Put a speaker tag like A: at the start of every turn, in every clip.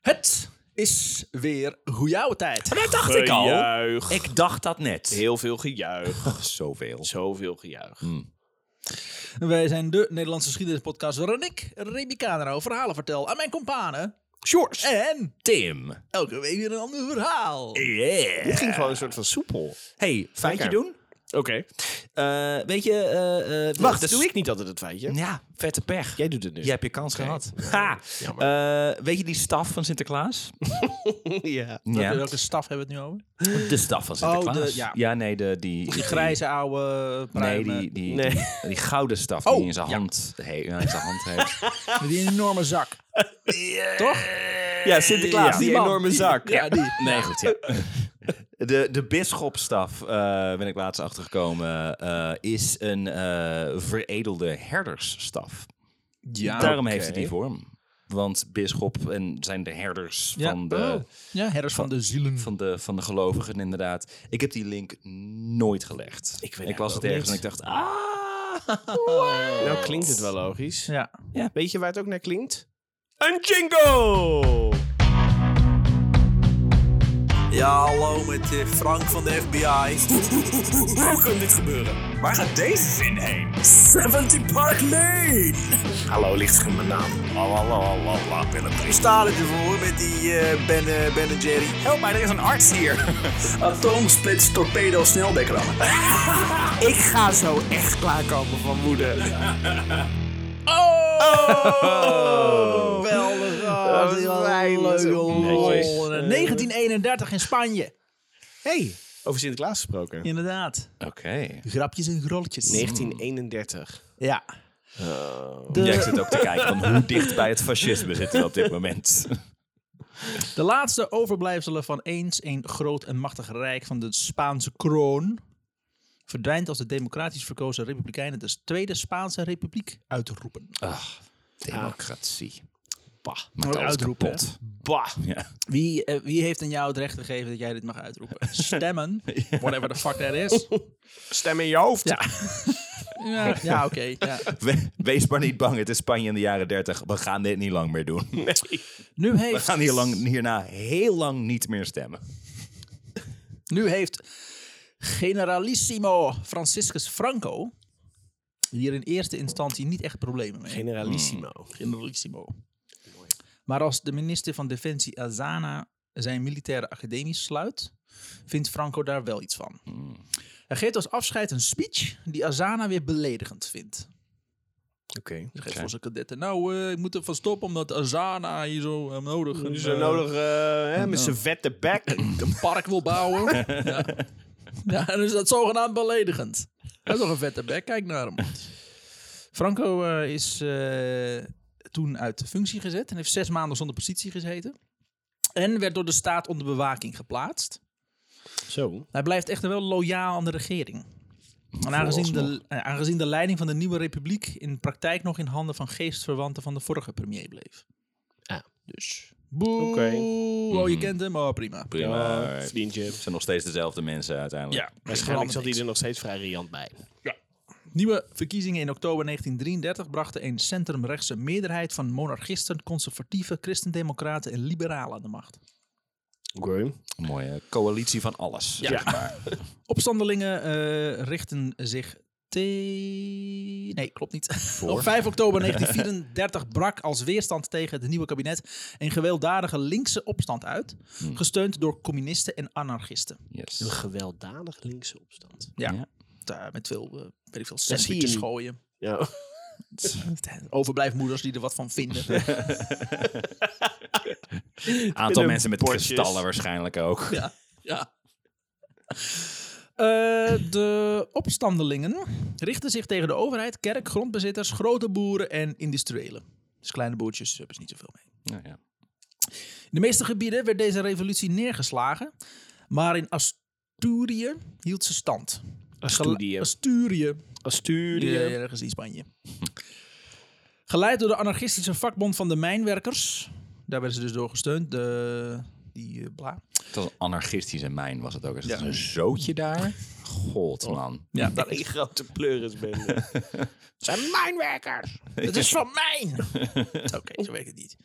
A: Het is weer goeie oude tijd.
B: Dat dacht
C: Eh,
B: ik al.
D: Gejuich.
B: Ik dacht dat net.
D: Heel veel gejuich.
B: Zoveel.
D: Zoveel gejuich.
A: Wij zijn de Nederlandse geschiedenispodcast waarin ik, Remy Canero, verhalen vertel aan mijn kompanen.
D: Sjors.
B: Eh.
A: En
B: Tim.
A: elke week weer een ander verhaal.
B: Yeah.
D: Het ging gewoon een soort van soepel.
B: Hey, feitje
D: Lekker.
B: doen?
D: Oké. Dus-
B: Eh, weet je... eh, eh, de-
D: Wacht,
B: de
D: dat doe ik niet altijd het feitje.
B: Ja, vette pech.
D: Jij doet het nu.
B: Jij hebt je kans
D: Oké.
B: gehad. Ha! Eh, weet je die staf van Sinterklaas?
D: ja.
A: Welke,
B: Ja,
A: welke staf hebben we het nu over?
B: Oh, de staf van Sinterklaas.
A: de- ja.
B: ja. nee, de, die...
A: Die grijze oude
B: Nee,
A: pruimen.
B: die, die,
D: Nee.
B: die, die gouden staf die
A: Oh,
B: hij in zijn hand, he- ja, in zijn hand heeft.
A: Met die enorme zak. Toch?
D: ja, Sinterklaas, die,
A: man.
D: enorme zak.
A: Ja, die.
B: Nee, goed, ja. De, de bisschopstaf, eh, ben ik laatst achtergekomen, eh, is een eh, veredelde herdersstaf.
A: Ja.
B: Daarom
D: oké.
B: heeft het die vorm. Want bisschop en zijn de herders
A: Ja.
B: van, de,
A: Oh. ja, herders van, de zielen.
B: van, de, van de gelovigen, inderdaad. Ik heb die link nooit gelegd.
D: Ik weet
B: las
D: eigenlijk
B: het
D: ook
B: ergens en
D: niet.
B: ik dacht, ah.
D: Nou klinkt het wel logisch.
A: ja.
D: Weet je waar het ook naar klinkt? Een jingle!
E: Ja, hallo met eh, Frank van de FBI. Hoe kan dit gebeuren? Waar gaat deze zin heen? 70 Park Lane! Hallo, lichtscherm mijn naam. Lalalala, Willem. Ik sta er voor met die eh ben, eh, ben en Jerry. Help mij, er is een arts hier. Atoomsplits, torpedo, sneldekker
D: Ik ga zo echt klaarkomen van moeder.
A: Oh, geweldig. Oh,
D: Dat
A: die
D: is
A: was
D: fijn. Dat is
A: leuk,
D: ook
A: joh.
D: netjes.
A: 1931 in Spanje.
D: Hey, over Sinterklaas gesproken.
A: Inderdaad.
B: Oké.
A: Grapjes en grolletjes.
D: 1931.
A: Ja.
B: Jij
A: De,
B: zit ook te kijken van hoe dicht bij het fascisme zitten we op dit moment.
A: de laatste overblijfselen van eens een groot en machtig rijk van de Spaanse kroon verdwijnt als de democratisch verkozen republikeinen de Tweede Spaanse Republiek uitroepen.
B: Democratie.
D: Bah.
B: Maakt
A: Ook
B: alles
A: uitroepen,
B: kapot.
D: Bah.
B: Ja.
A: Wie, eh, wie heeft aan jou het recht gegeven dat jij dit mag uitroepen? Stemmen, whatever the fuck that is.
D: Stem in je hoofd.
A: Ja, ja, ja oké. ja.
B: We- wees maar niet bang, het is Spanje in de jaren 30. We gaan dit niet lang meer doen.
A: Nu
B: We
A: heeft
B: gaan hier lang, hierna heel lang niet meer stemmen.
A: Nu heeft generalissimo Franciscus Franco hier in eerste instantie niet echt problemen mee.
D: Generalissimo.
A: Generalissimo. Maar als de minister van Defensie Azana zijn militaire academie sluit, vindt Franco daar wel iets van. Hij geeft als afscheid een speech die Azana weer beledigend vindt.
D: Oké.
A: Hij geeft voor zijn kadetten, nou, eh, ik moet ervan stoppen omdat Azana hier zo eh, nodig een,
D: Dus zo
A: eh,
D: nodig eh, hè, met zijn vette bek.
A: een park wil bouwen. ja. ja, dan is dat zogenaamd beledigend. Hij is toch een vette bek, kijk naar hem. Franco eh, is eh, toen uit de functie gezet en heeft zes maanden zonder positie gezeten. En werd door de staat onder bewaking geplaatst.
D: Zo.
A: Hij blijft echter wel loyaal aan de regering. En aangezien de, eh, aangezien de leiding van de nieuwe republiek in praktijk nog in handen van geestverwanten van de vorige premier bleef.
D: Ah. Mhm.
A: Dus. Boe.
D: Oké.
A: Oh, je kent hem? Oh, prima.
B: Prima. Het
D: vriendje.
B: zijn nog steeds dezelfde mensen uiteindelijk.
A: Ja,
D: Waarschijnlijk zat hij er nog steeds vrij riant bij.
A: Nieuwe verkiezingen in oktober 1933 brachten een centrumrechtse meerderheid van monarchisten, conservatieven, christendemocraten en liberalen aan de macht.
D: Oké.
B: Een mooie coalitie van alles.
A: Ja.
B: Zeg maar.
A: Opstandelingen eh, richten zich te... Nee, klopt niet. Op 5 oktober 1934 brak als weerstand tegen het nieuwe kabinet een gewelddadige linkse opstand uit, gesteund door communisten en anarchisten.
B: Yes.
D: Een gewelddadig linkse opstand.
A: Ja,
B: Ja.
A: daar met veel, eh, weet ik veel
D: je
A: sandwiches
D: niet.
A: gooien.
D: Ja.
A: Overblijfmoeders die er wat van vinden.
B: Aantal
D: een
B: mensen met
D: bordjes.
B: kristallen waarschijnlijk ook.
A: Ja, ja. Eh, de opstandelingen richten zich tegen de overheid, kerk, grondbezitters, grote boeren en industriëlen. Dus kleine boertjes hebben ze niet zoveel mee.
B: Ja, ja.
A: In de meeste gebieden werd deze revolutie neergeslagen, maar in Asturië hield ze stand.
D: Asturië.
A: Gel- Asturië.
D: Asturië.
A: Ja, ergens in Spanje. Geleid door de anarchistische vakbond van de mijnwerkers. Daar werden ze dus door gesteund. De, die eh, bla.
B: Het was een anarchistische mijn was het ook. Is het een zootje daar? God, man.
A: Ja, dat
D: Die grote pleurisbende. zijn mijnwerkers.
A: Het is van mij! Oké, zo werkt het niet.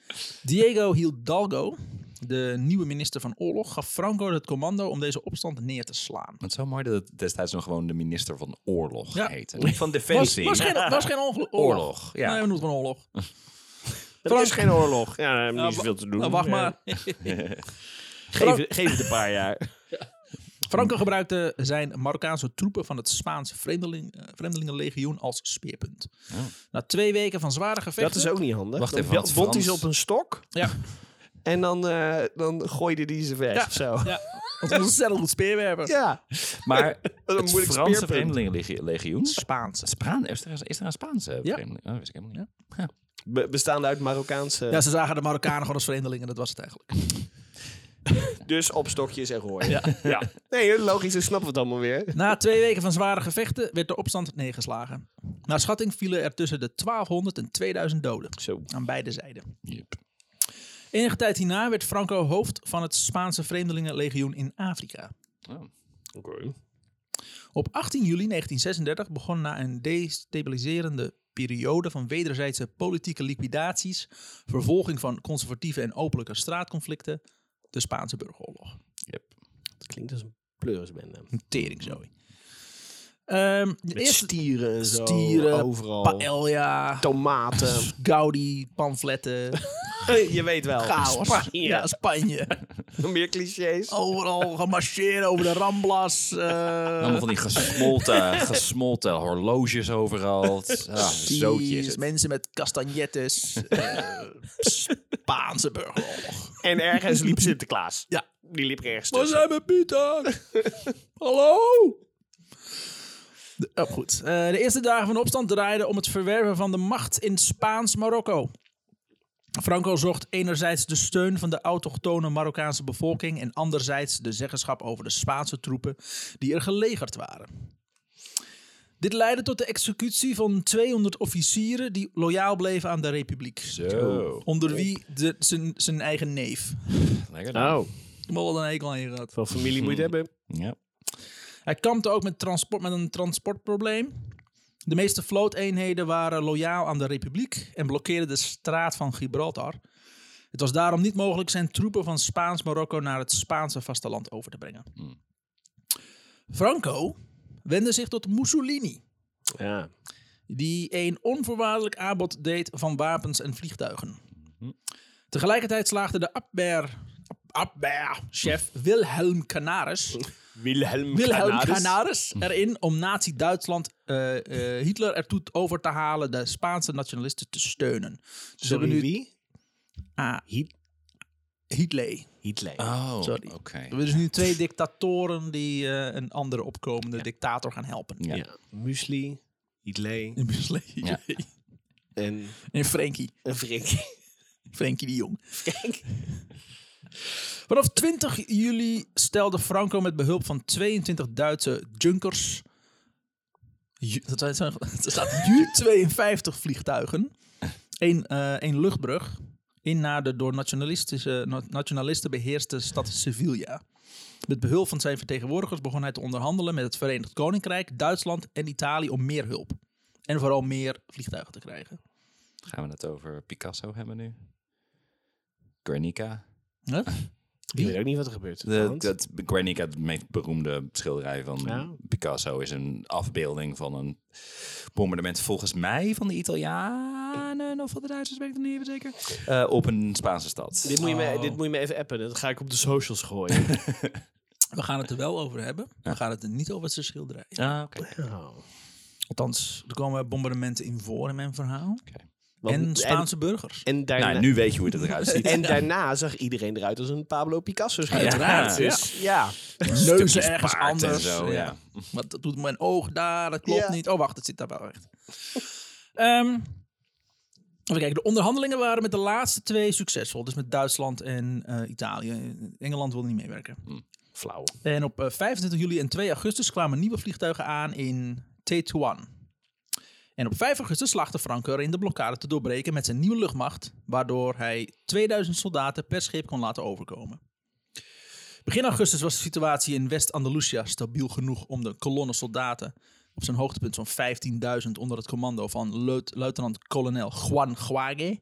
A: Diego Hidalgo de nieuwe minister van Oorlog, gaf Franco het commando om deze opstand neer te slaan.
B: Het is zo mooi dat het destijds nog gewoon de minister van Oorlog
A: Ja.
B: heette. Niet van
A: Was,
B: Defensie.
A: was geen, was geen onge- oorlog.
B: Oorlog, ja.
A: Nee, we noemen het gewoon oorlog.
C: Er
A: Frank-
C: is geen oorlog. Ja, we hebben
A: Nou,
C: niet zoveel te doen.
A: Nou, wacht
C: Ja.
A: maar.
C: Geef, het- geef het een paar jaar.
A: Franco gebruikte zijn Marokkaanse troepen van het Spaanse vreemdeling, eh, Vreemdelingenlegioen als speerpunt. Na twee weken van zware gevechten...
C: Oh. Dat is ook niet handig.
B: Wacht
C: Dan
B: even, want
C: bond hij ze
B: Frans-
C: op een stok
A: Ja,
C: en dan, eh, dan gooide hij ze weg of zo.
A: ja. Want het is ontzettend goed speerwerpen.
C: Ja.
B: Maar
C: een
B: het
C: moeilijk
B: Franse
C: speerpunt.
B: Vreemdelingenlegioen.
A: Spaanse.
B: Spaan, is, er, is er een Spaanse vreemdeling? Oh, dat wist ik helemaal niet. Ja.
C: Be- bestaande uit Marokkaanse...
A: Ja, ze zagen de Marokkanen gewoon als vreemdelingen. Dat was het eigenlijk.
C: Dus op stokjes en gooien. Ja. Nee, logisch, dan snappen we het allemaal weer.
A: Na twee weken van zware gevechten werd de opstand neergeslagen. Naar schatting vielen er tussen de 1200 en 2000 doden.
C: Zo.
A: Aan beide zijden.
B: Yep.
A: Enige tijd hierna werd Franco hoofd van het Spaanse Vreemdelingenlegioen in Afrika.
C: Oké.
A: Op 18 juli 1936 begon na een destabiliserende periode van wederzijdse politieke liquidaties, vervolging van conservatieve en openlijke straatconflicten, de Spaanse burgeroorlog.
B: Yep.
C: Dat klinkt als een pleurisbende.
A: Een tering, Ehm de
C: Met
A: eerste
C: stieren en zo.
A: stieren,
C: overal.
A: paella,
C: Tomaten. Eh,
A: Gaudi, pamfletten,
C: Je weet wel.
A: chaos.
C: Spanje.
A: Ja, Oh. Spanje.
C: Meer clichés.
A: Overal gemarcheerd over de Ramblas. eh,
B: Allemaal van die gesmolten, gesmolten horloges overal. Het is- Ah, zootje is
A: Precies,
B: het.
A: mensen met castagnettes. eh, Spaanse burgeroorlog.
C: En ergens liep Sinterklaas.
A: Ja.
C: Die liep ergens
A: Waar
C: tussen.
A: zijn mijn pieten? Hallo? De- oh, goed. Eh, de eerste dagen van de opstand draaiden om het verwerven van de macht in Spaans Marokko. Franco zocht enerzijds de steun van de autochtone Marokkaanse bevolking en anderzijds de zeggenschap over de Spaanse troepen die er gelegerd waren. Dit leidde tot de executie van 200 officieren die loyaal bleven aan de republiek.
B: Zo.
A: Onder wie de- zijn- zijn eigen neef.
B: Lekker dan.
C: Nou,
A: Ik heb al wel een hekel aan je gehad.
C: wel familie moet je
B: Hmm.
C: het hebben.
B: Ja.
A: Hij kampte ook met, transport, met een transportprobleem. De meeste vlooteenheden waren loyaal aan de Republiek en blokkeerden de straat van Gibraltar. Het was daarom niet mogelijk zijn troepen van Spaans Marokko naar het Spaanse vasteland over te brengen. Franco wendde zich tot Mussolini,
C: Ja.
A: die een onvoorwaardelijk aanbod deed van wapens en vliegtuigen. Tegelijkertijd slaagde de Abwehr, Abwehrchef Wilhelm Canaris
C: Wilhelm,
A: Wilhelm Canaris erin om Nazi-Duitsland eh, eh, Hitler ertoe over te halen de Spaanse nationalisten te steunen. Dus we hebben
C: Sorry,
A: nu
C: wie?
A: Ah,
C: Hit-
A: Hitler.
C: Hitler.
B: Oh,
A: Sorry.
B: oké.
A: We hebben dus nu twee dictatoren die eh, een andere opkomende dictator gaan helpen.
B: Ja.
C: Ja. Muesli, Hitler
A: In Mussolini.
B: Ja.
C: en
A: En Frankie.
C: een Frik.
A: Frenkie de Jong. Vanaf 20 juli stelde Franco met behulp van 22 Duitse junkers. Ju- dat zijn- zijn- Er staat Ju-52 vliegtuigen. Een, eh een luchtbrug. In naar de door nationalistische, na- nationalisten beheerste stad Sevilla. Met behulp van zijn vertegenwoordigers begon hij te onderhandelen met het Verenigd Koninkrijk, Duitsland en Italië om meer hulp. En vooral meer vliegtuigen te krijgen.
B: Gaan we het over Picasso hebben nu? Guernica?
A: Huh?
C: Ik weet ook niet wat er gebeurt.
B: De,
C: Want-
B: dat, Guernica, de meest beroemde schilderij van
C: Ja.
B: Picasso, is een afbeelding van een bombardement, volgens mij van de Italianen of van de Duitsers, weet ik het niet even zeker, eh, op een Spaanse stad.
C: Dit moet, je
B: Oh.
C: me, dit moet je me even appen. Dat ga ik op de socials gooien.
A: We gaan het er wel over hebben. We gaan het er niet over zijn schilderij.
B: Ah, oké.
C: Oh.
A: Althans, er komen bombardementen in voor in mijn verhaal.
C: Want-
A: en Spaanse burgers.
C: En, en daarna,
B: Nou, nu weet je hoe het eruit ziet.
C: en daarna zag iedereen eruit als een Pablo Picasso schilder.
A: Uiteraard, ja.
C: Dus ja.
A: Neuzen ergens
B: paard en
A: anders.
B: zo, ja.
A: Wat dat doet mijn oog daar? Dat klopt
C: Ja.
A: niet. Oh, wacht, het zit daar wel echt. Ehm, even kijken. De onderhandelingen waren met de laatste twee succesvol. Dus met Duitsland en eh, Italië. Engeland wilde niet meewerken.
C: Flauw.
A: En op eh, 25 juli en 2 augustus kwamen nieuwe vliegtuigen aan in Tetuan. En op 5 augustus slaagde Franco erin de blokkade te doorbreken met zijn nieuwe luchtmacht, waardoor hij 2000 soldaten per schip kon laten overkomen. Begin augustus was de situatie in West-Andalusia stabiel genoeg om de kolonne soldaten op zijn hoogtepunt van 15.000 onder het commando van leut- luitenant-kolonel Juan Guage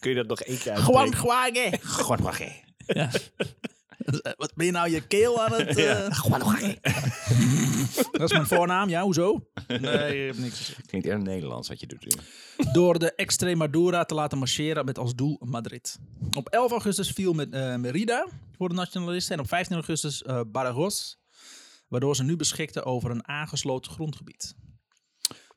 C: Kun je dat nog één keer
A: Gewoon
C: uitspreken?
A: kwagen.
B: Gewoon wacht.
A: Ja. Wat ben je nou je keel aan het... eh, Dat is mijn voornaam, ja, hoezo? Nee, je hebt niks gezegd.
B: Klinkt eerder Nederlands wat je doet nu.
A: Door de Extremadura te laten marcheren met als doel Madrid. Op 11 augustus viel met, eh, Merida voor de nationalisten en op 15 augustus eh Badajoz, waardoor ze nu beschikten over een aangesloten grondgebied.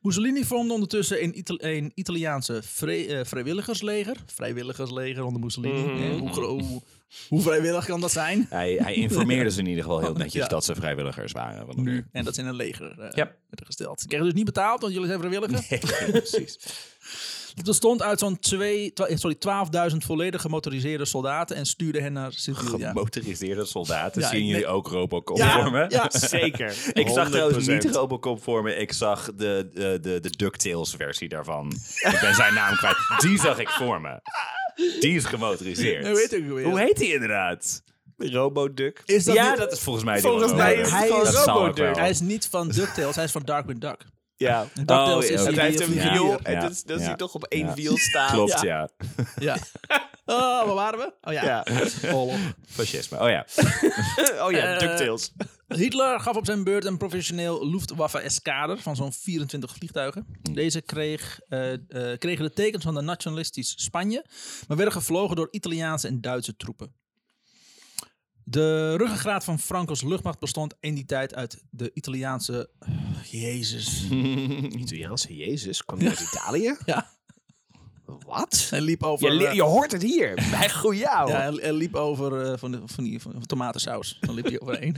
A: Mussolini vormde ondertussen een, Ita- een Italiaanse vri- eh, vrijwilligersleger. Vrijwilligersleger onder Mussolini. Eh, hoe, gro- hoe, hoe vrijwillig kan dat zijn?
B: Hij, hij informeerde ze in ieder geval heel netjes
A: Ja.
B: dat ze vrijwilligers waren. Van de muur.
A: En dat is in een leger eh
B: Ja.
A: werd gesteld. Ze kregen dus niet betaald, want jullie zijn vrijwilliger.
B: Precies.
A: Het bestond uit zo'n twee- twa- eh, sorry, 12.000 volledig gemotoriseerde soldaten en stuurde hen naar Sicilia.
B: Gemotoriseerde soldaten.
A: Ja,
B: Zien
A: ik-
B: jullie ook Robocop
A: Ja,
B: vormen?
A: ja.
C: Zeker.
B: Ik zag trouwens
C: 100%.
B: niet Robocop voor me. Ik zag de, de, de, de DuckTales versie daarvan. ik ben zijn naam kwijt. Die zag ik voor me. Die is gemotoriseerd.
A: Dat weet ik ook weer.
B: Hoe heet die inderdaad?
C: Roboduck.
A: Is dat
B: ja,
A: niet-
B: dat is volgens mij
C: Volgens
B: die
C: mij
B: wel.
C: is het
B: Dat
C: gewoon
B: zal ook
C: Roboduck.
B: wel.
A: Hij is niet van DuckTales, hij is van Darkwing Duck.
C: Ja.
A: En DuckTales
B: ja,
A: is
B: want
A: die-
C: Want hij heeft
A: die-
C: een
A: die-
C: wiel
B: ja,
C: en
B: ja,
C: dat, dat
B: ja.
C: ziet toch op één
B: Ja.
C: wiel staan.
B: Klopt, ja.
A: Ja. Oh, waar waren we? Oh ja.
C: Ja.
A: Oorlog.
B: Fascisme. Oh ja.
C: Oh ja,
A: Eh,
C: DuckTales.
A: Hitler gaf op zijn beurt een professioneel Luftwaffe-eskader van zo'n 24 vliegtuigen. Deze kreeg, eh, eh, kregen de tekens van de nationalistisch Spanje, maar werden gevlogen door Italiaanse en Duitse troepen. De ruggengraat van Franco's luchtmacht bestond in die tijd uit de Italiaanse. Jezus.
C: Italiaanse Jezus kwam uit Italië?
A: Ja,
C: Wat?
A: hij liep over.
C: Je,
A: eh,
C: li- je hoort het hier. Bij Goeiaal.
A: ja, hij- hij liep over eh, van, de, van, die, van, van tomatensaus. Dan liep hij overheen.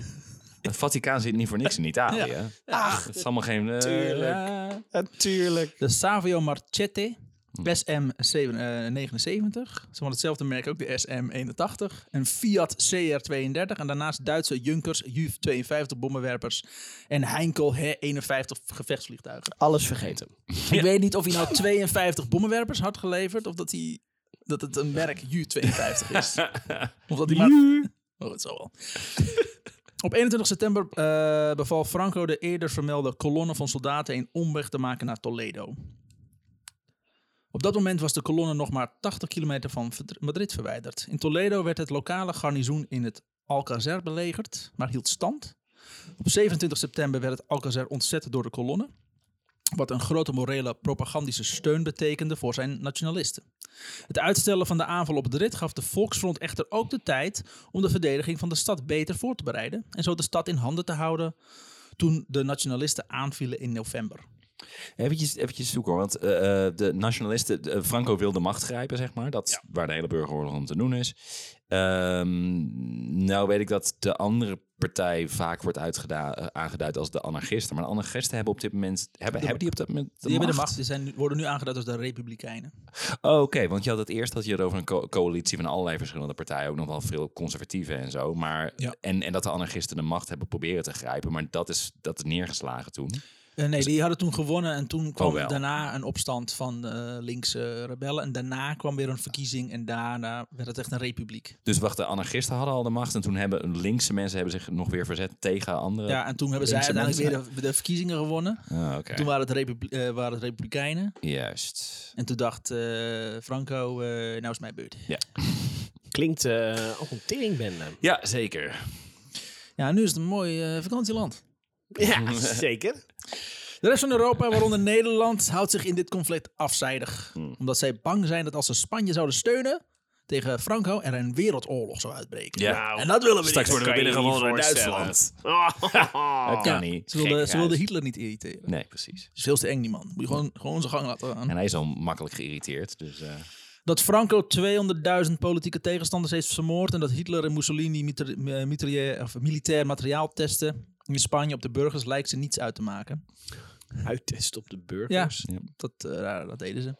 B: Het Vaticaan zit niet voor niks in Italië.
A: Ja.
B: Ach, het is allemaal geen... eh,
C: Tuurlijk. Natuurlijk.
A: De Savio Marchete SM79. eh, Ze van hetzelfde merk ook de SM81. Een Fiat CR32. En daarnaast Duitse Junkers, Juv 52 bommenwerpers. En Heinkel He 51 gevechtsvliegtuigen.
C: Alles vergeten.
A: Ik weet niet of hij nou 52 bommenwerpers had geleverd. Of dat, hij, dat het een merk Ju 52 is. of dat hij maar... Oh, het zal wel. Op 21 september eh, beval Franco de eerder vermelde kolonne van soldaten een omweg te maken naar Toledo. Op dat moment was de kolonne nog maar 80 kilometer van Verd- Madrid verwijderd. In Toledo werd het lokale garnizoen in het Alcacer belegerd, maar hield stand. Op 27 september werd het Alcacer ontzet door de kolonne, wat een grote morele propagandische steun betekende voor zijn nationalisten. Het uitstellen van de aanval op Madrid gaf de Volksfront echter ook de tijd om de verdediging van de stad beter voor te bereiden en zo de stad in handen te houden toen de nationalisten aanvielen in november.
B: Eventjes, eventjes zoeken hoor, want eh, eh, de nationalisten, de- eh, Franco wil de macht grijpen, zeg maar. Dat is waar de hele burgeroorlog om te doen is. Ehm, nou weet ik dat de andere partij vaak wordt uitgeda- eh, aangeduid als de anarchisten. Maar de anarchisten hebben op dit moment, hebben, hebben die op dat moment de
A: Die hebben de
B: macht?
A: macht, die zijn, nu- worden nu aangeduid als de Republikeinen.
B: Oh, Oké, want je had het eerst dat je het over een co- coalitie van allerlei verschillende partijen, ook nog wel veel conservatieven en zo. Maar,
A: Ja.
B: en, en dat de anarchisten de macht hebben proberen te grijpen, maar dat is, dat is neergeslagen toen.
A: Eh, nee, die hadden toen gewonnen en toen kwam
B: Oh, wel.
A: daarna een opstand van eh, linkse rebellen. En daarna kwam weer een verkiezing en daarna werd het echt een republiek.
B: Dus wacht, de anarchisten hadden al de macht en toen hebben linkse mensen hebben zich nog weer verzet tegen andere.
A: Ja, en toen hebben zij
B: linkse
A: uiteindelijk weer de, de verkiezingen gewonnen.
B: Ah, oké.
A: Toen waren het, republi- eh, waren het republikeinen.
B: Juist.
A: En toen dacht eh, Franco, eh, nou is mijn beurt.
C: Klinkt eh als een teringbende.
B: Ja, zeker.
A: Ja, nu is het een mooi eh, vakantieland.
C: Ja, zeker.
A: De rest van Europa, waaronder Nederland, houdt zich in dit conflict afzijdig.
C: Hmm.
A: Omdat zij bang zijn dat als ze Spanje zouden steunen tegen Franco, er een wereldoorlog zou uitbreken.
B: Ja.
A: En dat willen we
B: Nou, Straks
A: niet.
B: worden we
C: kan je
B: binnengewonnen
C: niet
B: door Duitsland.
A: Ah.
B: Dat kan niet.
A: Ze wilden, ze
B: Gekhuis.
A: wilden Hitler niet irriteren. Het
B: Nee, precies.
A: is veel te eng, die man. Moet je gewoon, gewoon zijn gang laten gaan.
B: En hij is al makkelijk geïrriteerd. Dus, eh,
A: Dat Franco 200.000 politieke tegenstanders heeft vermoord. En dat Hitler en Mussolini mitre- eh, mitrailleur- of militair materiaal testen in Spanje op de burgers lijkt ze niets uit te maken.
C: Uittest op de
A: Ja,
C: burgers.
B: Ja.
A: dat, eh, ja, dat deden ze.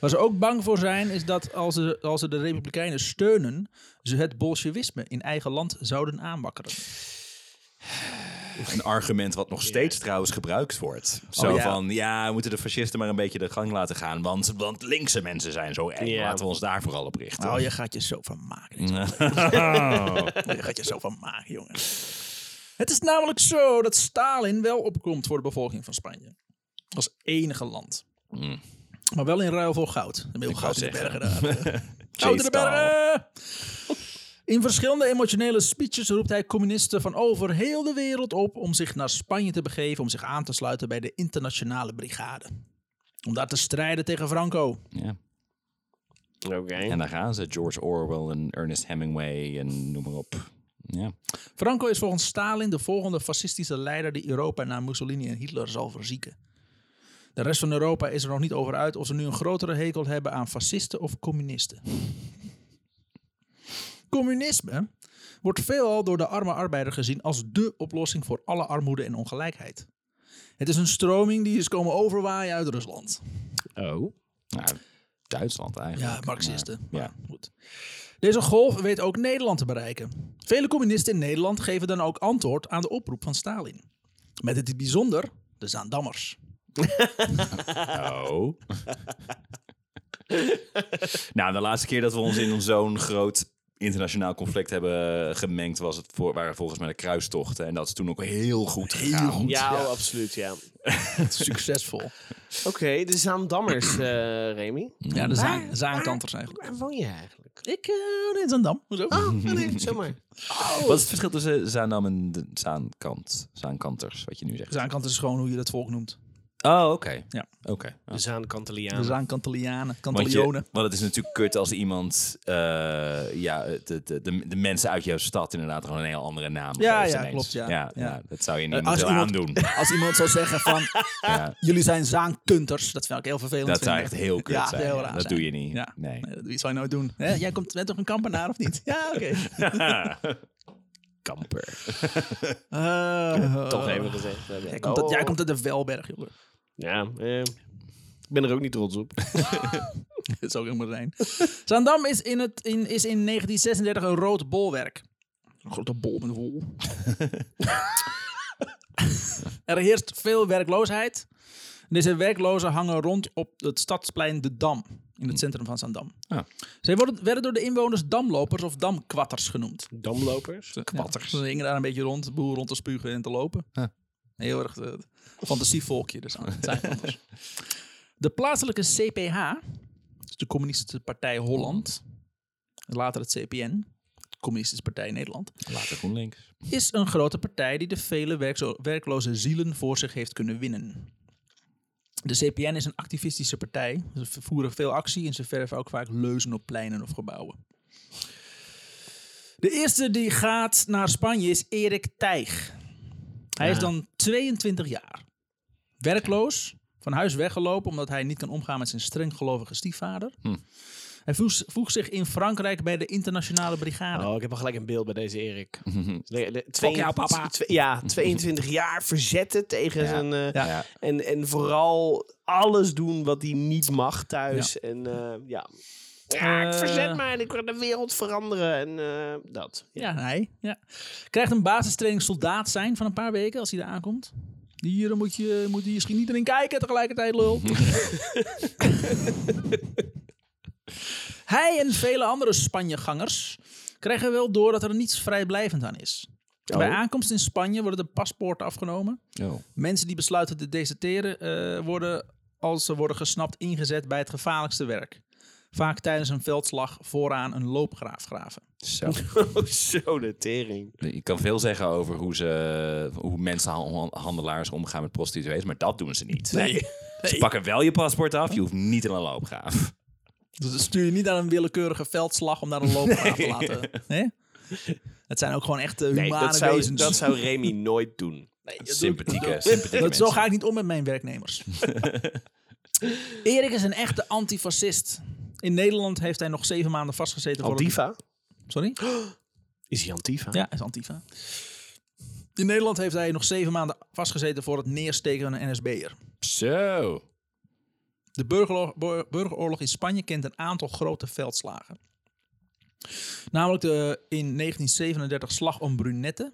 A: Waar ze ook bang voor zijn, is dat als ze, als ze de Republikeinen steunen, ze het bolsjewisme in eigen land zouden aanwakkeren.
B: Een argument wat nog steeds trouwens gebruikt wordt. Zo
A: Oh, ja.
B: van, ja, we moeten de fascisten maar een beetje de gang laten gaan. Want, want linkse mensen zijn zo eng.
C: Ja.
B: Laten we ons daar vooral op richten.
A: Oh, je gaat je zo van maken. dit. Je gaat je zo van maken, jongen. Het is namelijk zo dat Stalin wel opkomt voor de bevolking van Spanje. Als enige land. Maar wel in ruil voor goud. Een heel goud in de bergen daar. Goud in de
B: Chase Dahl.
A: bergen! In verschillende emotionele speeches roept hij communisten van over heel de wereld op om zich naar Spanje te begeven, om zich aan te sluiten bij de internationale brigade. Om daar te strijden tegen Franco.
B: Ja.
C: Oké.
B: En daar gaan ze. George Orwell en Ernest Hemingway en noem maar op. Ja.
A: Franco is volgens Stalin de volgende fascistische leider die Europa na Mussolini en Hitler zal verzieken. De rest van Europa is er nog niet over uit of ze nu een grotere hekel hebben aan fascisten of communisten. Communisme wordt veelal door de arme arbeider gezien als dé oplossing voor alle armoede en ongelijkheid. Het is een stroming die is komen overwaaien uit Rusland.
C: Oh.
B: Nou, Duitsland eigenlijk.
A: Ja, Marxisten.
B: Maar-
A: ja.
B: ja.
A: Goed. Deze golf weet ook Nederland te bereiken. Vele communisten in Nederland geven dan ook antwoord aan de oproep van Stalin. Met het in het bijzonder de Zaandammers.
B: Oh. nou, de laatste keer dat we ons in zo'n groot internationaal conflict hebben gemengd, was het voor, waren volgens mij de kruistochten. En dat is toen ook heel goed gegaan.
C: Ja, oh, absoluut, ja. Oké,
A: Succesvol.
C: de Zaandammers, eh, Remy.
A: Ja, de zaan, zaankanters eigenlijk.
C: Waar woon je eigenlijk?
A: Ik eh in Zaandam. Hoezo?
C: Oh, nee, zomaar.
B: Wat is het verschil tussen Zaandam en de Zaankant? Zaankanters, wat je nu zegt.
A: Zaankanters is gewoon hoe je dat volk noemt.
B: Oh, oké.
A: Ja.
B: Oké.
C: De
A: De
C: Zaankanteliaan.
A: Zaankantelianen,
B: Want, je,
A: Kantelionen.
B: want het is natuurlijk kut als iemand, eh, ja, de, de, de, de mensen uit jouw stad inderdaad gewoon een heel andere naam
A: Ja,
B: geeft
A: ja,
B: ineens.
A: klopt, ja.
B: Ja,
A: Ja.
B: ja, dat zou je
A: Eh,
B: niet moeten
A: iemand-
B: aandoen.
A: als iemand zou zeggen van,
B: Ja.
A: jullie zijn zaankunters. Dat vind ik heel vervelend.
B: Dat zou
A: vinden.
B: echt heel kut
A: ja,
B: zijn.
A: heel
B: Ja,
A: raar
B: dat
A: zijn.
B: doe je niet.
A: Ja.
B: Nee.
A: Nee, dat zou je nooit doen. Hè? Jij komt, bent toch een kampenaar of niet? Ja, oké.
B: Kamper. Oh.
A: Eh,
C: Toch even gezegd. hebben.
A: Jij komt, uit, jij komt uit de Velberg, jongen.
C: Ja, eh, ik ben er ook niet trots op.
A: Dat zou ook helemaal zijn. Zaandam is in, het, in, is in 1936 een rood bolwerk. Een grote bol met wol. er heerst veel werkloosheid. En Deze werklozen hangen rond op het stadsplein De Dam. In het centrum van Zaandam.
B: Ja.
A: Zij worden, werden door de inwoners damlopers of damkwatters genoemd.
C: Damlopers.
B: Kwatters.
A: Ze hingen daar een beetje rond, de boel rond te spugen en te lopen. Heel erg eh, fantasievolkje. Dus aan het zijn anders. De plaatselijke CPH, dus de Communistische Partij Holland, later het CPN, de Communistische Partij Nederland,
B: Later GroenLinks.
A: is een grote partij die de vele werkzo- werkloze zielen voor zich heeft kunnen winnen. De CPN is een activistische partij. Ze voeren veel actie en ze verven ook vaak leuzen op pleinen of gebouwen. De eerste die gaat naar Spanje is Erik Tijg. Hij is dan 22 jaar. Werkloos, van huis weggelopen omdat hij niet kan omgaan met zijn strenggelovige stiefvader. Hij voeg- voegt zich in Frankrijk bij de internationale brigade.
C: Oh, ik heb al gelijk een beeld bij deze Erik. Nee, de-
A: Fuck jou, papa.
C: twe- ja, 22 jaar verzetten tegen zijn... eh,
A: Ja.
B: Ja.
C: En, en vooral alles doen wat hij niet mag thuis. En eh, ja... Ja, ik
A: Eh.
C: verzet mij en ik wil de wereld veranderen en eh, dat. Ja.
A: Ja, hij. Ja. Krijgt een basistraining soldaat zijn van een paar weken als hij daar aankomt. Hier moet je, moet je misschien niet in kijken tegelijkertijd, lul. hij en vele andere Spanjegangers krijgen wel door dat er niets vrijblijvend aan is. Bij aankomst in Spanje worden de paspoorten afgenomen.
B: Oh.
A: Mensen die besluiten te deserteren eh, worden, als ze worden gesnapt, ingezet bij het gevaarlijkste werk. Vaak tijdens een veldslag vooraan een loopgraaf graven.
B: Zo.
C: Oh, zo de tering.
B: Je kan veel zeggen over hoe, ze, hoe mensen han- handelaars omgaan met prostituees, maar dat doen ze niet. Nee. Ze pakken wel je paspoort af, je hoeft niet in een loopgraaf.
A: Dus dat stuur je niet naar een willekeurige veldslag om naar een loopgraaf te laten. Hè? Het zijn ook gewoon echte humane
C: Nee, dat zou,
A: wezens.
C: dat zou Remy nooit doen.
B: Sympathieke, sympathieke
A: Dat- zo
B: mensen.
A: ga ik niet om met mijn werknemers. Erik is een echte antifascist. In Nederland heeft hij nog zeven maanden vastgezeten voor...
C: Antifa?
A: het- Sorry?
C: Is hij Antifa?
A: Ja, hij is antifa. In Nederland heeft hij nog zeven maanden vastgezeten voor het neersteken van een NSB'er.
B: Zo.
A: De burgeroorlog, bur- burgeroorlog in Spanje kent een aantal grote veldslagen. Namelijk de in 1937 slag om Brunette.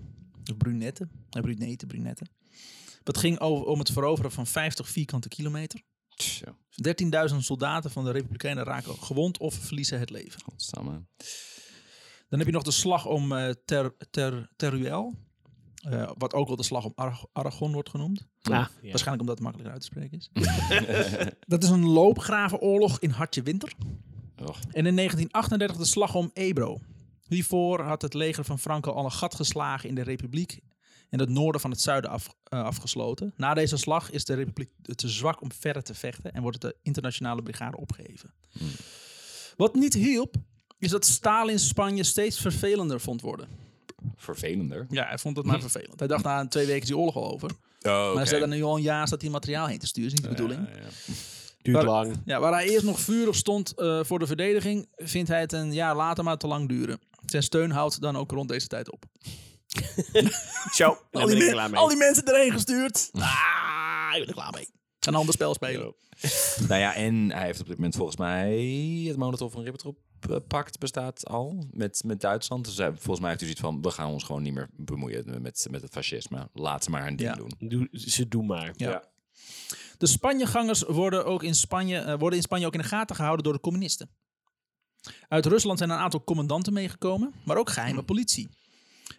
A: Of Brunette. eh, Brunete, Brunette. Dat ging over, om het veroveren van 50 vierkante kilometer.
B: Zo.
A: 13.000 soldaten van de Republikeinen raken gewond of verliezen het leven.
B: Godsamme.
A: Dan heb je nog de slag om eh, ter, ter, Teruel. Eh, wat ook wel de slag om Arag- Aragon wordt genoemd.
C: Ja.
A: Waarschijnlijk omdat het makkelijker uit te spreken is. dat is een loopgravenoorlog in hartje winter.
B: Och.
A: En in 1938 de slag om Ebro. Hiervoor had het leger van Franco al een gat geslagen in de republiek en het noorden van het zuiden af, eh, afgesloten. Na deze slag is de republiek te zwak om verder te vechten en wordt de internationale brigade opgeheven. Wat niet hielp, is dat Stalin Spanje steeds vervelender vond worden.
B: Vervelender.
A: Ja, hij vond het maar vervelend. Hij dacht na twee weken is die oorlog al over.
B: Oh,
A: Maar hij staat er nu al een jaar staat hij materiaal heen te sturen. Is niet de bedoeling.
C: Duurt
A: Maar-
C: lang.
A: Ja, waar hij eerst nog vurig stond eh, voor de verdediging, vindt hij het een jaar later maar te lang duren. Zijn steun houdt dan ook rond deze tijd op.
C: Zo, daar ben ik klaar mee.
A: al die mensen erheen gestuurd. Ah, ik ben er klaar mee. Een ander spel spelen.
B: Nou ja, en hij heeft op dit moment volgens mij het Molotov en Ribbentrop eh, pact bestaat al met, met Duitsland. Dus hij- volgens mij heeft hij zoiets van, we gaan ons gewoon niet meer bemoeien met, met het fascisme. Laat ze maar hun ding
A: Ja.
B: doen.
C: Doe, ze doen maar.
A: Ja. De Spanjegangers worden, ook in Spanje, eh, worden in Spanje ook in de gaten gehouden door de communisten. Uit Rusland zijn een aantal commandanten meegekomen, maar ook geheime politie.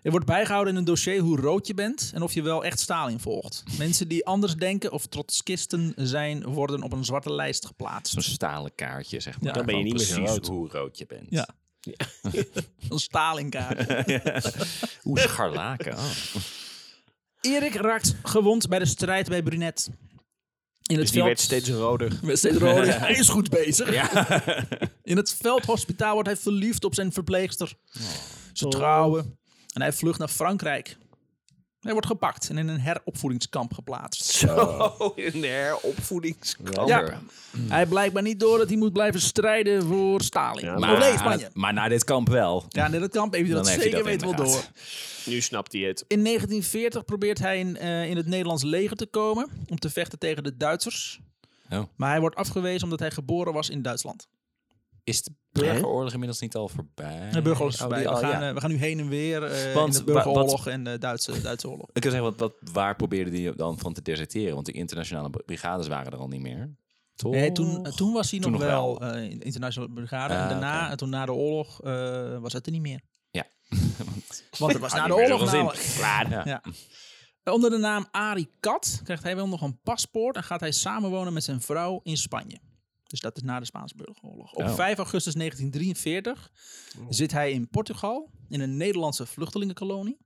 A: Er wordt bijgehouden in een dossier hoe rood je bent en of je wel echt Stalin volgt. Mensen die anders denken of trotskisten zijn, worden op een zwarte lijst geplaatst.
B: Zo'n stalen kaartje, zeg maar.
C: Dan ben je
B: Van
C: niet meer zo
B: precies
C: rood.
B: hoe rood je bent.
A: Ja. Een Stalinkaart.
B: Hoe scharlaken. Oh.
A: Erik raakt gewond bij de strijd bij Brunet. In het
C: Dus die
A: veld...
C: werd steeds roder.
A: werd steeds rood. Hij is goed bezig.
B: Ja.
A: In het veldhospitaal wordt hij verliefd op zijn verpleegster. Ze trouwen. En hij vlucht naar Frankrijk. Hij wordt gepakt en in een heropvoedingskamp geplaatst.
C: Oh, een heropvoedingskamp.
A: Ja. Hij blijkbaar niet door dat hij moet blijven strijden voor Stalin.
C: Ja,
A: Of
B: Maar,
A: nee, Spanje.
B: maar na dit kamp wel.
A: Ja, in dat kamp heeft hij
B: Dan
A: dat
B: heeft hij
A: zeker
B: dat in
A: weten wel
B: de
A: door.
B: gaten.
C: Nu snapt hij het.
A: In 1940 probeert hij in, eh, in het Nederlands leger te komen om te vechten tegen de Duitsers.
B: Oh.
A: Maar hij wordt afgewezen omdat hij geboren was in Duitsland.
B: Is de burgeroorlog inmiddels niet al voorbij?
A: De burgeroorlog is
B: Oh, die
A: voorbij.
B: al,
A: we, gaan,
B: ja.
A: eh, we gaan nu heen en weer eh
B: Want
A: in de
B: wa- wat-
A: burgeroorlog en de Duitse, Duitse oorlog.
B: Ik kan zeggen, wat, wat, waar probeerden die dan van te deserteren? Want de internationale brigades waren er al niet meer. Toch?
A: Nee, toen, eh, toen was hij
B: Toen
A: nog
B: nog
A: wel, eh, in de internationale brigade.
B: Ah,
A: en daarna,
B: oké.
A: eh, toen na de oorlog, eh, was het er niet meer.
B: Ja.
A: Want het was na
B: niet
A: de
B: meer
A: oorlog
B: zoveel zin.
A: namelijk.
B: Klaar. Ja.
A: Ja. Eh, Onder de naam Ari Kat krijgt hij wel nog een paspoort en gaat hij samenwonen met zijn vrouw in Spanje. Dus dat is na de Spaanse burgeroorlog. Op
B: Oh.
A: 5 augustus 1943 zit hij in Portugal in een Nederlandse vluchtelingenkolonie.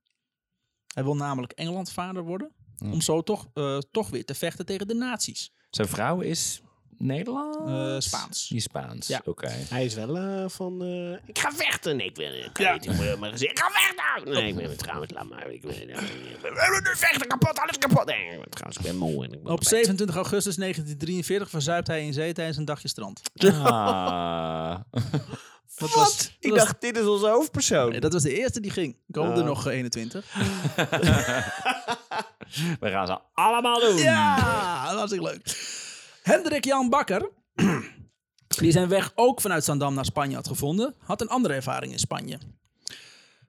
A: Hij wil namelijk Engelandvader worden om zo toch, eh, toch weer te vechten tegen de nazi's.
B: Zijn vrouw is Nederland?
A: Eh, Spaans.
B: Die is Spaans,
A: Ja.
B: oké.
C: Hij is wel eh, van... eh, ik ga vechten. Nee, ik wil ik kan niet. Ik wil maar gezegd, ik ga vechten. Nee, ik ben het trouwens. Laat maar. Ik wil ik wil- We willen nu vechten. Kapot. Alles kapot. Nee, ik ben trouwens. Ik ben moe. En ik ben
A: Op 27 augustus 1943 verzuipt hij in zee tijdens een dagje strand.
B: Ah.
A: Wat?
C: Ik dacht, dit is onze hoofdpersoon.
A: dat was de eerste die ging. Komen er nog eh, 21.
B: We gaan ze allemaal doen.
A: Ja, Ah, dat was ik leuk. Hendrik Jan Bakker, die zijn weg ook vanuit Zandam naar Spanje had gevonden, had een andere ervaring in Spanje.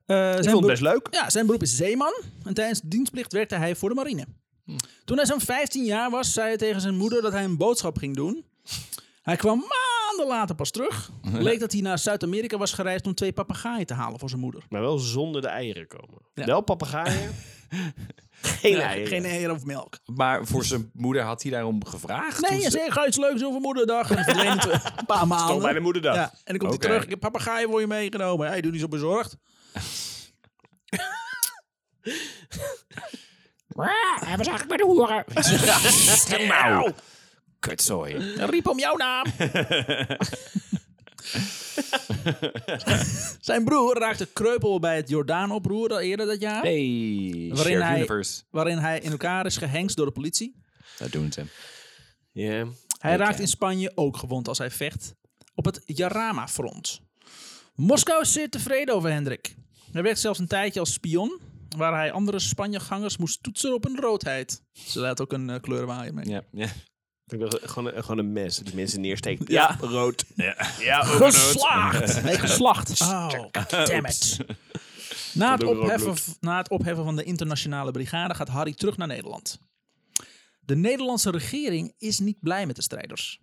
A: Eh, zijn
C: vond het
A: beroep-
C: best leuk.
A: Ja, zijn beroep is zeeman en tijdens dienstplicht werkte hij voor de marine.
C: Hm.
A: Toen hij zo'n 15 jaar was, zei hij tegen zijn moeder dat hij een boodschap ging doen. Hij kwam maanden later pas terug. Bleek dat hij naar Zuid-Amerika was gereisd om twee papegaaien te halen voor zijn moeder.
C: Maar wel zonder de eieren komen.
A: Ja.
C: Wel papegaaien. geen eieren.
A: Eh, Geen eieren of melk.
B: Maar voor zijn moeder had hij daarom gevraagd?
A: Nee,
B: toen
A: je
B: ze-
A: zegt, ga iets leuks doen voor moederdag. En verdween het eh, een paar maanden.
C: Toch bij de moederdag.
A: Ja, en dan komt
B: Oké.
A: hij terug. Ik heb papegaaien voor je meegenomen. Hij doet niet zo bezorgd.
D: Hij was eigenlijk bij de hoeren.
B: Nou, kutzooi.
A: En riep om jouw naam. Zijn broer raakte kreupel bij het Jordaan-oproer al eerder dat jaar.
B: Hey, shared
A: hij-
B: universe.
A: Waarin hij in elkaar is gehengst door de politie.
B: Dat doen ze.
C: Ja.
A: Hij raakt in Spanje ook gewond als hij vecht op het Jarama-front. Moskou is zeer tevreden over Hendrik. Hij werkte zelfs een tijdje als spion, waar hij andere Spanjegangers moest toetsen op een roodheid. Ze laat ook een eh, kleurenwaaier mee.
B: Ja, ja.
C: Ik wil Gewoon, een- gewoon een mes die mensen neersteekt.
A: Ja.
C: rood.
B: Ja.
A: Geslaagd! Nee, geslacht. Oh, damn it. Na het,
C: Komt ook rood
A: opheffen, na het opheffen van de internationale brigade gaat Harry terug naar Nederland. De Nederlandse regering is niet blij met de strijders.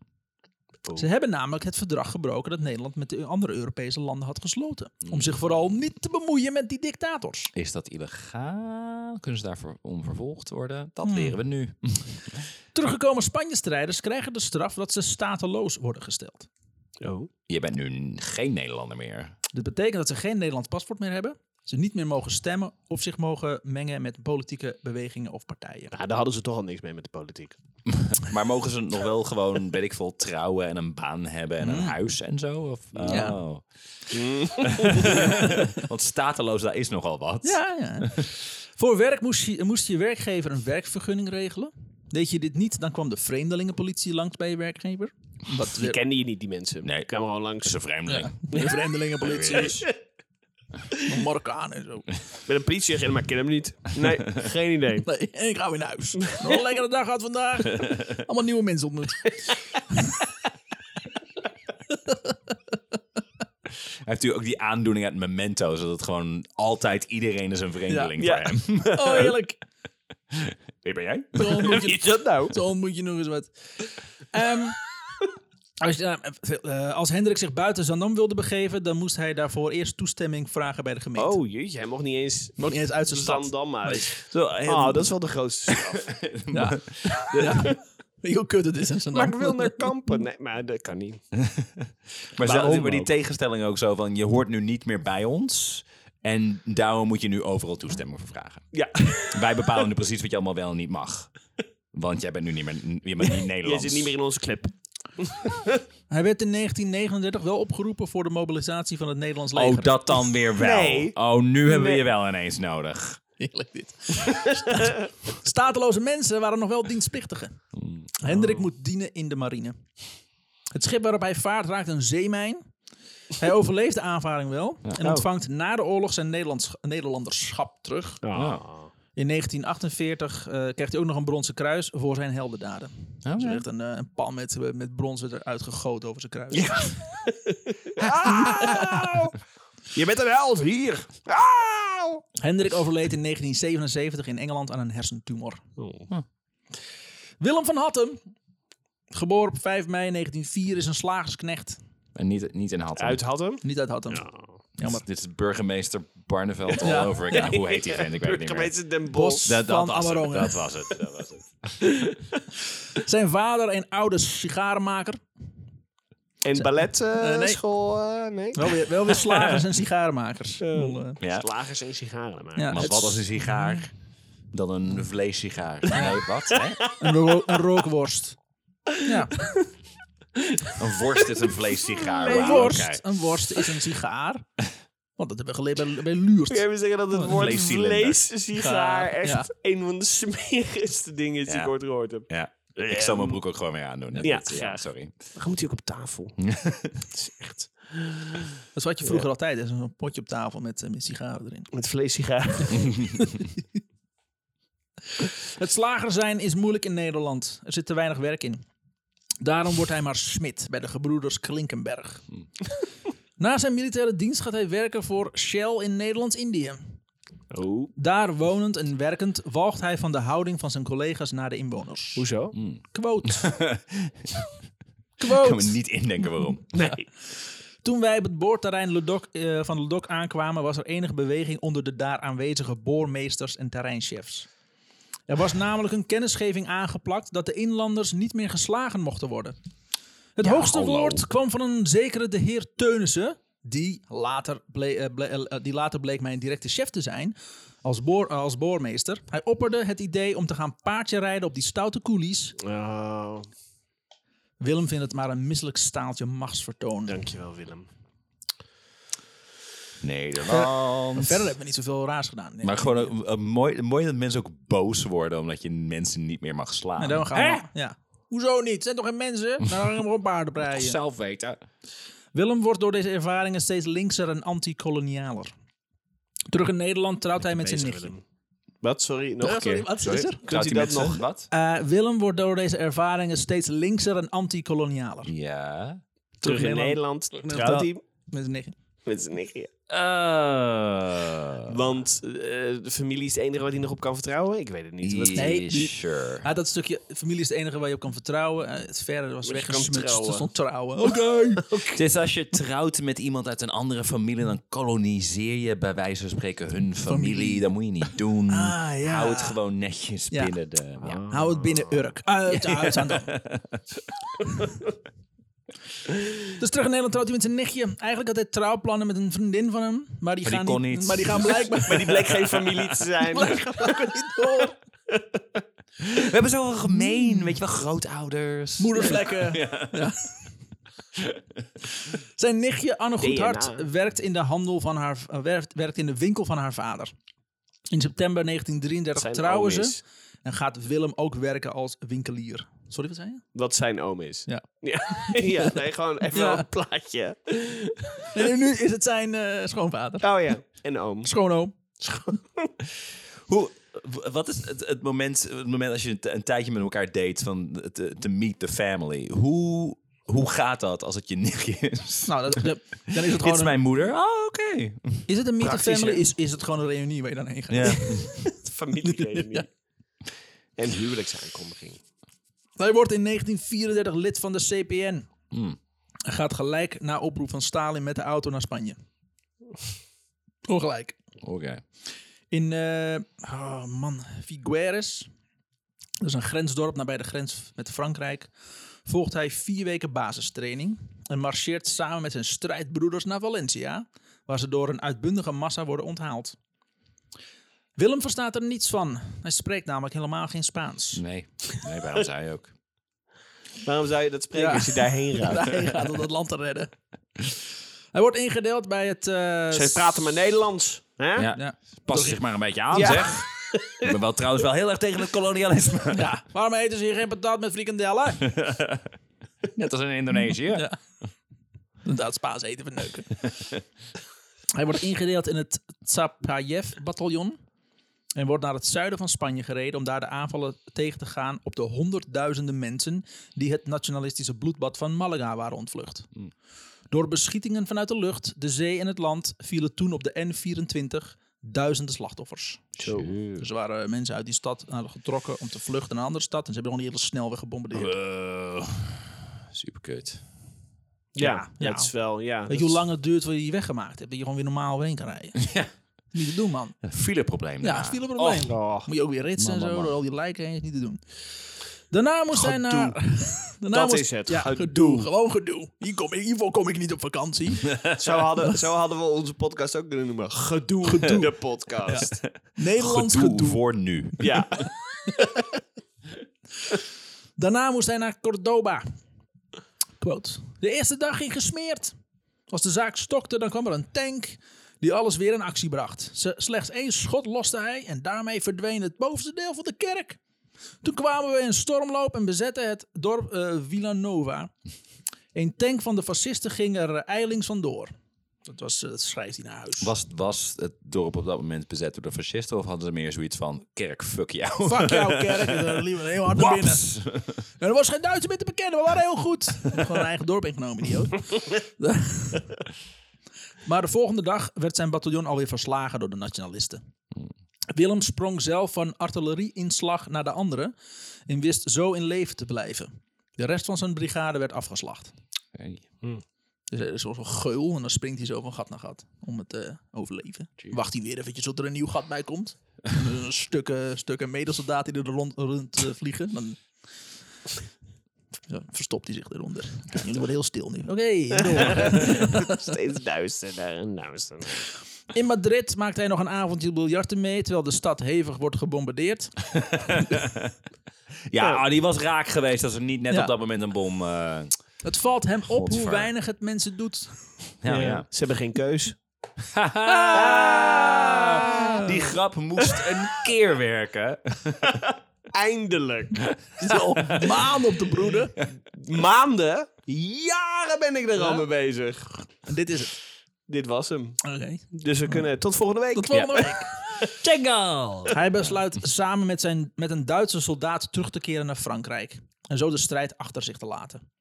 C: Oh.
A: Ze hebben namelijk het verdrag gebroken dat Nederland met de andere Europese landen had gesloten. Om zich vooral niet te bemoeien met die dictators.
B: Is dat illegaal? Kunnen ze daarvoor om vervolgd worden? Dat leren we nu.
A: Teruggekomen Spanje-strijders krijgen de straf dat ze stateloos worden gesteld.
C: Oh.
B: Je bent nu geen Nederlander meer.
A: Dit betekent dat ze geen Nederlands paspoort meer hebben. Ze niet meer mogen stemmen of zich mogen mengen met politieke bewegingen of partijen.
C: Nou, daar hadden ze toch al niks mee met de politiek.
B: Maar mogen ze nog wel gewoon, weet ik veel, trouwen en een baan hebben en een
C: Mm.
B: huis en zo? Of, oh.
A: Ja.
B: Want stateloos, daar is nogal wat.
A: Ja, ja. Voor werk moest je, moest je werkgever een werkvergunning regelen. Deed je dit niet, dan kwam de vreemdelingenpolitie langs bij je werkgever. Wat
C: Die
A: weer-
C: kenden je niet, die mensen.
B: Nee.
C: Ik kwam gewoon langs.
B: Dat is een vreemdeling.
A: de vreemdelingenpolitie. Een Marokkaan en zo.
C: Met een politieagent, maar ik ken hem niet. Nee, geen idee.
A: Nee, en ik ga weer naar huis. Nog Een lekkere dag gehad vandaag. Allemaal nieuwe mensen ontmoet.
B: Hij heeft natuurlijk ook die aandoening uit Memento, zodat gewoon altijd iedereen is een vreemdeling
C: Ja.
B: voor hem.
A: Oh, heerlijk.
B: Wie ben jij?
A: Zo moet je,
C: is dat nou?
A: zo moet je nog eens wat. Ehm, als, je- eh, eh, als Hendrik zich buiten Zandam wilde begeven, dan moest hij daarvoor eerst toestemming vragen bij de gemeente.
C: Oh jeetje, hij mocht niet eens
A: Nog niet eens uit zijn stad.
C: Zandam uit.
B: Zo,
C: Oh, dat is wel de grootste straf.
A: Ja. ja. Heel kut het is in Zandam.
C: maar ik wil naar kampen. Nee, maar dat kan niet.
B: Maar, zelf-
C: Waarom
B: maar die
C: ook?
B: tegenstelling ook zo van, je hoort nu niet meer bij ons. En daarom moet je nu overal toestemming voor vragen.
C: Ja,
B: Wij bepalen nu precies wat je allemaal wel en niet mag. Want jij bent nu niet meer je bent niet
C: je
B: Nederlands.
C: zit niet meer in onze club.
A: Hij werd in 1939 wel opgeroepen voor de mobilisatie van het Nederlands leger.
B: Oh, dat dan weer wel.
C: Nee.
B: Oh, nu hebben we
C: Nee.
B: je wel ineens nodig.
A: Heerlijk dit. Stateloze mensen waren nog wel dienstplichtigen. Hendrik moet dienen in de marine. Het schip waarop hij vaart raakt een zeemijn. Hij overleeft de aanvaring wel en ontvangt na de oorlog zijn Nederlands, Nederlanderschap terug.
C: Ah.
A: In 1948 eh, krijgt hij ook nog een bronzen kruis voor zijn heldendaden.
B: Oh,
A: Dus echt een, eh, een pan met, met bronzen eruit gegoten over zijn kruis.
C: Je bent een held hier.
A: Hendrik overleed in 1977 in Engeland aan een hersentumor. Willem van Hattem, geboren op 5 mei 1904, is een slagersknecht.
B: En niet, niet in Hattem.
C: Uit hadden.
A: Niet uit Hattem.
B: Dit is- Dit is burgemeester Barneveld all
A: Ja.
B: over again. Hoe heet die vent? Ik weet het niet meer.
C: Burgemeester
A: Bos
C: Den Bos.
B: Dat, dat,
A: van
B: was het,
A: Amerongen.
B: dat was het. Dat was het.
A: Zijn vader een oude sigarenmaker.
C: En balletschool.
A: Eh, nee. Oh.
C: school, eh, nee.
A: Wel weer, wel weer slagers en sigarenmakers. Ik bedoel, eh,
B: Ja.
C: Slagers en sigaren maken.
A: ja,
B: Maar
A: het-
B: wat als een sigaar? Dan een vleessigaar. Nee, wat? Hè?
A: een, ro- een rookworst. Ja,
B: Een worst is een vleessigaar.
A: een
B: Wauw,
A: worst.
B: oké.
A: Een worst is een sigaar. Want dat hebben we geleerd bij, bij Luurt.
C: Ik wil even zeggen dat het woord
B: vleescilinder.
C: vleessigaar
A: Ja.
C: echt een van de smerigste dingen is die
B: Ja.
C: ik ooit gehoord heb.
B: Ja. Ik zal mijn broek ook gewoon weer aandoen. hè.
C: Ja,
B: Dit-
C: graag.
B: sorry.
C: Dan moet hij ook op tafel. Het is echt
A: Dat is wat je vroeger altijd is. Een potje op tafel met, eh, met sigaren erin.
C: met vleessigaar.
A: Het slager zijn is moeilijk in Nederland. Er zit te weinig werk in. Daarom wordt hij maar smid bij de gebroeders Klinkenberg. Na zijn militaire dienst gaat hij werken voor Shell in Nederlands-Indië.
C: Oh.
A: Daar wonend en werkend walgt hij van de houding van zijn collega's naar de inwoners.
C: Hoezo?
A: Quote.
B: Ik kan me
A: Quote.
B: niet indenken waarom.
C: Nee.
A: Toen wij op het boorterrein Ledok, eh, van Ledok aankwamen, was er enige beweging onder de daar aanwezige boormeesters en terreinchefs. Er was namelijk een kennisgeving aangeplakt dat de inlanders niet meer geslagen mochten worden. Het hoogste
B: hallo.
A: woord kwam van een zekere de heer Teunissen, die later, ble- eh, ble- eh, die later bleek mijn directe chef te zijn als, boor, eh, als boormeester. Hij opperde het idee om te gaan paardje rijden op die stoute koelies.
C: Oh,
A: Willem vindt het maar een misselijk staaltje machtsvertoon.
C: dankjewel Willem.
B: Nederland.
A: Verder hebben we niet zoveel raars gedaan. Nee.
B: Maar gewoon ook, eh, mooi, mooi dat mensen ook boos worden omdat je mensen niet meer mag slaan.
A: En daarom gaan we. Ja. Hoezo niet? Zijn toch geen mensen? Nou, Dan gaan we gewoon paarden breien.
B: zelf weten.
A: Willem wordt door deze ervaringen steeds linkser en anti-kolonialer. Terug in Nederland trouwt hij met zijn
C: Bezig,
A: nichtje.
C: Willem. Wat? Sorry, nog
A: Eh,
C: een
A: sorry,
C: keer.
A: wat is er?
B: Kunt u dat nog? Wat?
A: Eh, Willem wordt door deze ervaringen steeds linkser en anti-kolonialer.
B: Ja.
C: Terug in
A: Nederland.
C: Nederland.
A: in
C: Trouwt hij
A: Met zijn nichtje.
C: Met zijn nichtje.
B: Eh,
C: Want eh, de familie is het enige waar hij nog op kan vertrouwen. Ik weet het niet. Wat-
A: Nee.
B: sure.
A: Ah, dat stukje, familie is het enige waar je op kan vertrouwen. Eh, het verder was
C: Je kan
A: weggesmutst.
C: trouwen.
A: Er stond trouwen.
B: Dus als je trouwt met iemand uit een andere familie, dan koloniseer je bij wijze van spreken hun familie.
A: Familie.
B: Dat moet je niet doen.
A: Ah, ja.
B: Hou het gewoon netjes
A: Ja.
B: binnen de. Ja.
A: Hou het binnen Urk. Uit, uit, aan de- Dus terug in Nederland trouwt hij met zijn nichtje. Eigenlijk had hij trouwplannen met een vriendin van hem. Maar die,
B: die
A: gaan
B: kon niet.
A: Maar die gaan blijkbaar
C: Maar die bleek geen familie te zijn.
A: niet door.
B: We hebben zoveel gemeen, weet je wel, grootouders.
A: Moedervlekken. Ja. Zijn nichtje Anne
C: DNA.
A: Goedhart werkt in de handel van haar eh, werkt, werkt in de winkel van haar vader. In september 1933
C: Zijn
A: trouwen
C: oom
A: ze
C: is.
A: en gaat Willem ook werken als winkelier. Sorry, wat zei je?
C: Wat zijn oom is.
A: Ja.
C: Ja, ja, nee, gewoon even
A: Ja.
C: een plaatje.
A: Nee, nu is het zijn eh, schoonvader.
C: Oh ja, en oom.
A: Schoonoom.
B: Hoe, w- wat is het, het, moment, het moment als je een, t- een tijdje met elkaar date van te, te meet the family? Hoe, hoe gaat dat als het je nichtje is?
A: Nou, dat, dat- dan is het
B: Dit
A: gewoon
B: is
A: een-
B: mijn moeder. Oh, oké.
A: Is het een meet the
C: Praktisch,
A: family?
C: hè?
A: Is, is het gewoon een reunie waar je dan heen gaat?
B: Ja.
C: familiereunie. En huwelijksaankondiging.
A: Hij wordt in 1934 lid van de CPN.
B: Hmm.
A: En gaat gelijk na oproep van Stalin met de auto naar Spanje. Ongelijk.
B: Oké.
A: In, eh, oh man, Figueres. Dat is een grensdorp nabij de grens met Frankrijk. Volgt hij vier weken basistraining. En marcheert samen met zijn strijdbroeders naar Valencia. Waar ze door een uitbundige massa worden onthaald. Willem verstaat er niets van. Hij spreekt namelijk helemaal geen Spaans.
B: Nee. Nee, bij ons hij ook.
C: Waarom zou je dat spreken
A: Ja.
C: als je daarheen gaat?
A: Hij gaat om dat land te redden. Hij wordt ingedeeld bij het... eh,
C: Zij praten maar Nederlands. Hè?
B: Ja.
A: Ja.
B: Pas zich maar een beetje aan,
C: Ja.
B: zeg. Ik ben wel trouwens wel heel erg tegen het kolonialisme.
A: Ja, waarom eten ze hier geen patat met frikandellen?
B: Net als in Indonesië.
A: Inderdaad, Spaans eten verneuken. Hij wordt ingedeeld in het Tsapayev-bataljon. En wordt naar het zuiden van Spanje gereden om daar de aanvallen tegen te gaan op de honderdduizenden mensen die het nationalistische bloedbad van Malaga waren ontvlucht. Door beschietingen vanuit de lucht, de zee en het land vielen toen op de N24 duizenden slachtoffers. Zo.
B: Oh.
A: Dus er waren mensen uit die stad eh, getrokken om te vluchten naar een andere stad. En ze hebben gewoon die hele snelweg gebombardeerd.
B: Eh, Super kut.
C: Ja,
A: Ja.
C: dat is wel, ja.
A: Weet je hoe lang het duurt voordat je die weggemaakt hebt? Dat je gewoon weer normaal heen kan rijden.
B: Ja.
A: Niet te doen, man.
B: Fileprobleem.
A: Ja,
B: daarna.
A: het viel probleem.
C: Oh,
A: Moet je ook weer ritsen
B: Man,
A: en
B: man,
A: zo,
B: man.
A: door al die lijken heen. is Niet te doen. Daarna moest hij naar... Daarna
C: Dat
A: moest-
C: is het,
A: Ja,
C: gedoe.
A: gedoe. Gewoon gedoe. Hier kom, ik- hiervoor kom ik niet op vakantie.
C: zo, hadden, zo hadden we onze podcast ook kunnen noemen. Gedoe, de podcast.
A: Nederlands
B: Gedoe
A: gedoe.
B: voor nu.
C: Ja.
A: Daarna moest hij naar Cordoba. Quote. De eerste dag ging gesmeerd. Als de zaak stokte, dan kwam er een tank die alles weer in actie bracht. Ze- slechts één schot loste hij en daarmee verdween het bovenste deel van de kerk. Toen kwamen we in stormloop en bezetten het dorp eh, Villanova. Een tank van de fascisten ging er eh, ijlings vandoor. Dat, was, eh, dat schrijft hij naar huis.
B: Was, was het dorp op dat moment bezet door de fascisten? Of hadden ze meer zoiets van, kerk, fuck jou.
A: Fuck jouw kerk. En dan liever heel hard naar binnen.
B: Waps.
A: En Nou, er was geen Duitser meer te bekennen, we waren heel goed. Gewoon een eigen dorp ingenomen, idioot. maar de volgende dag werd zijn bataljon alweer verslagen door de nationalisten. Willem sprong zelf van artillerieinslag naar de andere en wist zo in leven te blijven. De rest van zijn brigade werd afgeslacht.
B: Hey,
A: Dus er is zo'n geul en dan springt hij zo van gat naar gat om het te overleven. Wacht hij weer eventjes tot er een nieuw gat bij komt. En er zijn stukken, stukken medesoldaten die er rond, rond eh, vliegen. Dan ja, verstopt hij zich eronder. Kijk, Jullie worden heel stil nu. Oké, door.
C: Steeds duisterder en duisterder.
A: In Madrid maakt hij nog een avondje biljarten mee, terwijl de stad hevig wordt gebombardeerd.
B: Ja, ah, die was raak geweest als er niet net
A: Ja.
B: op dat moment een bom... eh,
A: Het valt hem op hoe
B: Godver.
A: weinig het mensen doet.
B: ja, ja.
C: Ze hebben geen keus.
A: Ah.
B: Ah. Die grap moest een keer werken.
C: Eindelijk.
A: Het is al maanden op de broeden.
C: Maanden, jaren ben ik er al mee bezig.
A: En dit is het.
C: Dit was hem.
A: Oké.
C: Dus we kunnen tot volgende week.
A: Tot volgende week. Hij besluit samen met, zijn, met een Duitse soldaat terug te keren naar Frankrijk. En zo de strijd achter zich te laten.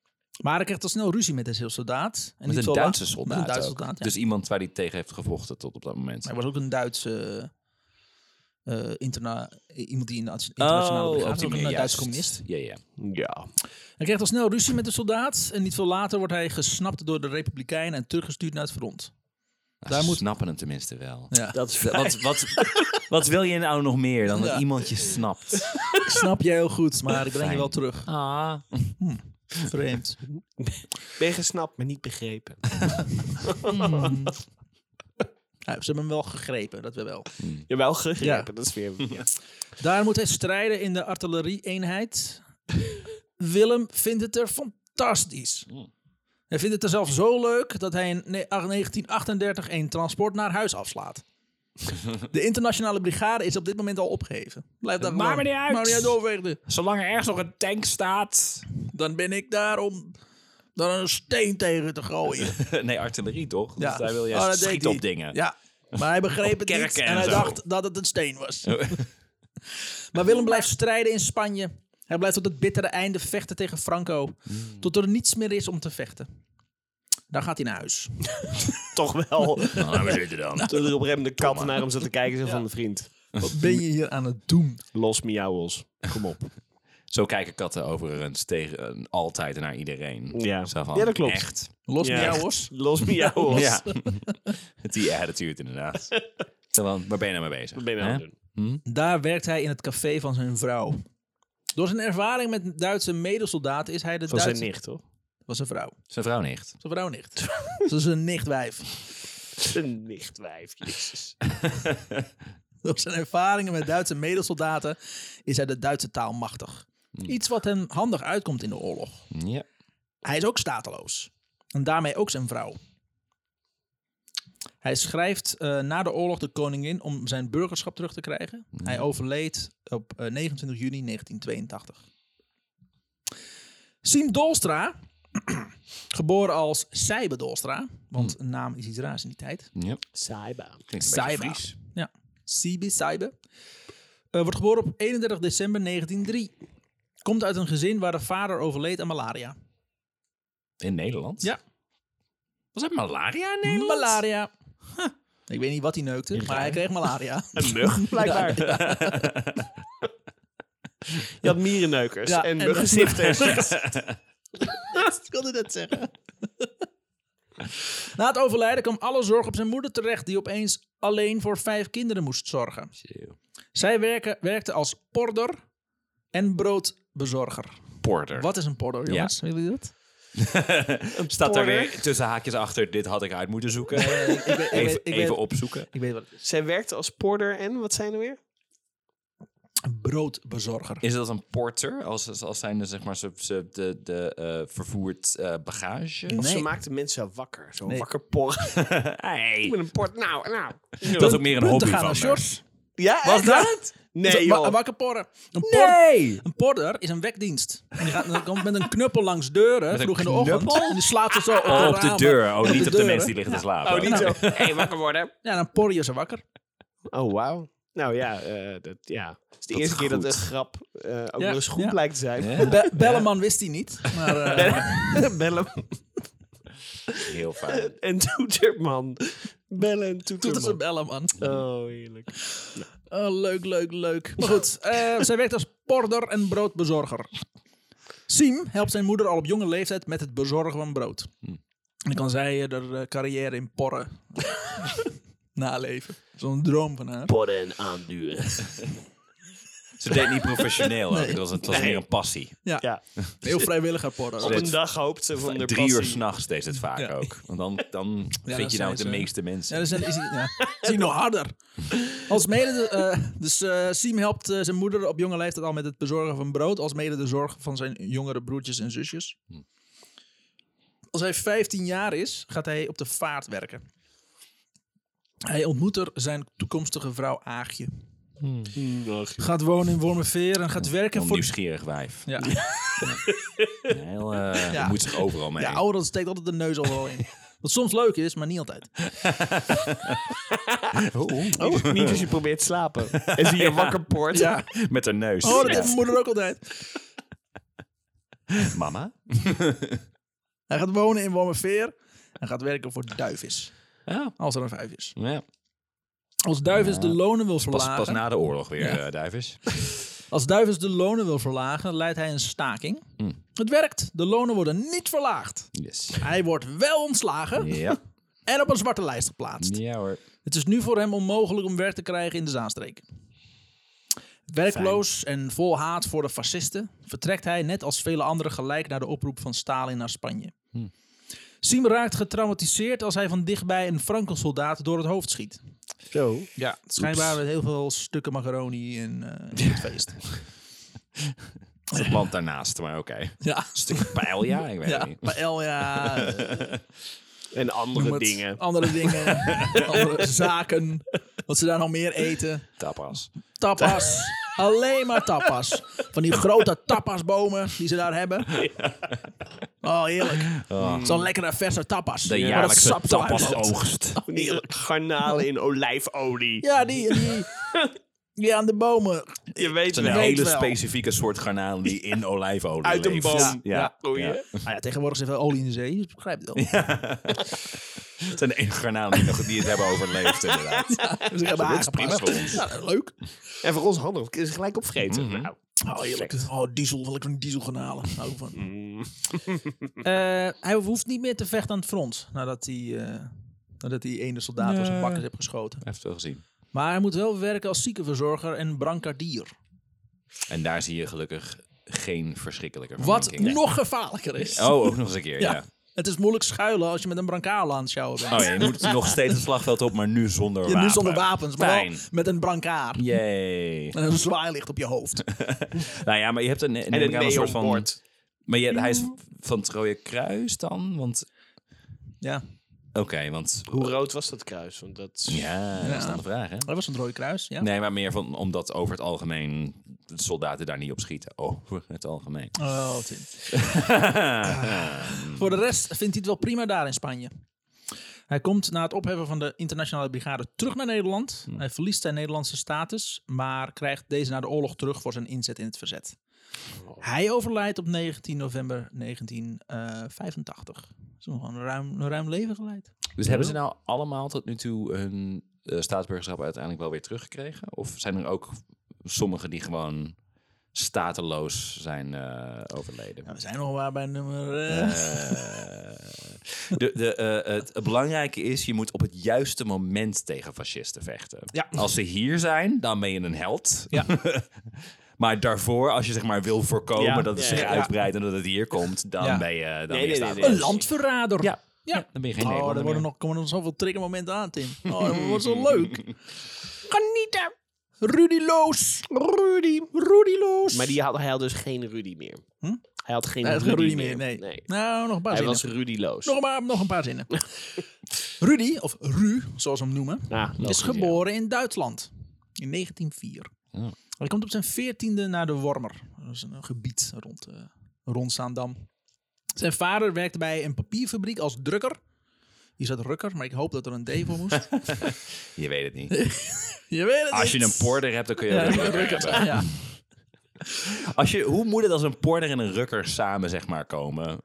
A: Maar ik kreeg al snel ruzie met deze soldaat. En niet
B: Met een
A: zo la-
B: Duitse
A: Met
B: soldaat.
A: een Duitse
B: ook.
A: soldaat, ja.
B: Dus iemand waar hij tegen heeft gevochten tot op dat moment.
A: Hij was ook een Duitse... eh, interna- iemand die in de internationale
B: Oh, op
A: brigade was,
B: die
A: ook een
B: manier,
A: eh, Duitse
B: juist.
A: communist.
B: Ja, ja.
C: Ja.
A: Hij krijgt al snel ruzie met de soldaat. En niet veel later wordt hij gesnapt door de Republikeinen en teruggestuurd naar het front. Daar
B: Ze
A: moet-
B: snappen hem tenminste wel.
A: Ja.
B: Dat is, wat, wat, wat wil je nou nog meer dan
A: Ja.
B: dat iemand je snapt?
A: Ik snap je heel goed, maar ik breng je
B: Fijn.
A: wel terug. Hm,
C: Ah.
A: Vreemd.
C: Ben gesnapt, maar niet begrepen.
A: Ja, Nou, ze hebben hem wel gegrepen, dat we wel.
C: Jawel, gegrepen.
A: Ja.
C: Dat is weer... Ja.
A: Daar moet hij strijden in de artillerie-eenheid. Willem vindt het er fantastisch.
B: Mm.
A: Hij vindt het er zelf zo leuk dat hij in ne- 1938 een transport naar huis afslaat. De internationale brigade is op dit moment al opgeheven. Blijf daar
B: Maakt
A: gewoon.
B: me niet uit.
A: Maakt me niet uit overheden.
B: Zolang er ergens nog een tank staat.
A: Dan ben ik daar om daar een steen tegen te gooien.
B: nee, artillerie toch?
A: Ja.
B: Dus daar wil je
A: Oh, dat deed
B: schiet
A: hij.
B: op dingen.
A: Ja. Maar hij begreep het niet
B: kerken
A: en
B: en
A: hij
B: zo. Oh.
A: dacht dat het een steen was. maar Willem blijft strijden in Spanje. Hij blijft tot het bittere einde vechten tegen Franco.
B: Hmm.
A: Tot er niets meer is om te vechten. Dan gaat hij naar huis.
C: Toch wel.
B: Nou, we zitten dan.
C: Toen er op rem de kat naar hem zat te kijken. Zo van, vriend,
A: Wat ben je hier aan het doen?
C: los miauwels. Kom op.
B: Zo kijken katten overigens tegen, eh, altijd naar iedereen.
C: Ja.
B: Zo van,
C: Ja, dat klopt.
B: Echt.
A: Los
C: Ja.
A: met jou, hoor.
C: Los miauwels.
B: Ja. Die attitude inderdaad. Zo van, waar ben je nou mee bezig?
C: Wat ben je nou aan
B: Hè?
C: het doen?
A: Daar werkt hij in het café van zijn vrouw. Door zijn ervaring met Duitse medesoldaten is hij de
C: Van zijn
A: Duitse...
C: nicht, toch?
A: Van zijn vrouw.
B: Zijn vrouw nicht.
A: Zijn vrouw nicht. Ze is een nichtwijf.
C: Zijn nichtwijf, jezus.
A: Door zijn ervaringen met Duitse medesoldaten is hij de Duitse taal machtig. Iets wat hem handig uitkomt in de oorlog.
B: Ja.
A: Hij is ook stateloos. En daarmee ook zijn vrouw. Hij schrijft eh, na de oorlog de koningin om zijn burgerschap terug te krijgen. Hij overleed op eh, 29 juni 1982. Siem Dolstra, geboren als Seibe Dolstra, want een naam is iets raars in die tijd.
B: ja.
C: Saiba.
B: Klinkt een beetje
A: Saiba.
B: Fries.
A: Ja. Sibi Saiba. Eh, wordt geboren op 31 december 1903. Komt uit een gezin waar de vader overleed aan malaria.
B: In Nederland?
A: Ja.
B: Was dat malaria in Nederland?
A: Malaria. Huh. Ik weet niet wat hij neukte, maar hij kreeg malaria.
C: Een mug, blijkbaar. Je had mierenneukers
A: Ja,
C: dus en
A: en-
C: muggenzifters.
A: ik wilde dat zeggen. Na het overlijden kwam alle zorg op zijn moeder terecht, die opeens alleen voor vijf kinderen moest zorgen.
B: Zo.
A: Zij werken, werkte als porder en broodbezorger.
B: Porter.
A: Wat is een porder,
B: Ja.
A: jongens? Willen jullie dat?
B: Staat
C: Porter.
B: er weer tussen haakjes achter, dit had ik uit moeten zoeken.
A: ik weet- ik
B: even
A: weet- ik
B: even
A: weet-
B: opzoeken.
A: Ik weet wat het is.
C: Zij werkte als porter en, wat zijn er weer?
A: Broodbezorger.
B: Is dat een porter? Als, als- als zijn er zeg maar ze, ze, de, de eh, vervoerd eh, bagage?
C: Of ze
A: Nee.
C: maakte mensen wakker. Zo
A: Nee.
C: wakker porren.
B: Hey.
C: Ik ben een port. Nou, nou.
B: Dat is ook meer een hobby
A: Punten
B: van
A: gaan naar
B: haar.
A: Sjors.
C: Ja,
A: Was
C: echt?
A: dat?
C: Nee,
A: Wa-
C: joh.
A: wakker porren. Een, por- een porder is een wekdienst. En die gaat, dan komt met een knuppel langs deuren
B: een
A: vroeg in de ochtend.
B: knuppel?
A: En die slaat er zo op,
B: Oh, op de
A: ramen.
B: deur. Oh, niet op de
A: deuren.
B: mensen die liggen te slapen.
C: Oh, niet
A: Nou.
C: zo. hey, wakker worden.
A: Ja, dan por je ze wakker.
C: Oh, wauw. Nou ja, eh, dat, ja. Het is de
B: is
C: eerste keer dat
B: goed.
C: een grap eh, ook
A: Ja,
C: nog eens goed
A: ja.
C: blijkt te zijn.
B: Ja.
A: Be- Belleman wist hij niet. Maar, eh,
C: Bellen
B: Heel fijn.
C: en Toeterman. Bellen en
A: Toen is een
C: Toeterman.
A: Belleman.
C: Oh, heerlijk.
A: Oh, leuk, leuk, leuk. Maar goed, eh, zij werkt als porder en broodbezorger. Siem helpt zijn moeder al op jonge leeftijd met het bezorgen van brood. En dan kan zij eh, haar eh, carrière in porren naleven. Zo'n droom van haar.
C: Porren en aanduwen.
B: Ze deed niet professioneel ook. Het was, het was meer een passie.
A: Ja,
C: Ja.
A: heel vrijwilliger porren.
C: Op een dag hoopt ze van de
B: Drie uur s'nachts deed ze het vaak
A: Ja.
B: ook. Want dan, dan
A: dat
B: vind je
A: zijn
B: nou de
A: ze.
B: meeste
A: Ja,
B: mensen.
A: dus dan is hij, ja, is hij nog harder. Als mede de, eh, dus eh, Siem helpt eh, zijn moeder op jonge leeftijd al met het bezorgen van brood. Als mede de zorg van zijn jongere broertjes en zusjes. Als hij 15 jaar is, gaat hij op de vaart werken. Hij ontmoet er zijn toekomstige vrouw Aagje. Hmm, Gaat wonen in Wormerveer en gaat werken
B: Een
A: voor... de-
B: nieuwsgierig wijf.
A: Ja,
B: Heel, eh,
A: Ja.
B: Moet zich overal mee.
A: ja ouder steekt altijd de neus overal in. Wat soms leuk is, maar niet altijd.
C: Niet als je Oh, probeert te slapen. En zie je wakker poort.
A: Ja.
B: Met haar neus.
A: Oh, dat
B: Ja.
A: heeft mijn moeder ook altijd.
B: Mama?
A: Hij gaat wonen in Wormerveer en gaat werken voor Duivis.
B: Ja.
A: Als er een vijf is.
B: ja.
A: Als Duivis de lonen wil
B: Pas,
A: verlagen...
B: pas na de oorlog weer,
A: Ja.
B: eh Duivers.
A: Als Duivels de lonen wil verlagen, leidt hij een staking.
B: Hm.
A: Het werkt. De lonen worden niet verlaagd.
B: Yes.
A: Hij wordt wel ontslagen
B: Ja.
A: en op een zwarte lijst geplaatst.
B: ja hoor.
A: Het is nu voor hem onmogelijk om werk te krijgen in de Zaanstreek. Werkloos en vol haat voor de fascisten vertrekt hij net als vele anderen gelijk naar de oproep van Stalin naar Spanje. Siem raakt getraumatiseerd als hij van dichtbij een Frankensoldaat door het hoofd schiet.
C: Zo.
A: Ja, schijnbaar met heel veel stukken macaroni en eh, het feest.
B: Het land daarnaast, maar oké.
A: Ja,
B: Stuk pijl, ja, ik weet
A: ja
B: het niet.
A: bij Elja, eh,
C: En andere
A: Noem het. Oh,
C: dingen.
A: Andere dingen. andere zaken. Wat ze daar nog meer eten.
B: Tapas.
A: Tapas. Alleen maar tapas. Van die grote tapasbomen die ze daar hebben. Oh, heerlijk. Zo'n lekkere verse tapas.
B: De
A: Maar dat
B: jaarlijkse
A: sapt eruit.
B: tapasoogst.
C: Van die garnalen in olijfolie.
A: Ja, die, die, die aan de bomen.
C: Je weet
B: Het is een
C: wel.
A: weet
B: hele
A: wel.
B: specifieke soort garnaal die in olijfolie
C: Uit een
B: leeft.
C: boom. Ja.
B: Ja.
C: Groeien.
A: Ah ja, tegenwoordig zit wel olie in de zee. Dus ik begrijp het wel.
B: Het zijn de enige garnalen die, nog- die het hebben overleefd, inderdaad.
A: Dus ik heb
B: dit is
A: aangepast.
B: prima voor ons.
A: Ja, leuk.
C: En voor ons handig is het gelijk opvreten. Nou,
A: Oh, heerlijk. Oh, diesel. Wil ik een diesel gaan halen. Hou ik van.
B: Mm.
A: Eh, hij hoeft niet meer te vechten aan het front. Nadat hij, eh, nadat hij ene soldaat door zijn bakkers heeft geschoten.
B: Even wel gezien.
A: Maar hij moet wel werken als ziekenverzorger en brancardier.
B: En daar zie je gelukkig geen verschrikkelijke
A: Wat
B: verminkingen.
A: nog gevaarlijker is.
B: Oh, ook nog eens een keer, ja.
A: Het is moeilijk schuilen als je met een brancale aan het sjouwen bent.
B: Oh ja, je moet nog steeds het slagveld op, maar nu zonder
A: Je
B: wapen.
A: nu zonder wapens, maar wel
B: Fijn.
A: met een brankaar.
B: Yay.
A: En een zwaarlicht op je hoofd.
B: Nou ja, maar je hebt een, neem
C: En
B: ik aan,
C: een
B: een soort van...
C: neonbord.
B: Maar je, hij is van het Rode Kruis dan? Want,
A: Ja,
B: oké, want...
C: Hoe rood was dat kruis? Want dat is-
B: Ja, dat is dan de vraag, hè?
A: dat was een rode kruis. Ja.
B: Nee, maar meer van, omdat over het algemeen de soldaten daar niet op schieten. Over het algemeen.
A: Oh, Tim. Voor de rest vindt hij het wel prima daar in Spanje. Hij komt na het opheffen van de internationale brigade terug naar Nederland. Hij verliest zijn Nederlandse status, maar krijgt deze na de oorlog terug voor zijn inzet in het verzet. Hij overlijdt op 19 november eh, 1985. Zo nog een ruim, een ruim leven geleid.
B: Dus hebben ze nou allemaal tot nu toe hun eh, staatsburgerschap uiteindelijk wel weer teruggekregen? Of zijn er ook sommigen die gewoon stateloos zijn eh, overleden?
A: Nou, we zijn nog maar bij nummer. eh,
B: Eh, De, de, eh, het belangrijke is, je moet op het juiste moment tegen fascisten vechten.
A: Ja.
B: Als ze hier zijn, dan ben je een held. maar daarvoor, als je zeg maar wil voorkomen
C: Ja.
B: dat het
C: Ja,
B: zich
C: ja, ja.
B: uitbreidt en dat het hier komt, dan
A: Ja.
B: ben je, dan
C: Nee,
B: ben je
C: nee, nee,
B: stateloos.
C: nee.
A: Een landverrader.
B: Ja.
A: Ja.
B: dan ben je geen
A: oh,
B: Nederlander
A: er worden
B: meer.
A: nog, komen nog zoveel triggermomenten aan, Tim. Oh, dat wordt zo leuk. Genieten. Rudy Loos. Rudy. Rudy Loos.
C: Maar die had, hij had dus geen Rudy meer. Hij had geen
A: Hm? Nee, dat is geen
C: Rudy,
A: Rudy
C: meer.
A: meer, nee. Nou, nog een paar
C: Hij
A: zinnen.
C: was Rudyloos.
A: Nog, maar, nog een paar zinnen. Rudy, of Ru, zoals we hem noemen,
C: Ja, Ah, logisch,
A: is
C: ja.
A: geboren in Duitsland in 1904. Hij komt op zijn veertiende naar de Wormer. Dat is een, een gebied rond, eh rond Zaandam. Zijn vader werkte bij een papierfabriek als drukker. Hier zat rukker, maar ik hoop dat er een D voor moest.
B: Je weet het niet.
A: je weet het
B: Als je
A: niet.
B: een porter hebt, dan kun je
A: Ja,
B: dat
A: een
B: ook
A: drukker.
B: hebben.
A: Ja.
B: Als je, hoe moet het als een porter en een rukker samen zeg maar komen?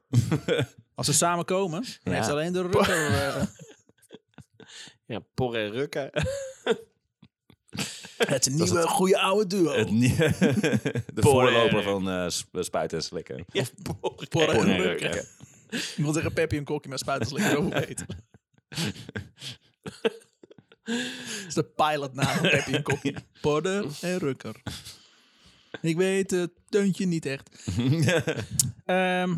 A: Als ze samen komen, dan
B: Ja.
A: heeft alleen de rukker... eh,
C: Ja, porre en rukken.
A: het nieuwe, goede oude duo.
B: Het nie- de voorloper van eh, sp- spuiten en slikken.
C: Ja, porre.
A: Porre en
B: Porter en
A: rukker.
B: rukker.
A: Ik wil zeggen Peppy en Kokkie, maar spuiters liggen ook beter. Dat is de pilotnaam van Peppy en Kokkie. Podder en Rukker. Ik weet het, teuntje niet echt. Ehm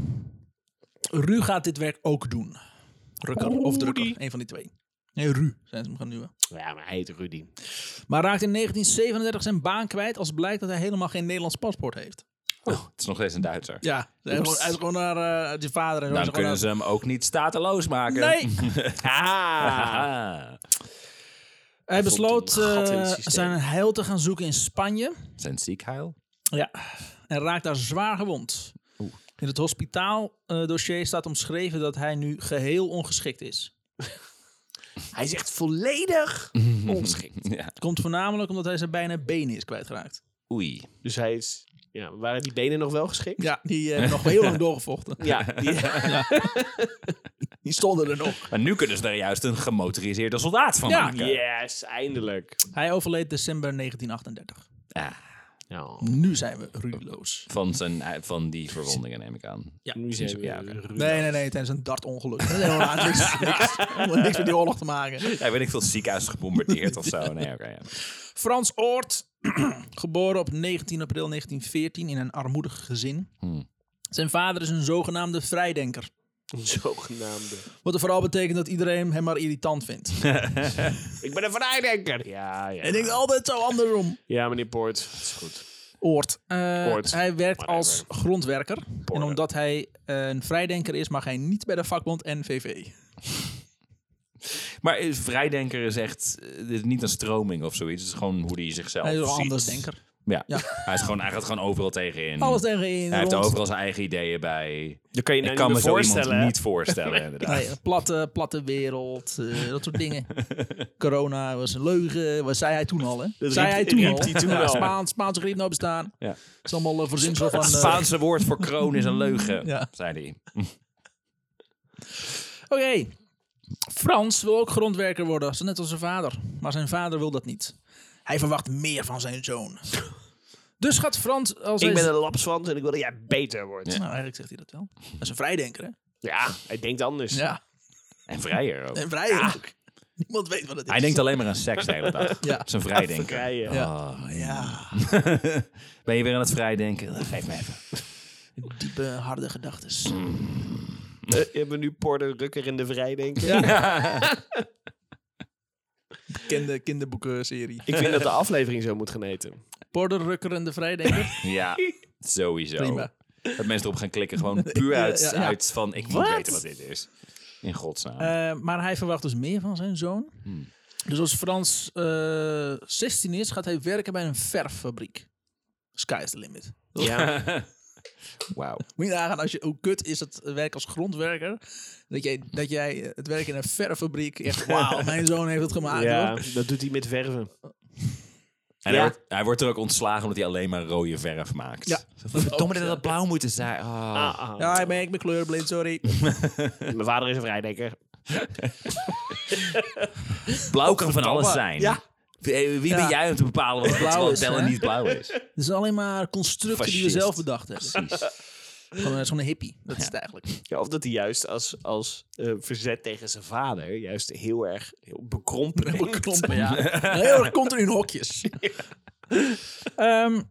A: Ru gaat dit werk ook doen. Rukker of Drukker, een van die twee. Nee, Ru zijn ze hem gaan noemen.
C: Ja, maar hij heet Rudy.
A: Maar raakt in 1937 zijn baan kwijt als blijkt dat hij helemaal geen Nederlands paspoort heeft.
B: Oh, het is nog steeds een Duitser.
A: Ja, hij is gewoon, hij is gewoon naar eh, zijn vader. En zo. Hij is
B: Nou, Dan
A: gewoon
B: kunnen ze hem ook niet stateloos maken.
A: naar- Nee,
C: Ah!
B: Ah,
A: Hij besloot
C: een gat in het
A: eh,
C: systeem.
A: zijn heil te gaan zoeken in Spanje.
B: zijn ziekheil.
A: Ja. En raakt daar zwaar gewond. In het hospitaaldossier staat omschreven dat hij nu geheel ongeschikt is.
C: Hij zegt volledig ongeschikt.
B: Ja.
A: Het komt voornamelijk omdat hij zijn bijna benen is kwijtgeraakt.
B: Oei.
C: Dus hij is Ja, waren die benen nog wel geschikt?
A: Ja, die hebben nog heel lang doorgevochten.
C: Ja, die,
A: Die stonden er nog.
B: Maar nu kunnen ze daar juist een gemotoriseerde soldaat van
A: Ja.
B: maken.
C: yes, eindelijk.
A: Hij overleed december 1938.
C: Nou,
A: Nu zijn we rudeloos.
B: Van, zijn, eh, van die verwondingen neem ik aan.
A: Ja.
C: nu zijn we
B: Ja, oké.
C: ruw.
A: Nee, nee, nee, tijdens een dartongeluk. Dat heeft helemaal niks, niks, helemaal niks met die oorlog te maken.
B: Hij weet ik veel ziekenhuis gebombardeerd of zo. Nee, oké. ja.
A: Frans Oort, geboren op 19 april 1914 in een armoedig gezin.
B: Hmm.
A: Zijn vader is een zogenaamde vrijdenker.
C: Een Zogenaamde.
A: Wat er vooral betekent dat iedereen hem maar irritant vindt.
C: Ik ben een vrijdenker. Ja, ja.
A: Hij denkt altijd zo andersom.
C: Ja, meneer Poort. Dat is goed.
A: Oort. Eh,
C: Oort.
A: Hij werkt
C: Whatever.
A: als grondwerker. En
C: Poorten.
A: omdat hij eh, een vrijdenker is, mag hij niet bij de vakbond NVV.
B: Maar eh, vrijdenker is echt eh, dit is niet een stroming of zoiets. Het is gewoon hoe hij zichzelf
A: Hij is
B: ziet.
A: een andersdenker.
B: Ja.
A: Ja.
B: Hij, is gewoon, hij gaat gewoon overal tegenin.
A: Alles tegenin.
B: hij heeft
A: rond.
B: overal zijn eigen ideeën bij.
C: Dan kan je
B: ik
C: nou
B: kan me
C: niet meer
B: zo iemand
C: voorstellen.
B: niet voorstellen, inderdaad.
A: Nee, een platte, platte wereld, eh, dat soort dingen. Corona was een leugen, wat zei hij toen al, hè?
C: Dat
A: zei
C: riep-
A: hij toen
C: riep
A: al.
C: hij toen
A: ja,
C: al.
A: Spaans, Spaanse griep nou bestaan.
B: Ja.
A: Het is allemaal eh, verzinsel van...
B: Het
A: eh,
B: Spaanse woord voor kroon is een leugen,
A: Ja.
B: zei hij.
A: Oké. Frans wil ook grondwerker worden, zo net als zijn vader. Maar zijn vader wil dat niet. Hij verwacht meer van zijn zoon. Dus gaat Frans als
C: Ik
A: hij...
C: ben een lapswand en ik wil dat jij beter wordt. Ja,
A: Nou, eigenlijk zegt hij dat wel. Dat is een vrijdenker, hè?
C: hij denkt anders.
A: Ja,
B: En vrijer ook.
A: en vrijer ook. Niemand weet wat het is.
B: Hij denkt alleen maar aan seks de hele dag.
A: Ja.
B: Dat is een vrijdenker.
C: Vrijen.
B: Ah.
C: Oh,
A: Ja,
B: Ben je weer aan het vrijdenken? Geef me even.
A: diepe, harde gedachten.
C: Eh, hebben we nu Porter Rukker in de vrijdenker?
A: Bekende kinderboekenserie.
C: Ik vind dat de aflevering zo moet gaan heten.
A: Porter, Rukker en de Vrijdenker.
B: Ja, sowieso.
A: Prima.
B: Dat mensen erop gaan klikken, gewoon puur uit,
A: Ja, ja, ja.
B: uit van ik moet weten wat dit is. In godsnaam.
A: Eh, maar hij verwacht dus meer van zijn zoon.
C: Hmm.
A: Dus als Frans eh, 16 is, gaat hij werken bij een verffabriek. Sky is the limit.
C: Ja.
B: Wauw.
A: Moet je nagaan als je, hoe kut is het werk als grondwerker. Dat jij, dat jij eh, het werk in een verffabriek. Echt, wauw, mijn zoon heeft het gemaakt.
C: ja,
A: hoor.
C: dat doet hij met verven.
B: En
C: Ja.
B: hij, wordt, hij wordt er ook ontslagen omdat hij alleen maar rode verf maakt.
A: Ja. Oh,
B: Verdomme dat dat blauw moeten zijn. Ah.
C: Ah, ah.
A: Ja, ik ben, ik ben kleurblind, sorry.
C: Mijn vader is een vrijdenker.
B: Blauw kan van alles zijn.
A: Ja.
B: Wie wie
A: Ja.
B: ben jij om te bepalen wat
A: Blauw
B: blauw
A: is,
B: wel en
A: hè?
B: niet blauw is?
A: Het is alleen maar constructen die we
B: Fascist.
A: zelf bedacht hebben. Gewoon, eh, Zo'n hippie, dat is het eigenlijk.
C: Ja, of dat hij juist als, als eh, verzet tegen zijn vader juist heel erg heel bekrompen denkt.
A: Klompen, ja. Heel erg continu in hokjes. Ehm,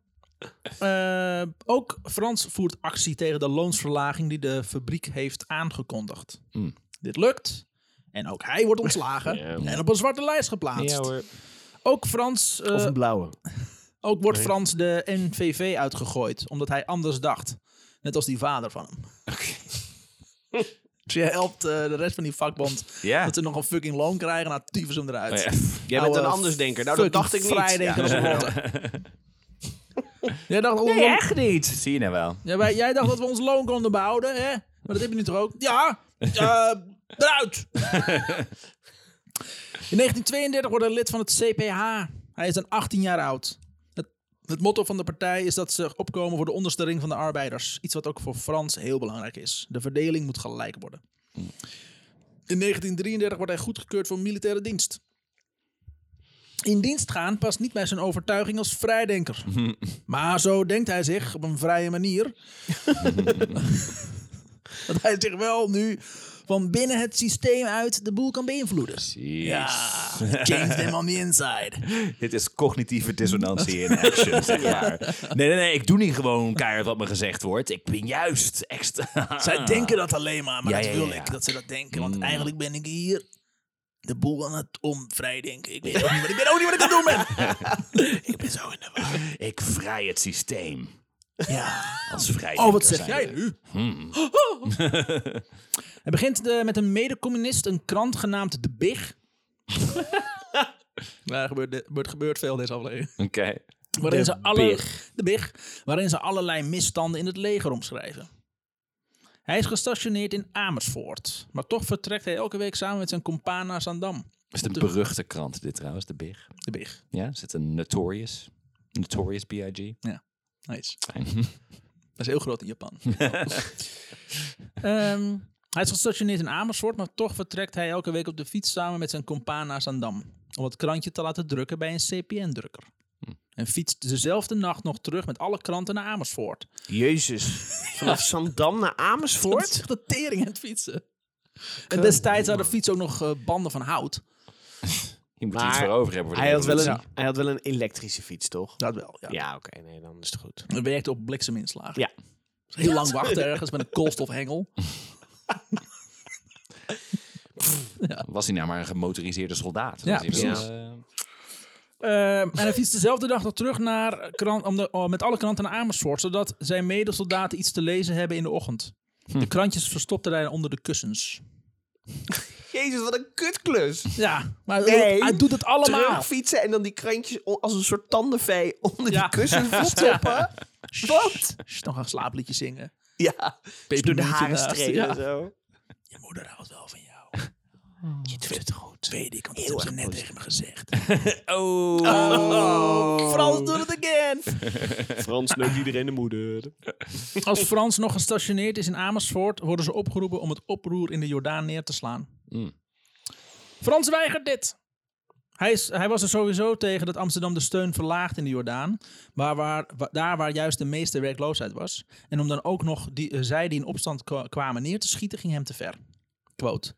A: eh, ook Frans voert actie tegen de loonsverlaging die de fabriek heeft aangekondigd.
B: Hmm.
A: Dit lukt. En ook hij wordt ontslagen
C: Ja.
A: en op een zwarte lijst geplaatst. ook, Frans, eh,
C: Of een blauwe.
A: ook wordt Frans de NVV uitgegooid, omdat hij anders dacht. Net als die vader van hem. Dus je helpt eh, de rest van die vakbond
B: Ja. Oh
A: dat ze nog een fucking loon krijgen. Nou, tyfus hem eruit.
B: Ja.
C: Jij bent
A: Oude
C: een andersdenker. Nou, dat dacht ik niet.
A: Vrijdenker als een rotte. Jij dacht, dat we-
B: Echt niet. Zie je nou wel.
A: Ja, wij- jij dacht dat we ons loon konden behouden, hè? Maar dat heb je nu toch ook? Ja, eh, eruit! In 1932 wordt hij lid van het CPH. Hij is dan 18 jaar oud. Het, het motto van de partij is dat ze opkomen voor de onderste ring van de arbeiders. Iets wat ook voor Frans heel belangrijk is. De verdeling moet gelijk worden. In 1933 wordt hij goedgekeurd voor militaire dienst. In dienst gaan past niet bij zijn overtuiging als vrijdenker. Maar zo denkt hij zich op een vrije manier. dat hij zich wel nu van binnen het systeem uit de boel kan beïnvloeden. Ja, change them on the inside.
B: Dit is cognitieve dissonantie in action, zeg maar. Nee, nee, nee, ik doe niet gewoon keihard wat me gezegd wordt. Ik ben juist extra...
A: Zij denken dat alleen maar, maar
B: Ah. Ja,
A: dat
B: ja,
A: wil
B: ja, Mm. ja.
A: ik, dat ze dat denken. Want eigenlijk ben ik hier de boel aan het omvrijdenken. Ik weet ook niet wat ik, weet ook niet wat ik aan het doen ben. ik ben zo in de war.
B: Ik vrij het systeem.
A: Ja.
B: Als vrij
A: Oh, wat zeg jij nu?
B: Hmm.
A: Hij begint eh, met een mede-communist, een krant genaamd De Big. Nou, er gebeurt, er gebeurt- gebeurt veel deze aflevering.
B: Oké.
A: Waarin ze alle, De Big. Waarin ze allerlei misstanden in het leger omschrijven. Hij is gestationeerd in Amersfoort. Maar toch vertrekt hij elke week samen met zijn compaan naar Zandam.
B: Is het een beruchte krant dit trouwens, de Big?
A: De Big.
B: Ja, is het een Notorious? Notorious B.I.G.?
A: Ja. Nice.
B: Fijn.
A: Dat is heel groot in Japan. Ehm, hij is gestationeerd in Amersfoort, maar toch vertrekt hij elke week op de fiets samen met zijn compaan naar Zandam. Om het krantje te laten drukken bij een CPN-drukker. En fietst dezelfde nacht nog terug met alle kranten naar Amersfoort.
C: Jezus. Vanaf Zandam naar
A: Dat is
C: Amersfoort?
A: echt de tering aan het fietsen. En destijds hadden fietsen ook nog eh, banden van hout.
B: Je moet er
C: Maar
B: iets voor over hebben. Voor de
C: Hij had, wel
B: evolutie.
C: een, hij had wel een elektrische fiets, toch?
A: Dat wel, ja.
C: Ja, oké. nee, dan is het goed.
A: Hij werkte op blikseminslagen. Dus
C: Ja.
A: Heel lang wachten ergens met een koolstofhengel.
B: Was hij nou maar een gemotoriseerde soldaat?
A: Ja,
B: Was hij wel,
A: precies.
B: eh,
A: Ehm, en hij fietst dezelfde dag nog terug naar krant, om de, om- met alle kranten naar Amersfoort, zodat zijn medesoldaten iets te lezen hebben in de ochtend.
C: Hm.
A: De krantjes verstopte hij onder de kussens.
C: Jezus, wat een kutklus.
A: Ja, maar
C: Nee.
A: hij doet het allemaal.
C: Terugfietsen en dan die krantjes o- als een soort tandenvee onder
A: Ja.
C: die kussen verstoppen. Wat?
A: Sst, Dan gaan slapliedjes zingen.
C: Ja, dus door de
A: Pepermuntje
C: haren
A: naast,
C: strelen
A: ja.
C: en zo.
A: Je moeder houdt wel van jou.
C: Je doet het goed.
A: Weet ik, want dat hebben ze net tegen me gezegd.
B: Oh.
C: Oh,
A: Frans doet het again.
C: Frans neukt iedereen de moeder.
A: Als Frans nog gestationeerd is in Amersfoort, worden ze opgeroepen om het oproer in de Jordaan neer te slaan. Frans weigert dit. Hij, is, hij was er sowieso tegen dat Amsterdam de steun verlaagt in de Jordaan, maar waar, wa- daar waar juist de meeste werkloosheid was. En om dan ook nog die, eh, zij die in opstand kwa- kwamen neer te schieten, ging hem te ver. Quote.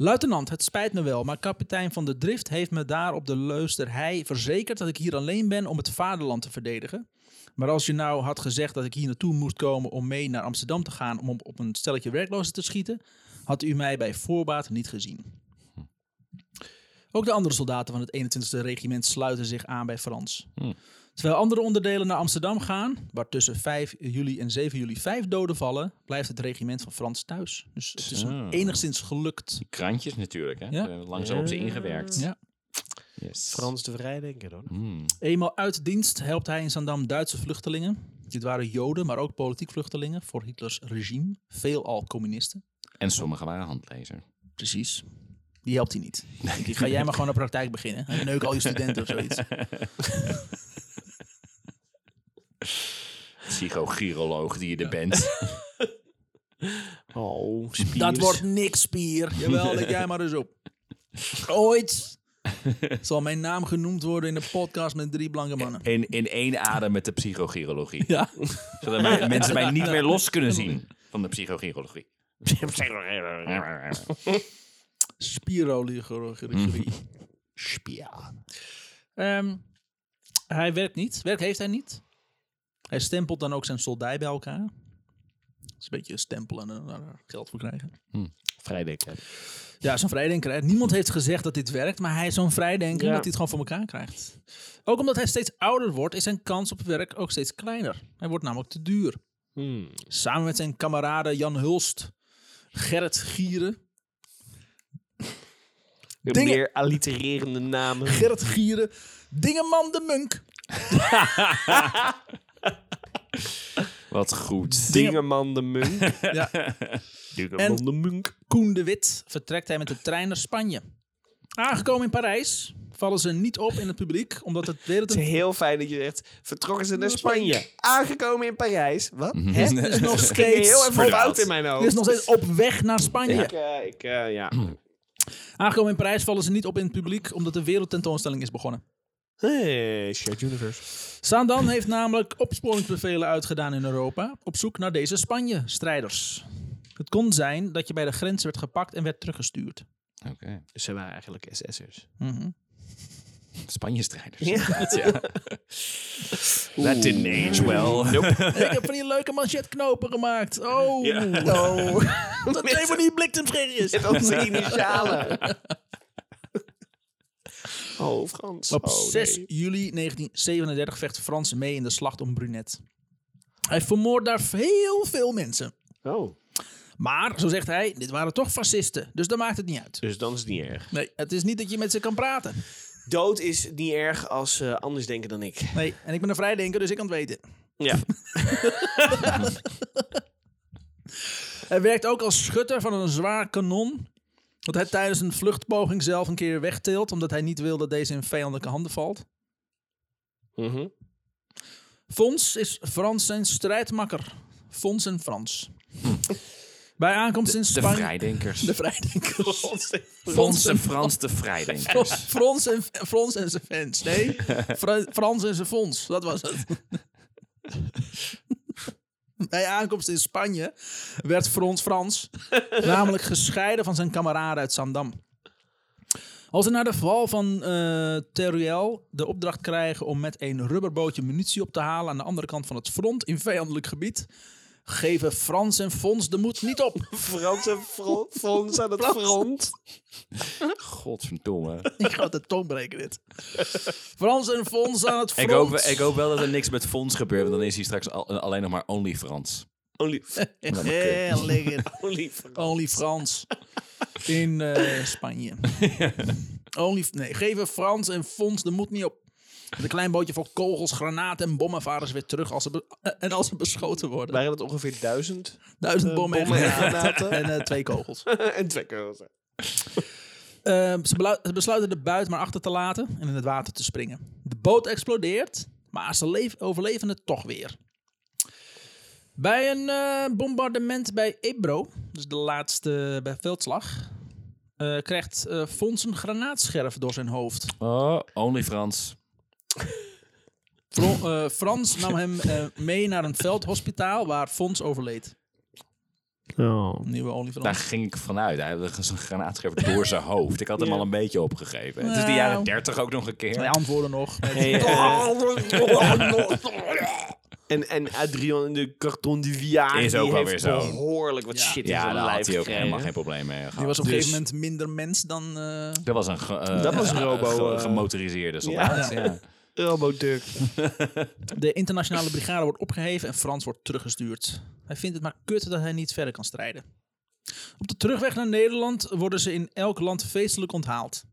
A: Luitenant, het spijt me wel, maar kapitein van de Drift heeft me daar op de Leusterhei verzekerd dat ik hier alleen ben om het vaderland te verdedigen. Maar als je nou had gezegd dat ik hier naartoe moest komen om mee naar Amsterdam te gaan om op, op een stelletje werklozen te schieten, had u mij bij voorbaat niet gezien. Ook de andere soldaten van het 21e regiment sluiten zich aan bij Frans. Terwijl andere onderdelen naar Amsterdam gaan, waar tussen 5 juli en 7 juli vijf doden vallen, blijft het regiment van Frans thuis. Dus het is
B: Zo.
A: enigszins gelukt.
B: Krantjes natuurlijk, hè?
A: Ja.
B: Eh, Langzaam op ze ingewerkt.
A: Ja.
B: Yes.
C: Frans de Vrijdenker, hoor.
B: Mm.
A: Eenmaal uit dienst helpt hij in Zandam Duitse vluchtelingen. Dit waren Joden, maar ook politiek vluchtelingen voor Hitlers regime. Veelal communisten.
B: En sommigen waren handlezer.
A: Precies. Die helpt hij niet. Die ga jij maar gewoon een praktijk beginnen. En neuk al je studenten of zoiets.
B: Psychogiroloog die je er bent.
C: Oh, spiers.
A: Dat wordt niks, Spier. Jawel, leg jij maar eens op. Ooit zal mijn naam genoemd worden in de podcast met drie blanke mannen.
B: In, in één adem met de psychogirologie.
A: Ja,
B: Zodat mij- mensen mij niet meer los kunnen zien van de psychogirologie.
A: spiroligorie.
C: Mm. Spia.
A: Ehm, hij werkt niet. Werk heeft hij niet. Hij stempelt dan ook zijn soldij bij elkaar. Dat is een beetje stempelen en daar geld voor krijgen.
C: Hm. Vrijdenker.
A: Ja, zo'n vrijdenker. hè. Niemand heeft gezegd dat dit werkt, maar hij is zo'n vrijdenker
C: Ja.
A: dat hij het gewoon voor elkaar krijgt. Ook omdat hij steeds ouder wordt, is zijn kans op werk ook steeds kleiner. Hij wordt namelijk te duur.
C: Hmm.
A: Samen met zijn kameraden Jan Hulst, Gerrit Gieren. Dingen-
C: Meer allitererende namen.
A: Gerrit Gieren, Dingeman de Munk.
B: Wat goed.
C: Dingerman de Munk.
A: Ja.
C: Dingerman de Munk.
A: Koen de Wit vertrekt hij met de trein naar Spanje. Aangekomen in Parijs vallen ze niet op in het publiek, omdat het weer het
C: Het is heel fijn dat je zegt, vertrokken ze naar Spanje. Aangekomen in Parijs. Wat? Hè?
A: Het is nog
C: Ik ging
A: steeds,
C: heel even
B: Verdwaald.
C: fout in mijn
A: het is
C: hoofd.
A: nog steeds op weg naar Spanje.
C: Ik, eh, ik, eh, ja.
A: Aangekomen in Parijs vallen ze niet op in het publiek, omdat de wereldtentoonstelling is begonnen.
C: Hey, shared universe.
A: Sandan heeft namelijk opsporingsbevelen uitgedaan in Europa op zoek naar deze Spanje-strijders. Het kon zijn dat je bij de grens werd gepakt en werd teruggestuurd.
B: Oké.
C: Dus ze waren eigenlijk SS'ers.
A: Mhm.
B: Spanje-strijders.
C: Ja.
B: Ja. That didn't age well.
A: Ik heb van die leuke manchetknopen gemaakt. Oh, oh. dat zijn van die bliksemschermpjes.
C: Met onze initialen. Oh, Frans.
A: Op
C: Oh,
A: 6
C: nee.
A: juli 1937 vecht Frans mee in de slag om Brunet. Hij vermoordt daar heel veel mensen.
C: Oh,
A: Maar, zo zegt hij, dit waren toch fascisten, dus dat maakt het niet uit.
C: dus dan is het niet erg.
A: Nee, het is niet dat je met ze kan praten.
C: Dood is niet erg als ze anders denken dan ik.
A: Nee, en ik ben een vrijdenker, dus ik kan het weten.
C: Ja.
A: Hij werkt ook als schutter van een zwaar kanon. Dat hij tijdens een vluchtpoging zelf een keer
B: Mhm.
A: wegteelt, omdat hij niet wil dat deze in vijandelijke handen valt. Fons is Frans zijn strijdmakker. Fons en Frans. Bij aankomst in
B: De
A: Spanje...
B: vrijdenkers.
A: De vrijdenkers.
B: Frans en Frans de vrijdenkers.
A: Frans en, Frans en zijn fans. Nee, Fra- Frans en zijn fonds. Dat was het. Bij aankomst in Spanje werd Frans Frans namelijk gescheiden van zijn kameraden uit Zandam. Als ze na de val van eh Teruel de opdracht krijgen om met een rubberbootje munitie op te halen aan de andere kant van het front in vijandelijk gebied, geven Frans en Fons de moed niet op.
C: Franse Frans aan het front.
B: Godverdomme.
A: Ik ga de tong breken dit. Frans en Fons aan het front.
B: Ik hoop, ik hoop wel dat er niks met Fons gebeurt, want dan is hij straks al- alleen nog maar Only Frans.
C: Only,
A: Heel lekker.
C: only Frans.
A: Only Frans. In eh, Spanje. Only, nee, geven Frans en Fons de moed niet op. Met een klein bootje vol kogels, granaten en bommen varen ze weer terug als ze be- eh, en als ze beschoten worden.
C: Waren dat ongeveer duizend?
A: Duizend
C: eh,
A: bommen,
C: bommen en
A: en granaten. En
C: granaten.
A: eh, twee kogels.
C: en twee kerels.
A: Ehm, ze, belu- ze besluiten de buit maar achter te laten en in het water te springen. De boot explodeert, maar ze leef- overleven het toch weer. Bij een eh, bombardement bij Ebro, dus de laatste bij veldslag, eh, krijgt eh Fons een granaatscherf door zijn hoofd.
B: Oh, Only Frans.
A: Fro- eh, Frans nam hem eh, mee naar een veldhospitaal waar Fons overleed.
C: Oh.
A: Nieuwe olie
B: Daar ging ik vanuit. Hij had dus een granaatscherf door zijn hoofd. Ik had hem al een beetje opgegeven. Het is de
A: Nou.
B: jaren 30 ook nog een keer.
A: Hij antwoorden nog. met-
C: En, en Adrian de Carton du Viard
B: Is ook
C: die
B: wel
C: heeft
B: weer zo.
C: behoorlijk wat shit in
B: Ja,
C: zijn
B: daar
C: lijf
B: had hij ook
C: gekregen.
B: helemaal geen probleem mee gehad.
A: Die was op een
B: Dus
A: gegeven moment minder mens dan... eh,
B: Dat was een, ge- eh,
C: Dat was een
B: eh,
C: robo,
B: ge-
C: eh,
B: gemotoriseerde soldaat. Ja.
C: Roboduk.
A: De internationale brigade wordt opgeheven en Frans wordt teruggestuurd. Hij vindt het maar kut dat hij niet verder kan strijden. Op de terugweg naar Nederland worden ze in elk land feestelijk onthaald.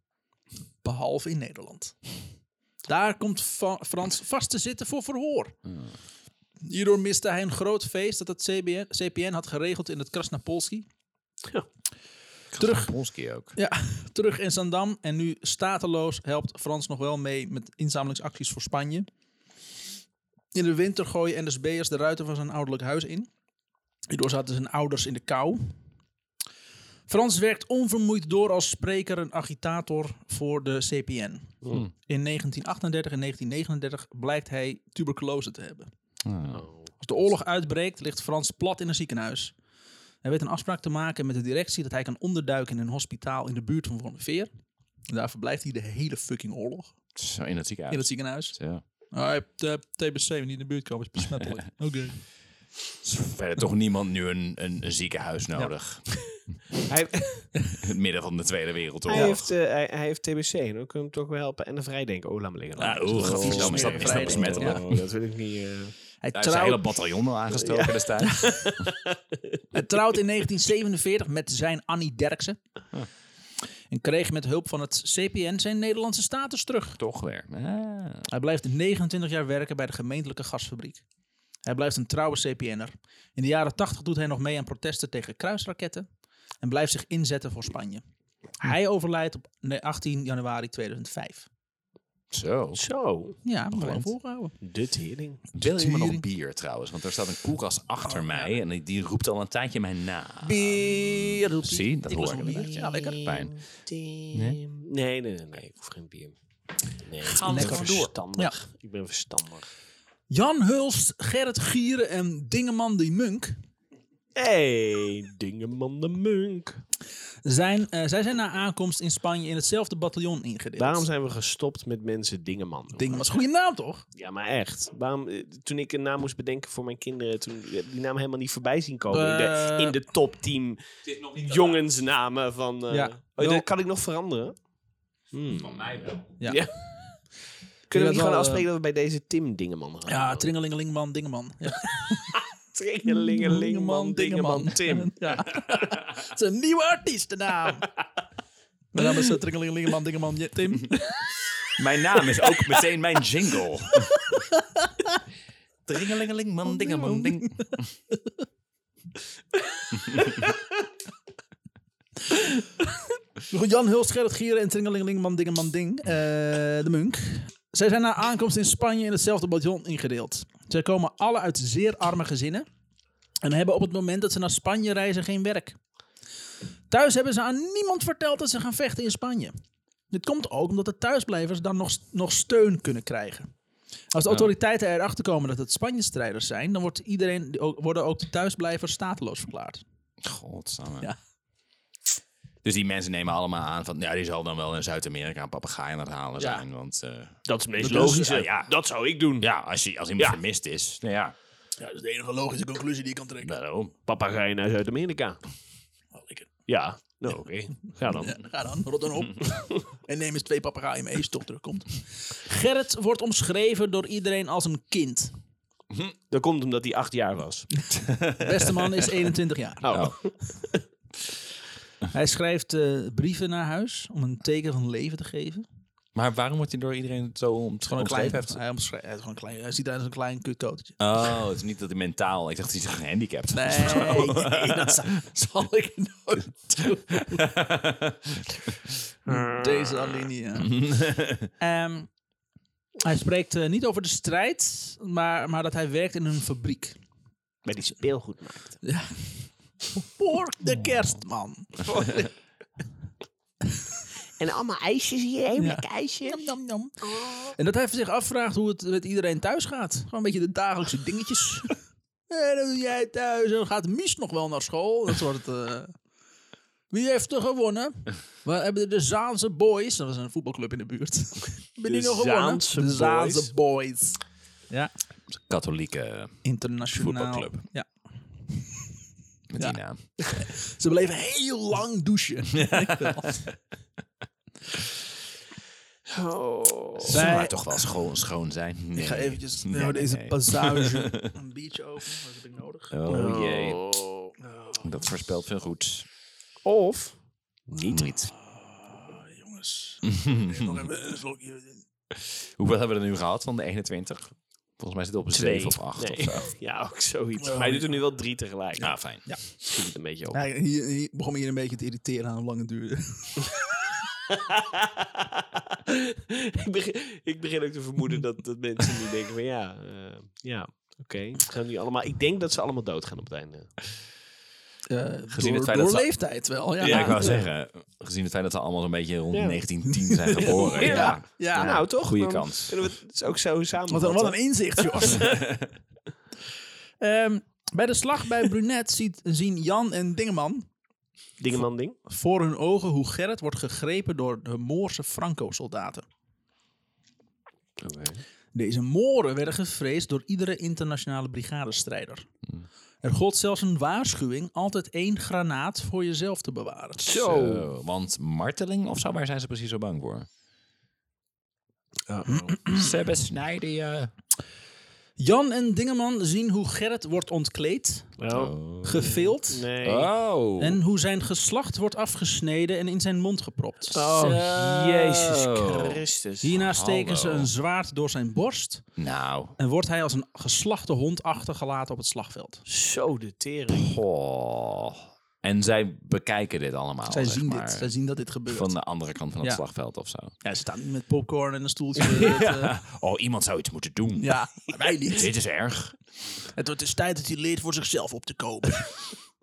A: Behalve in Nederland. Daar komt Fa- Frans vast te zitten voor verhoor. Hierdoor miste hij een groot feest dat het CBN, CPN had geregeld in het Krasnapolski. Terug.
B: Polski ook.
A: Ja, terug in Zandam. En nu stateloos helpt Frans nog wel mee met inzamelingsacties voor Spanje. In de winter gooien NSB'ers de ruiten van zijn ouderlijk huis in. Hierdoor zaten zijn ouders in de kou. Frans werkt onvermoeid door als spreker en agitator voor de CPN. In 1938 en 1939 blijkt hij tuberculose te hebben. Als de oorlog uitbreekt, ligt Frans plat in een ziekenhuis. Hij weet een afspraak te maken met de directie dat hij kan onderduiken in een hospitaal in de buurt van Vormveer. En daar verblijft hij de hele fucking oorlog.
B: Zo in het
A: In
B: ziekenhuis.
A: het ziekenhuis.
B: Ja.
A: Hij heeft eh, TBC, wanneer niet in de buurt komen, is besmettelijk. Oké.
B: Dus Verder toch niemand nu een, een, een ziekenhuis nodig.
C: Hij,
B: In het midden van de Tweede Wereldoorlog.
C: hij, heeft, eh, hij, hij heeft TBC en dan kunnen we hem toch wel helpen. En een vrijdenken. Oh, laat me liggen.
B: Ah, oeh,
C: Oh,
B: is dat- is dat
A: smerig vrijdenken.
B: besmettelijk?
C: oh, dat wil ik niet. eh.
A: Hij,
B: Hij heeft zijn hele
A: trouwt,
B: bataljon al aangestoken destijds.
A: hij trouwt in 1947 met zijn Annie Derksen. En kreeg met hulp van het CPN zijn Nederlandse status terug.
B: Toch weer. Ah.
A: Hij blijft 29 jaar werken bij de gemeentelijke gasfabriek. Hij blijft een trouwe CPN'er. In de jaren 80 doet hij nog mee aan protesten tegen kruisraketten en blijft zich inzetten voor Spanje. Hij overlijdt op nee, 18 januari 2005.
B: Zo.
C: Zo,
A: Ja, maar blijf volgehouden.
C: de tering.
B: Wil iemand nog
A: Tering.
B: bier trouwens? Want er staat een koelkast achter
C: Oh,
B: mij en die- die roept al een tijdje mij na.
A: Bier, roept hij.
B: Zie, dat
A: Ik
B: hoor
A: was
B: ik
A: nog
B: inderdaad,
A: niet-
B: ja.
A: Ja, lekker.
B: Pijn.
C: Nee? Nee, nee, nee, nee, Ik hoef geen bier. Nee, ik
A: lekker
C: ben
A: door.
C: verstandig.
A: Ja.
C: Ik ben verstandig.
A: Jan Hulst, Gerrit Gieren en Dingeman die Munk
C: Hey, Dingeman de Munk.
A: zijn, eh, zij zijn na aankomst in Spanje in hetzelfde bataljon ingedeeld.
C: Waarom zijn we gestopt met mensen Dingeman? noemen?
A: Dingeman is een goede naam, toch?
C: Ja, maar echt. Waarom, eh, toen ik een naam moest bedenken voor mijn kinderen, toen heb ik die naam helemaal niet voorbij zien komen. in, de,
A: Eh.
C: in de top 10 jongensnamen van... eh,
A: Ja.
C: oh,
A: Wel-
C: dat kan ik nog veranderen? Hmm.
A: Ja.
C: Ja. Kunnen we niet
A: wel,
C: gewoon
A: eh,
C: afspreken dat we bij deze Tim Dingeman gaan?
A: Ja, Tringelingelingman, Dingeman. Ja.
C: Tringelingelingeman, Dingeman, Tim.
A: Ja. Het is een nieuwe artiestennaam. Mijn naam is eh, Tringelingelingeman, Dingeman, Je- Tim.
B: Mijn naam is ook meteen mijn jingle. Dringelingeling, man, dingeman, ding.
A: Jan Hulst, Gerrit Gieren en Tringelingelingeman, Dingeman, Ding. eh, de Munk Zij zijn na aankomst in Spanje in hetzelfde bataljon ingedeeld. Zij komen alle uit zeer arme gezinnen en hebben op het moment dat ze naar Spanje reizen geen werk. Thuis hebben ze aan niemand verteld dat ze gaan vechten in Spanje. Dit komt ook omdat de thuisblijvers dan nog, nog steun kunnen krijgen. Als de autoriteiten erachter komen dat het Spanje-strijders zijn, dan wordt iedereen, ook- worden ook de thuisblijvers stateloos verklaard.
B: Godsamme.
A: Ja.
B: Dus die mensen nemen allemaal aan van, ja, die zal dan wel in Zuid-Amerika een papegaai aan het halen
A: Ja.
B: zijn. Want eh,
C: Dat is het meest
A: Dat is-
C: logische.
B: ah, ja.
C: Dat zou ik doen.
B: ja, als, je, als iemand
C: Ja.
B: vermist is, nou ja,
A: Ja, dat is de enige logische conclusie die ik kan trekken.
B: daarom.
C: Papa, ga je naar Zuid-Amerika? Ja. Nou, oké. Ga dan.
A: Ja, ga dan, rot dan op. en neem eens twee papegaaien mee als je toch terugkomt. Gerrit wordt omschreven door iedereen als een kind.
C: Dat komt omdat hij acht jaar was.
A: Beste man is 21 jaar.
C: Oh.
A: Hij schrijft eh, brieven naar huis om een teken van leven te geven.
B: Maar waarom wordt hij door iedereen zo om
A: Gewoon een klein,
B: omschreven?
A: hij, omschrijft, hij, is gewoon een klein, hij ziet eruit als een klein kutkotertje.
B: Oh, het is niet dat hij mentaal... Ik dacht, hij is gehandicapt.
A: Nee, nee, dat zal, zal ik nooit doen. Deze alinea. Ehm, hij spreekt eh, niet over de strijd, maar, maar dat hij werkt in een fabriek.
C: Bij die speelgoed maakt.
A: Voor de kerstman.
C: En allemaal ijsjes hier, heen,
A: lekker
C: ijsjes.
A: Nam, nam.
B: Oh.
A: En dat hij zich afvraagt hoe het met iedereen thuis gaat. Gewoon een beetje de dagelijkse dingetjes. Hé, dat doe jij thuis. En gaat Mies nog wel naar school? Dat soort... eh. Wie heeft er gewonnen? We hebben de Zaanse Boys. Dat was een voetbalclub in de buurt. Ben die
C: De
A: nog gewonnen?
C: Zaanse
A: de
C: Boys.
A: Zaanse Boys. Ja.
B: Katholieke
A: Internationaal.
B: Voetbalclub.
A: Ja.
B: met
A: Ja.
B: die naam.
A: Ze bleven heel lang douchen.
C: Oh.
B: Ze maar toch wel schoon, schoon zijn. Nee.
A: Ik ga eventjes
B: Nee,
A: nou,
B: nee,
A: deze
B: nee.
A: passage een beetje over. Wat heb ik nodig?
B: Oh jee. Dat voorspelt veel goed.
C: Of
B: Niet. Niet.
A: Jongens. nog even een slokje.
B: Hoeveel hebben we er nu gehad van de 21? Volgens mij zit het op een 7 of 8
C: Nee.
B: of zo.
C: Ja, ook zoiets. Maar hij doet er nu wel drie tegelijk.
B: Nou, fijn.
C: schiet het een beetje op.
A: Ja, hier, hier begon me hier een beetje te irriteren aan hoe lang het duurde.
C: ik, begin, ik begin ook te vermoeden dat, dat mensen nu denken van ja, eh, ja, oké. Gaan nu allemaal, ik denk dat ze allemaal doodgaan op het einde.
A: Gezien
B: Eh, het
A: door,
B: feit
A: door
B: dat ze-
A: leeftijd wel. Ja,
B: Ja, ik wou zeggen, gezien het feit dat ze allemaal zo'n beetje rond
C: Ja.
B: 1910 zijn geboren. Ja,
A: Ja.
C: nou toch?
B: goede
C: Dan
B: kans.
C: Kunnen we het dus ook zo samen.
A: wat, een, wat een inzicht, Jos. Ehm, bij de slag bij Brunet ziet, zien Jan en Dingeman
C: Dingeman ding.
A: voor hun ogen hoe Gerrit wordt gegrepen door de Moorse Franco-soldaten. Deze Mooren werden gevreesd door iedere internationale brigadestrijder. Er gold zelfs een waarschuwing altijd één granaat voor jezelf te bewaren.
B: Zo, want marteling of zo, waar zijn ze precies zo bang voor? Ze besnijden je.
A: Jan en Dingeman zien hoe Gerrit wordt ontkleed,
B: Nou.
C: Oh.
A: gevild
C: Nee.
B: Oh.
A: en hoe zijn geslacht wordt afgesneden en in zijn mond gepropt.
C: Oh, Jezus Christus.
A: Hierna steken
B: hallo.
A: ze een zwaard door zijn borst
B: Nou.
A: en wordt hij als een geslachte hond achtergelaten op het slagveld.
C: Zo de tering.
B: Goh. En zij bekijken dit allemaal.
A: Zij
B: zeg
A: zien
B: maar,
A: dit, zij zien dat dit gebeurt.
B: Van de andere kant van het
A: Ja.
B: slagveld of zo.
A: Ja, ze staan niet met popcorn en een stoeltje. Het, eh,
B: Oh, iemand zou iets moeten doen.
A: ja, maar wij niet.
B: Dit is erg.
A: Het wordt dus tijd dat hij leert voor zichzelf op te kopen.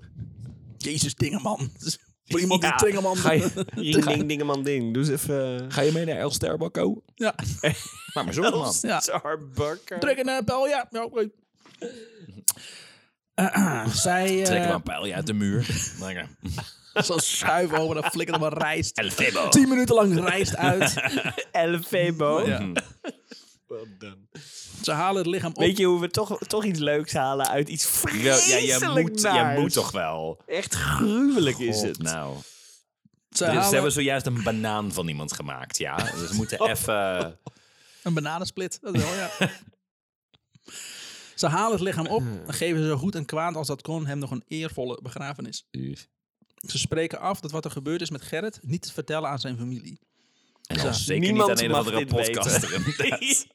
A: Jezus Dingeman. Voor iemand
C: Ja,
A: die Dingeman...
C: Ga je, ring ding dingeman ding. Doe eens even... eh,
B: Ga je mee naar El Sterbaco?
A: Ja.
B: Maar maar zo, man.
A: Ja.
C: Starbucker.
A: Druk een eh, bel, ja. ja oké. Eh, zij
B: Trekken
A: eh
B: we een pijlje uit de muur. Lekker.
A: zo'n schuif over, dan flikkert er maar rijst.
B: El Febo.
A: Tien minuten lang rijst uit.
C: Elfebo.
A: Ja. Ze halen het lichaam op.
C: Weet je hoe we toch, toch iets leuks halen uit iets
B: Ja,
C: vreselijk
B: ja, je, moet, je
C: naars?
B: moet toch wel.
C: Echt gruwelijk is
B: God,
C: het.
B: Nou.
A: ze
B: Dus
A: halen
B: ze hebben zojuist een banaan van iemand gemaakt, ja. Dus we
C: Oh.
B: moeten even...
A: een bananensplit. Dat wel, ja. ze halen het lichaam op en geven zo goed en kwaad als dat kon hem nog een eervolle begrafenis. Ze spreken af dat wat er gebeurd is met Gerrit niet te vertellen aan zijn familie.
B: En dan zeker
C: Niemand
B: niet aan een of
C: mag
B: andere
C: dit weten.
B: podcaster. inderdaad.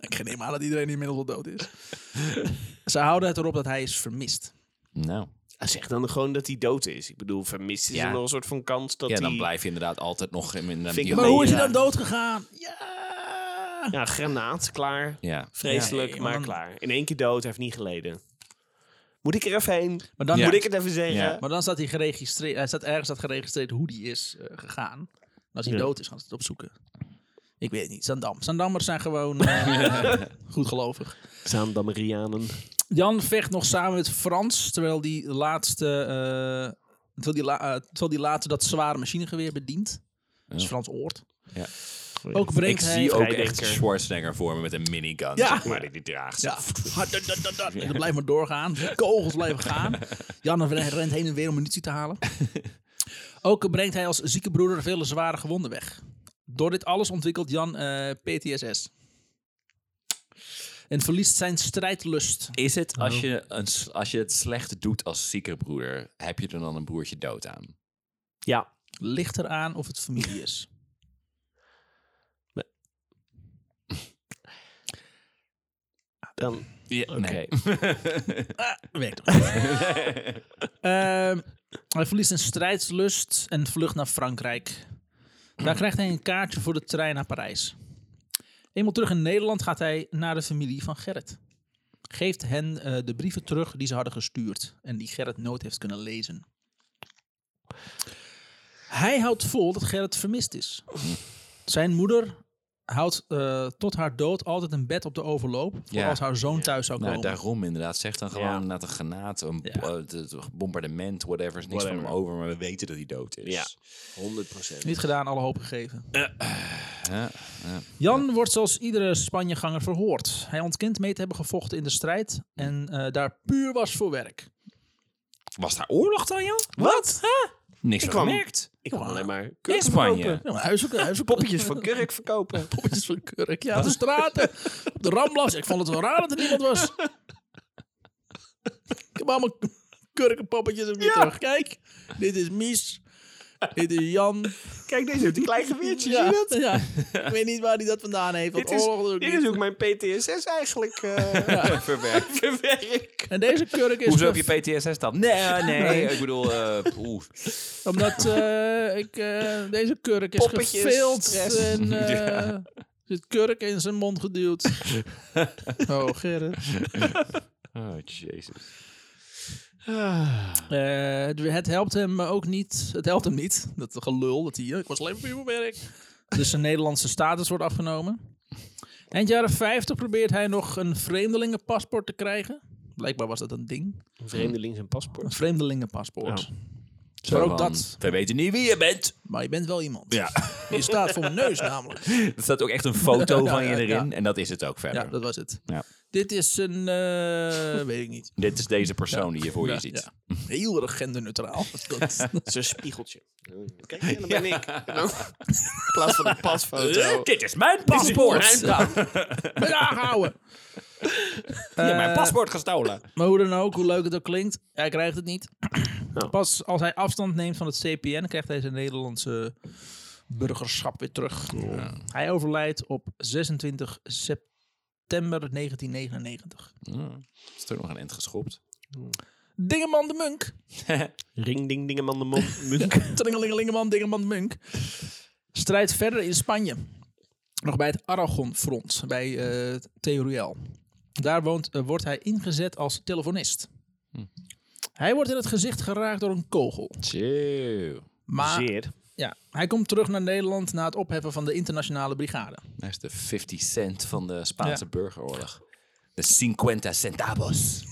A: Ik neem aan dat iedereen inmiddels al dood is. ze houden het erop dat hij is vermist.
B: nou.
C: zeg dan gewoon dat hij dood is. Ik bedoel, vermist is
B: Ja.
C: er nog een soort van kans dat
B: Ja,
C: hij...
B: dan blijf je inderdaad altijd nog in... in-
C: Vind ik
B: die-
A: Maar hoe is hij
C: Ja.
A: dan dood gegaan? Ja, Ja.
C: Ja, granaat, klaar.
B: Ja.
C: Vreselijk,
A: Ja,
C: maar
A: man.
C: klaar. In één keer dood, hij heeft niet geleden. Moet ik er even heen?
A: Maar dan,
B: Ja.
C: Moet ik het even zeggen?
B: Ja.
A: maar dan staat hij geregistreerd. Hij staat ergens staat geregistreerd hoe die is eh, gegaan. En als hij
C: Ja.
A: dood is, gaan ze het opzoeken. Ik weet het niet. Zandam. Zandammers zijn gewoon eh, goed gelovig.
C: Samen dan Marianen.
A: Jan vecht nog samen met Frans, terwijl die laatste, eh, terwijl die la- eh, terwijl die laatste dat zware machinegeweer bedient. Dat is Frans Oort.
B: Ja.
A: Ook brengt
B: ik
A: hij...
B: zie ook echt
C: vrijdenker.
B: Schwarzenegger voor me met een minigun,
A: Ja.
B: zeg maar, die die draagt.
A: Ja, Ha, da, da, da, da. En dat blijft maar doorgaan. Die Kogels blijven gaan. Jan rent heen en weer om munitie te halen. Ook brengt hij als zieke broeder vele zware gewonden weg. Door dit alles ontwikkelt Jan eh, PTSS. En verliest zijn strijdlust.
B: Is het,
C: Oh.
B: als je, een, s- als je het slecht doet als zieke broeder, heb je er dan een broertje dood aan?
C: Ja.
A: Ligt eraan of het familie is.
C: Dan,
B: Ja,
C: nee.
A: Werkt ook niet. Ehm, hij verliest zijn strijdlust en vlucht naar Frankrijk. Daar krijgt hij een kaartje voor de trein naar Parijs. Eenmaal terug in Nederland gaat hij naar de familie van Gerrit. Geeft hen eh, de brieven terug die ze hadden gestuurd en die Gerrit nooit heeft kunnen lezen. Hij houdt vol dat Gerrit vermist is. Zijn moeder houdt eh, tot haar dood altijd een bed op de overloop voor
B: Ja.
A: als haar zoon thuis zou komen.
B: Nou, daarom inderdaad. Zeg dan gewoon
C: Ja.
B: inderdaad een granaat, een bo- eh, de- de- bombardement, whatever. Is niks van hem
C: Whatever.
B: over, maar we weten dat hij dood is.
C: ja. 100 procent.
A: Niet gedaan, alle hoop gegeven.
B: Ja.
A: Jan wordt zoals iedere Spanjeganger verhoord. Hij ontkent mee te hebben gevochten in de strijd en eh, daar puur was voor werk.
B: Was daar oorlog dan, joh?
C: Wat?
B: Niks
C: Ik
B: van
C: kwam-
B: gemerkt.
C: Ik kan alleen maar
B: In
C: kurk
B: Spanje.
A: Ja, maar huiselijke, huiselijke
C: Poppetjes van kurk verkopen.
A: poppetjes van kurk. Ja, de straten, op de ramblas. Ik vond het wel raar dat er niemand was. Ik heb allemaal kurkenpoppetjes op je terug. Kijk, dit is Mies. Dit is Jan.
C: Kijk, deze heeft een klein geweertje,
A: Ja,
C: zie je dat?
A: ja. Ik weet niet waar hij dat vandaan heeft. want
C: Dit is,
A: oorlog doe ik
C: dit
A: niet.
C: is ook mijn PTSS eigenlijk eh
B: Verwerkt.
C: verwerkt.
A: En deze kurk is...
B: Hoezo heb
A: ge-
B: je PTSS dan? Nee, nee. Ik bedoel, eh oeh.
A: Omdat eh, ik, eh, deze kurk is
C: Poppetjes,
A: geveeld.
C: stress.
A: En eh,
B: Ja.
A: zit kurk in zijn mond geduwd. oh, Gerrit.
B: Oh, jezus.
A: Eh, het helpt hem ook niet. Het helpt hem niet. Dat gelul. Dat hij, eh, ik was alleen maar voor werk. Dus zijn Nederlandse status wordt afgenomen. Eind jaren 50 probeert hij nog een vreemdelingenpaspoort te krijgen. Blijkbaar was dat een ding.
C: Vreemdeling zijn
A: Een
C: paspoort.
A: vreemdelingenpaspoort.
C: Ja.
A: Maar ook dat.
B: We weten niet wie je bent.
A: Maar je bent wel iemand.
B: Ja.
A: Je staat voor mijn neus namelijk.
B: Er staat ook echt een foto
A: Ja,
B: van je
A: ja, ja.
B: erin. En dat is het ook
A: Ja,
B: verder.
A: dat was het.
B: Ja.
A: Dit is een, eh, weet ik niet.
B: Dit is deze persoon die je voor je
A: Ja,
B: ziet.
A: ja. Heel erg genderneutraal. Dat-
C: Dat is een spiegeltje. Kijk, ja, dat ben ik. En dan- In plaats van een pasfoto.
B: Eh, Dit is mijn
A: Mijn taal. Met aangehouden.
B: Ja, mijn paspoort gestolen.
A: Maar hoe dan ook, hoe leuk het ook klinkt, hij krijgt het niet.
C: Nou.
A: Pas als hij afstand neemt van het CPN, krijgt hij zijn Nederlandse burgerschap weer terug. Hij overlijdt op 26 september 1999.
B: Is er nog een end geschopt?
A: Dingeman de Munk.
C: Ring ding dingeman de mond. munk.
A: Tringelingelingeman, Dingeman de Munk. Strijdt verder in Spanje. Nog bij het Aragon-front, bij eh Teruel. Daar woont, eh, wordt hij ingezet als telefonist. Hij wordt in het gezicht geraakt door een kogel.
B: Chill.
A: Maar
C: Zeer.
A: ja, hij komt terug naar Nederland na het opheffen van de internationale brigade.
B: Hij is de 50 cent van de Spaanse burgeroorlog. De 50 centavos.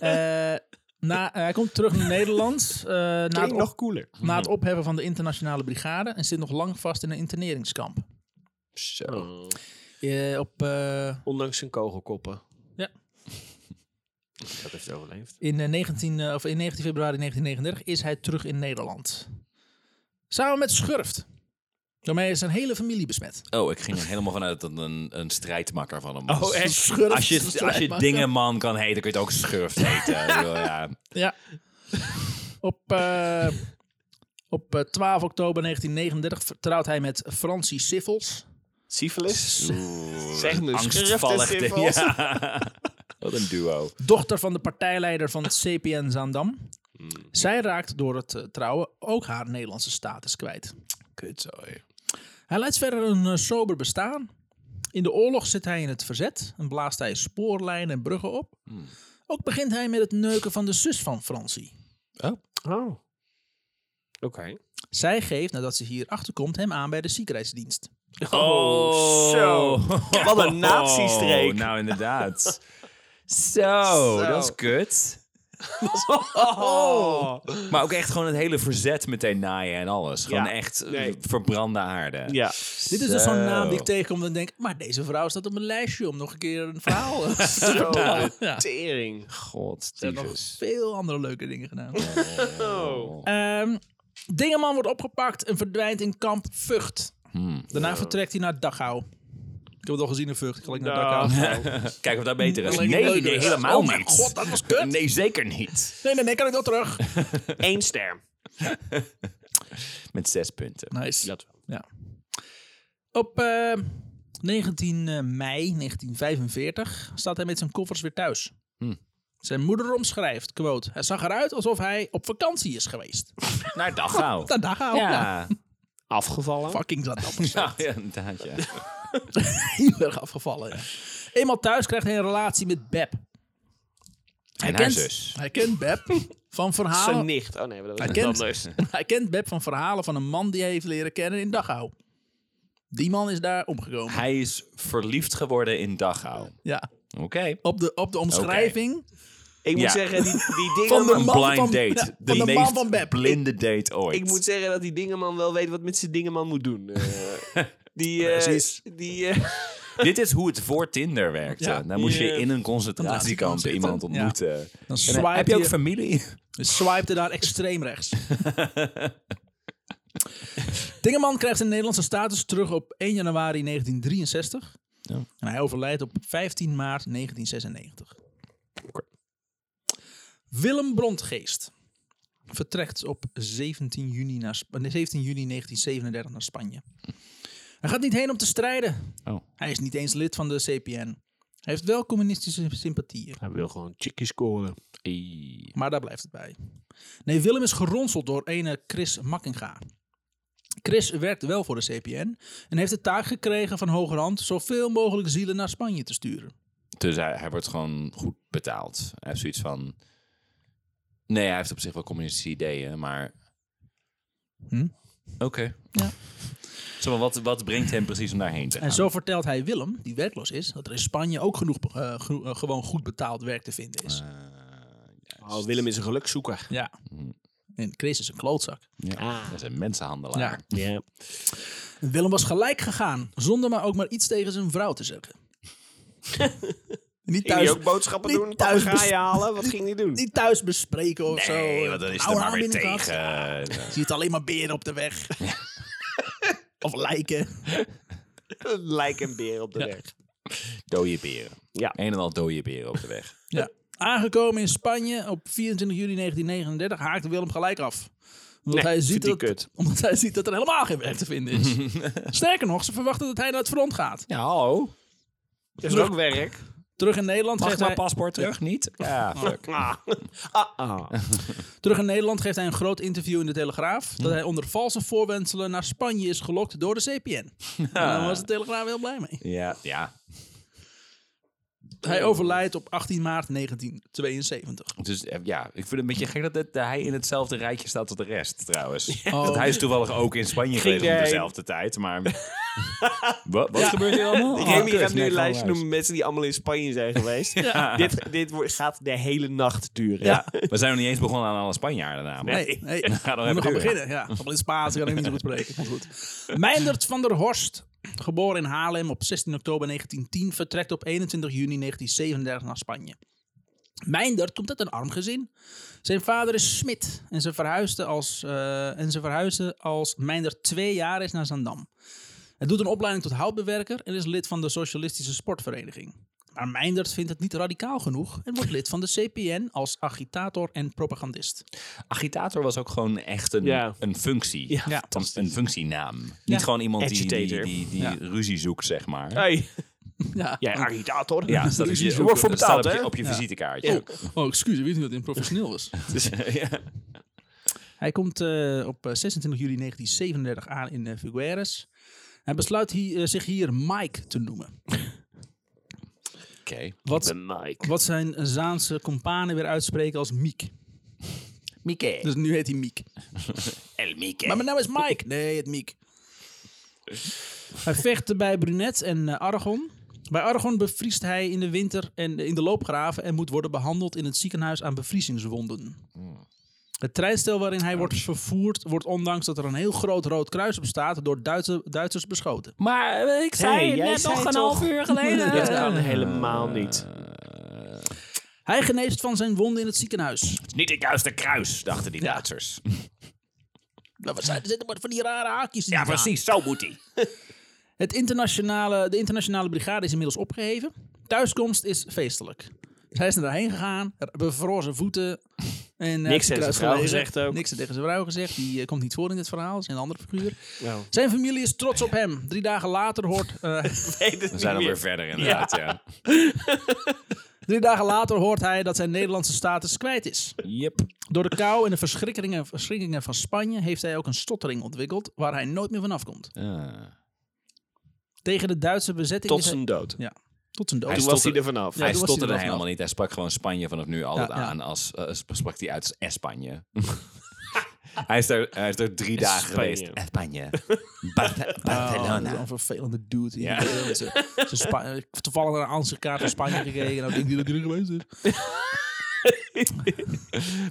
A: Eh, na, eh, hij komt terug naar Nederland eh, na, het
C: Klinkt
A: op-
C: nog cooler.
A: na het opheffen van de internationale brigade en zit nog lang vast in een interneringskamp.
B: Zo.
A: Eh, op, eh,
C: Ondanks zijn kogelkoppen.
A: Ja.
C: Dat heeft overleefd.
A: in, eh, 19, eh, of in 19 februari 1939 is hij terug in Nederland. Samen met Schurft. Daarmee is zijn hele familie besmet.
B: Oh, ik ging er helemaal vanuit dat het een, een strijdmakker van hem was.
C: Oh, echt?
A: Schurft is
B: Als
A: een
B: je, als je
A: strijdmaker.
B: dingenman kan heten, kun je het ook schurft heten. Ik bedoel, ja.
A: Ja. Op, eh, op eh, 12 oktober 1939 vertrouwt hij met Francie Siffels.
C: Syphilis?
B: Oeh,
C: Zeg me,
B: angstvallig
C: schurft en
B: ding. Ja. Wat een duo.
A: dochter van de partijleider van het CPN Zaandam. Zij raakt door het eh, trouwen ook haar Nederlandse status kwijt.
B: Kut zo,
A: Hij leidt verder een eh, sober bestaan. In de oorlog zit hij in het verzet en blaast hij spoorlijnen en bruggen op. Ook begint hij met het neuken van de zus van Francie.
C: Oh. Oké.
A: Zij geeft, nadat ze hier achterkomt, hem aan bij de ziekenhuisdienst.
C: Oh, zo. Wat een nazi-streek.
B: Oh, nou, inderdaad. zo, oh, dat is kut.
C: Oh.
B: Maar ook echt gewoon het hele verzet meteen naaien en alles. Gewoon
C: Ja.
B: echt eh,
C: Nee.
B: verbrande aarde.
C: Ja.
A: Dit is dus zo'n
B: Zo.
A: naam die ik tegenkom en denk... maar deze vrouw staat op mijn lijstje om nog een keer een verhaal te vertellen. Ja. Ze
C: Oh, Tering.
B: God,
A: hebben nog
B: tyfus.
A: veel andere leuke dingen gedaan.
C: Oh.
A: Ehm Dingeman wordt opgepakt en verdwijnt in kamp Vught. Daarna vertrekt hij naar Dachau. Ik heb het al gezien in Vught. Ik ga lekker naar
C: Nou.
A: Dachau.
B: Kijk of dat beter is.
A: Klinkt
B: Nee,
A: leuk,
B: nee,
A: dus.
B: helemaal
A: Oh mijn
B: niet.
A: god, dat was kut.
B: Nee, zeker niet.
A: Nee, nee, nee, kan ik dat terug.
C: Eén ster.
B: Met zes punten.
A: Nice.
C: Dat wel.
A: Ja. Op eh, 19 mei 1945 staat hij met zijn koffers weer thuis.
B: Hm.
A: Zijn moeder omschrijft, quote, hij zag eruit alsof hij op vakantie is geweest.
B: Naar Dachau.
A: Nou, daar gaan we. Ja.
B: Ja.
C: Afgevallen.
A: Fucking dat
B: Ja, ja, inderdaad, ja.
A: Heel erg afgevallen. ja. Eenmaal thuis krijgt hij een relatie met Beb. Hij
B: En haar zus.
A: Hij kent Beb van
C: Zijn
A: verhalen.
C: nicht. Oh nee, maar dat
A: Hij
C: was niet
A: kent-
C: anders.
A: Hij kent Beb van verhalen van een man die hij heeft leren kennen in Dachau. Die man is daar omgekomen.
B: Hij is verliefd geworden in Dachau.
A: Ja.
B: Oké.
A: Op de, op de omschrijving
C: Ik moet
B: Ja.
C: zeggen, die, die
A: Van
C: dingen...
A: de-
B: Een
A: man
B: blind
A: van-
B: date.
A: ja,
B: de
A: van de man
B: meest
A: van Beb.
B: blinde date ooit.
C: Ik moet zeggen dat die dingenman wel weet wat met zijn dingenman moet doen. Eh, die, eh,
A: Precies.
C: die, eh,
B: Dit is hoe het voor Tinder werkte.
A: Ja.
B: Dan moest je
C: Ja.
B: in een concentratiekamp
A: Concentratiekamp
B: iemand
A: zitten, ja.
B: ontmoeten. En dan-
A: swipe
B: heb je ook
A: je-
B: familie?
A: swipte daar extreem rechts. Dingeman krijgt zijn Nederlandse status terug op 1 januari 1963.
B: Ja.
A: En hij overlijdt op 15 maart 1996. Willem Brondgeest vertrekt op 17 juni, naar, Sp- nee, 17 juni 1937 naar Spanje. Hij gaat niet heen om te strijden.
B: Oh.
A: Hij is niet eens lid van de CPN. Hij heeft wel communistische sympathieën.
C: Hij wil gewoon chickie scoren.
A: Maar daar blijft het bij. Nee, Willem is geronseld door ene Chris Makkinga. Chris werkt wel voor de CPN en heeft de taak gekregen van hogerhand zoveel mogelijk zielen naar Spanje te sturen.
B: Dus hij, hij wordt gewoon goed betaald. Hij heeft zoiets van... Nee, hij heeft op zich wel communistische ideeën, maar...
A: Hm?
B: Oké.
A: Ja.
B: Zeg maar, wat, wat brengt hem precies om daarheen te gaan?
A: En zo vertelt hij Willem, die werkloos is, dat er in Spanje ook genoeg, eh, gro- eh, gewoon goed betaald werk te vinden is.
C: Oh, Willem is een gelukzoeker.
A: Ja. En Chris is een klootzak.
B: Ja, dat is een mensenhandelaar.
A: Ja.
C: Ja.
A: En Willem was gelijk gegaan, zonder maar ook maar iets tegen zijn vrouw te zeggen. niet
C: Ging hij
A: thuis,
C: ook boodschappen
A: niet
C: doen?
A: thuis
C: Papagaaien halen? Wat ging hij doen?
A: niet thuis bespreken of zo.
B: Nee, want dan is het
A: Nou,
B: er maar weer
A: binnengaat.
B: tegen. eh,
A: Je ziet alleen maar beren op de weg. of lijken.
C: Lijk en beer op de weg.
B: Dode beren.
C: Ja.
B: Een en al dode beren op de weg.
A: Ja. Aangekomen in Spanje op 24 juli 1939 haakte Willem gelijk af. Omdat,
C: Nee,
A: hij ziet
C: vindt hij
A: dat,
C: kut.
A: omdat hij ziet dat er helemaal geen werk te vinden is. Sterker nog, ze verwachten dat hij naar het front gaat.
B: Ja, hallo.
C: Dat is ook werk.
B: Oh,
A: Terug in Nederland
B: Mag ik
A: geeft
B: mijn
A: hij,
B: paspoort terug? Niet? Ja, fuck.
C: Ah. Ah, ah.
A: terug in Nederland geeft hij een groot interview in de Telegraaf. Dat hij onder valse voorwendselen naar Spanje is gelokt door de CPN. En daar was de Telegraaf heel blij mee.
B: Ja, ja.
A: Hij overlijdt op 18 maart 1972.
B: Dus eh, ja, ik vind het een beetje gek dat het- dat hij in hetzelfde rijtje staat als de rest, trouwens.
A: Oh.
B: Want hij is toevallig ook in Spanje geweest om
C: hij-
B: dezelfde tijd, maar... wat wat gebeurt hier allemaal? Oh,
C: Remy
B: kut.
C: gaat nu
B: Nee,
C: een lijstje
B: gewoon
C: noemen mensen die allemaal in Spanje zijn geweest.
B: Ja.
C: Dit, dit wordt- gaat de hele nacht duren.
B: Ja, we zijn nog niet eens begonnen aan alle Spanjaarden namelijk.
A: Nee, nee.
B: Dan gaan we
A: we
B: even
A: gaan
B: duren.
A: beginnen. Ja, allemaal in Spaans, ik kan ik niet zo goed spreken. Maar goed. Meindert van der Horst, geboren in Haarlem op 16 oktober 1910, vertrekt op 21 juni 1937 naar Spanje. Meindert komt uit een arm gezin. Zijn vader is smid en ze verhuisde als, eh, en ze verhuisde als Meindert twee jaar is naar Zandam. Hij doet een opleiding tot houtbewerker en is lid van de Socialistische Sportvereniging. Maar Meindert vindt het niet radicaal genoeg en wordt lid van de CPN als agitator en propagandist.
B: Agitator was ook gewoon echt een,
C: Ja.
B: een functie.
C: Ja,
B: Een- Een functienaam. Niet gewoon iemand die, die, die,
C: Agitator.
B: die
A: Ja.
B: ruzie zoekt, zeg maar.
C: Hey,
A: Ja.
C: jij agitator.
B: Ja, staat op je,
C: Er wordt voor
B: staat
C: betaald,
B: op je-
C: hè?
B: op je visitekaartje. Dus,
A: Oh, excuus, weet niet dat dit professioneel was.
B: Ja.
A: Hij komt eh, op eh, 26 juli 1937 aan in eh, Figueres. Hij besluit hi- eh, zich hier Mike te noemen.
B: Oké.
A: Wat,
C: De Mike.
A: wat zijn Zaanse companen weer uitspreken als Miek.
C: Mieke.
A: Dus nu heet hij Miek.
C: El Mieke.
A: Maar mijn naam is Mike. Nee, het Miek. Hij vecht bij Brunet en eh, Argon. Bij Argon bevriest hij in de winter en eh, in de loopgraven en moet worden behandeld in het ziekenhuis aan bevriezingswonden. Het treinstel waarin hij wordt vervoerd wordt ondanks dat er een heel groot rood kruis op staat door Duitse, Duitsers beschoten.
F: Maar eh, ik zei
C: Hey,
F: het
C: jij
F: net
C: zei
F: nog een
C: toch-
F: half uur geleden.
C: Dat kan helemaal niet.
A: Hij geneest van zijn wonden in het ziekenhuis.
B: Niet de juiste kruis, dachten die Duitsers.
A: Nou, wat zijn- er zitten maar van die rare haakjes. die die aan.
B: zo moet hij.
A: Het internationale, de internationale brigade is inmiddels opgeheven. Thuiskomst is feestelijk. Dus hij is er daarheen gegaan, er- bevroren voeten. En, eh,
C: Niks tegen zijn vrouw
A: gelegen.
C: gezegd ook.
A: Niks tegen zijn vrouw gezegd. Die eh, komt niet voor in dit verhaal. Dat is een andere figuur. Zijn familie is trots op hem. Drie dagen later hoort, eh,
B: We zijn alweer verder inderdaad, ja.
A: drie dagen later hoort hij dat zijn Nederlandse status kwijt is.
B: Yep.
A: Door de kou en de verschrikkingen, verschrikkingen van Spanje heeft hij ook een stottering ontwikkeld waar hij nooit meer vanaf komt. Tegen de Duitse bezetting
C: Ah. Tot
A: is hij-
C: zijn dood.
A: ja, tot zijn dood.
B: Hij
C: Toen
B: is
C: was
B: tot
C: hij
B: de-
C: er vanaf.
A: Ja,
B: hij
A: toen was hij er
B: stotterde
A: vanaf.
B: helemaal niet. Hij sprak gewoon Spanje vanaf nu altijd
A: Ja, ja.
B: aan als... eh, sprak hij uit Espanje. hij, is er, hij is er drie dagen
C: Spanje.
B: geweest. "Eh, Espanje. Barce- Barcelona.
A: Zo'n vervelende dude. Die
B: Oh, nou. Ja.
A: eh, met zijn- zijn Spa- eh, toevallig naar een Anse-kaart van Spanje gekeken. Nou, ik denk die dat hij er geweest is.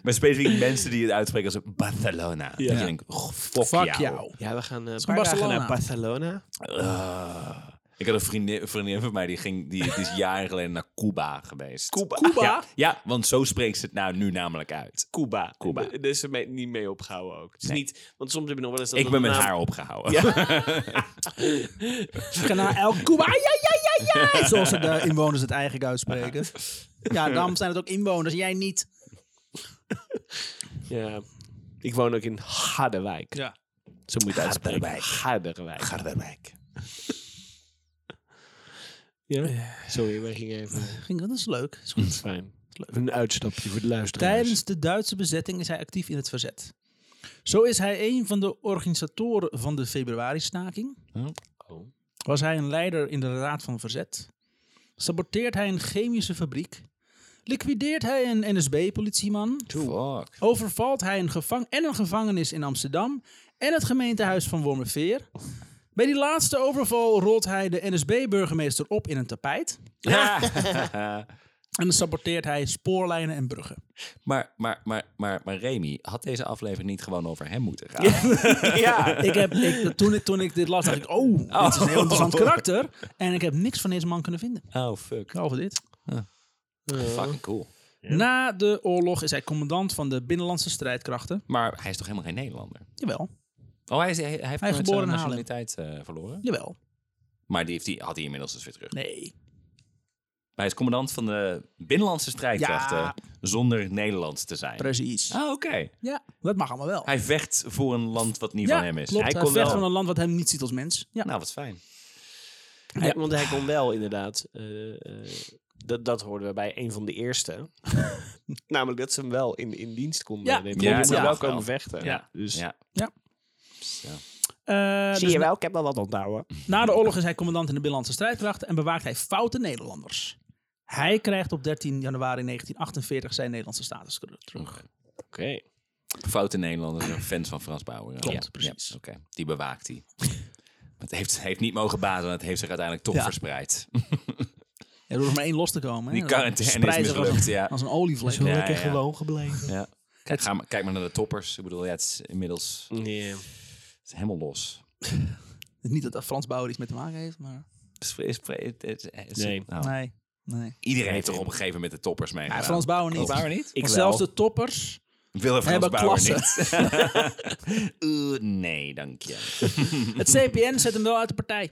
B: Maar specifiek mensen die het uitspreken als Barcelona. Ja. Dat je denkt, "Goh, fuck,
A: Fuck
B: jou.
A: jou.
C: Ja, we gaan eh
A: van
C: paar dagen
A: Barcelona.
C: naar Barcelona.
B: Ah. ik had een vriendin, een vriendin van mij, die, ging, die, die is jaren geleden naar Cuba geweest. Cuba?
A: Cuba?
B: Ja, ja, want zo spreekt ze het nou nu namelijk uit.
C: Cuba.
B: Cuba.
C: Daar is ze mee, niet mee opgehouden ook. Het is
B: Nee.
C: niet, want soms heb je nog wel eens... dat
B: Ik
C: de
B: ben met
C: naam-
B: haar opgehouden.
A: Ga naar El Cuba. Ja, ja, ja, ja. Zoals de inwoners het eigenlijk uitspreken. Ja, daarom zijn het ook inwoners. Jij niet.
C: Ja. Ik woon ook in Harderwijk.
A: Ja.
C: Zo moet je het uitspreken. Harderwijk.
B: Harderwijk.
C: Ja? Sorry, wij gingen even...
A: Ging, "Oh, dat is leuk. Is goed.
C: Fijn. Een uitstapje voor de luisteraars.
A: Tijdens de Duitse bezetting is hij actief in het verzet. Zo is hij een van de organisatoren van de februari-staking.
C: Oh.
A: Was hij een leider in de Raad van Verzet? Saboteert hij een chemische fabriek? Liquideert hij een NSB-politieman?
B: Fuck.
A: Overvalt hij een gevang en een gevangenis in Amsterdam en het gemeentehuis van Wormerveer? Bij die laatste overval rolt hij de NSB-burgemeester op in een tapijt. en dan saboteert hij spoorlijnen en bruggen.
B: Maar, maar, maar, maar, maar Remy, had deze aflevering niet gewoon over hem moeten gaan? Ja.
A: ik heb, ik, toen, ik, toen ik dit las, dacht ik, oh, dit is een heel interessant karakter. En ik heb niks van deze man kunnen vinden.
B: Oh, fuck.
A: Over dit.
B: Fucking cool.
A: Na de oorlog is hij commandant van de binnenlandse strijdkrachten.
B: Maar hij is toch helemaal geen Nederlander?
A: Jawel,
B: Oh, hij, is, hij, hij heeft
A: Hij is
B: nooit
A: geboren
B: zijn
A: in Haarlem.
B: nationaliteit eh, verloren.
A: jawel.
B: Maar die, heeft, die had hij inmiddels dus weer terug.
A: Nee.
B: Maar hij is commandant van de binnenlandse strijdkrachten
A: Ja.
B: zonder Nederlands te zijn.
A: Precies.
B: Ah, oké.
A: Ja, dat mag allemaal wel.
B: Hij vecht voor een land wat niet
A: ja,
B: van hem is.
A: Klopt, hij
B: Hij
A: komt
B: kon
A: vecht
B: wel.
A: van een land wat hem niet ziet als mens. Ja.
B: Nou, wat fijn.
C: Hij- Want hij kon wel inderdaad... eh, eh, dat, dat hoorden we bij een van de eerste. Namelijk dat ze hem wel in, in dienst konden
A: Ja,
C: nemen.
B: klopt,
C: Ja,
B: ja.
C: wel komen vechten. Dus
B: Ja.
A: Ja.
B: Zo.
A: Eh,
C: zie
A: dus
C: je wel, ik heb wel wat onthouden.
A: Na de oorlog is hij commandant in de binnenlandse strijdkrachten en bewaakt hij foute Nederlanders. Hij krijgt op 13 januari 1948 zijn Nederlandse status terug.
C: Oké.
B: Foute Nederlander, een fan van Frans Bauer.
A: Klopt,
B: ja.
A: precies.
B: Ja, Oké, die bewaakt hij. Het heeft, heeft niet mogen baten en het heeft zich uiteindelijk toch
A: Ja.
B: verspreid.
A: Er hoeft maar één los te komen. Hè?
B: Die quarantaine is
A: Spreiden als een-
B: mislukt, ja.
A: Als een olievlek.
B: Ja, lekker ja. gewoon
A: gebleven.
B: ja. Kijk, ga maar, kijk maar naar de toppers. Ik bedoel, ja, het is inmiddels
C: Ja.
B: het is helemaal los.
A: Niet dat dat Frans Bauer iets mee te maken heeft, maar...
B: Het is- het is- het is- het is-
C: Nee.
B: nou,
A: Nee, nee.
B: Iedereen heeft toch op een gegeven moment de toppers meegedaan.
A: Frans Bauer niet.
B: Frans Bauer niet?
A: Want
C: Ik
A: zelfs
C: wel.
A: de toppers
B: Willem Frans
A: hebben
B: Bauer
A: klassen.
B: niet. Oeh, Eh, nee, dank je.
A: Het CPN zet hem wel uit de partij.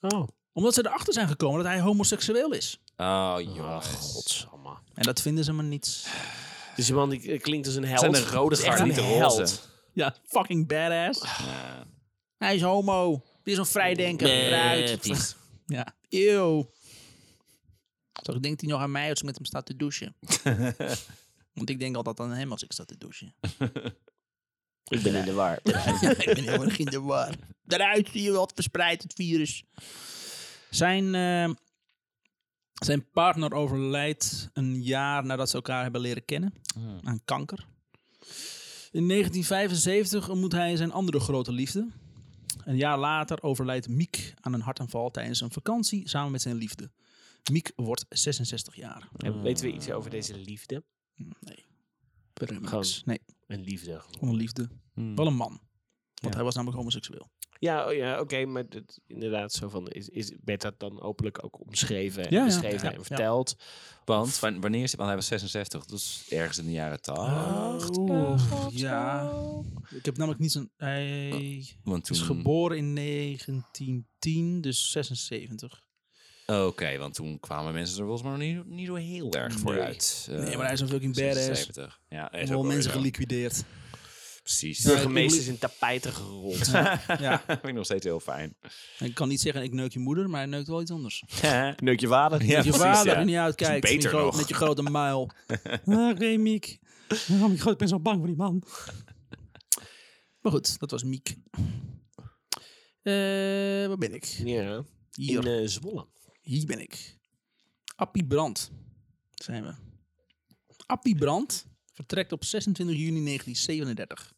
C: Oh.
A: Omdat ze erachter zijn gekomen dat hij homoseksueel is.
B: Oh,
A: Ah,
B: jongens.
C: Godsamme.
A: En dat vinden ze maar niets.
C: Dus die man die eh, klinkt als een held.
B: zijn de rode
C: Het is echt
B: garden,
C: een
B: niet de roze.
C: held.
A: Ja, fucking badass.
B: Ah.
A: Hij is homo. Die is een vrijdenker.
B: Eh,
A: Eruit. Ja. Eeuw. Toch denkt hij nog aan mij als ik met hem sta te douchen. Want ik denk altijd aan hem als ik sta te douchen.
C: Ik ben in de war.
A: ik ben heel erg in de war. Daaruit zie je wat verspreidt het virus. Zijn, eh, zijn partner overlijdt een jaar nadat ze elkaar hebben leren kennen aan kanker. In 1975 ontmoet hij zijn andere grote liefde. Een jaar later overlijdt Miek aan een hartaanval tijdens een vakantie samen met zijn liefde. Miek wordt 66 jaar.
C: En weten we iets over deze liefde?
A: Mm. Nee. Verder helemaal
C: Gewoon-
A: niks. Nee,
C: Een liefde.
A: onder liefde. Wel een man. Want hij was namelijk homoseksueel.
C: Ja, oh ja oké, maar dat, inderdaad, zo van, is, is, werd dat dan openlijk ook omschreven en
A: Ja, ja.
C: beschreven
A: Ja, ja.
C: en verteld?
B: Want wa- wanneer is hij? Want hij was 66, dus ergens in de jaren 80.
A: Ah. ja. Ik heb namelijk niet zo'n... Hij
B: Want toen,
A: is geboren in 1910, dus 76.
B: Oh, Oké, want toen kwamen mensen er volgens mij nog niet, niet zo heel erg voor uit. Eh,
A: nee, maar hij is natuurlijk in badass.
B: 76. Ja, hij is ook
A: Wel
B: wel
A: mensen
B: weer zo.
A: geliquideerd.
B: Precies.
A: Ja.
C: Burgemeesters in tapijten gerold.
A: ja.
B: vind ik nog steeds heel fijn.
A: Ik kan niet zeggen ik neuk je moeder, maar hij neukt wel iets anders.
C: Neuk je vader.
B: Ja,
A: Als je
B: precies,
A: vader
B: ja.
A: er niet uitkijkt
B: Dat is
A: met je,
B: beter
A: gro-
B: nog.
A: met je grote muil. ah, Remiek. Waarom ik groot ben zo bang voor die man. Maar goed, dat was Miek. Eh waar ben ik?
C: Ja, in
A: Hier,
C: eh, Zwolle.
A: hier ben ik. Appie Brand zijn we. Appie Brand vertrekt op 26 juni 1937.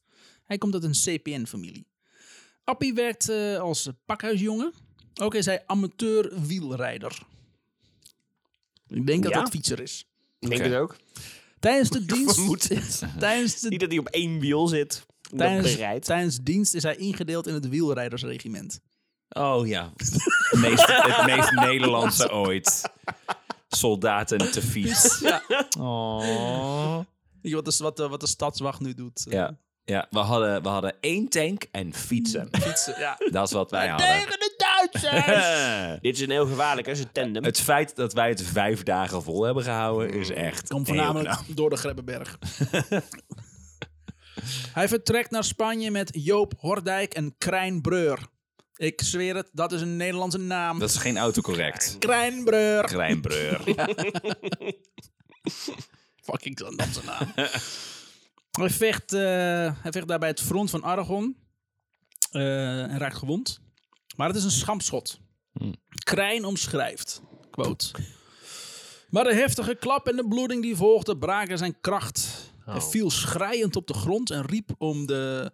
A: Hij komt uit een CPN-familie. Appie werkt eh, als pakhuisjongen. Ook is hij amateur wielrijder. Ik denk
C: Ja?
A: dat dat fietser is.
C: Ik denk
B: Oké.
C: het ook.
A: Tijdens de dienst...
C: vermoed
A: tijdens de
C: Niet dat hij op één wiel zit. Dat
A: Tijdens,
C: bereidt.
A: tijdens dienst is hij ingedeeld in het wielrijdersregiment.
B: Oh ja. Het meest, het meest Nederlandse ooit. Soldaten te fiets.
A: Ja.
B: Oh.
A: Weet je wat de, wat de, wat de stadswacht nu doet?
B: Ja. Ja, we hadden, we hadden één tank en fietsen.
A: Fietsen, ja.
B: Dat is wat wij hadden.
A: Tegen de Duitsers!
C: Dit is een heel gevaarlijk, hè? Zo'n tandem.
B: Het feit dat wij het vijf dagen vol hebben gehouden is echt.
A: Mm. Komt
B: heel
A: voornamelijk
B: knap.
A: door de Grebbeberg. Hij vertrekt naar Spanje met Joop Hordijk en Krijn Breur. Ik zweer het, dat is een Nederlandse naam.
B: Dat is geen autocorrect.
A: Krijn Breur.
B: Kleinbreur.
A: Fucking Nederlandse naam. hij, vecht, eh, hij vecht daarbij het front van Aragon. eh, en raakt gewond. Maar het is een schampschot. Krijn omschrijft, quote. Maar de heftige klap en de bloeding die volgde braken zijn kracht. Hij viel schreiend op de grond en riep om de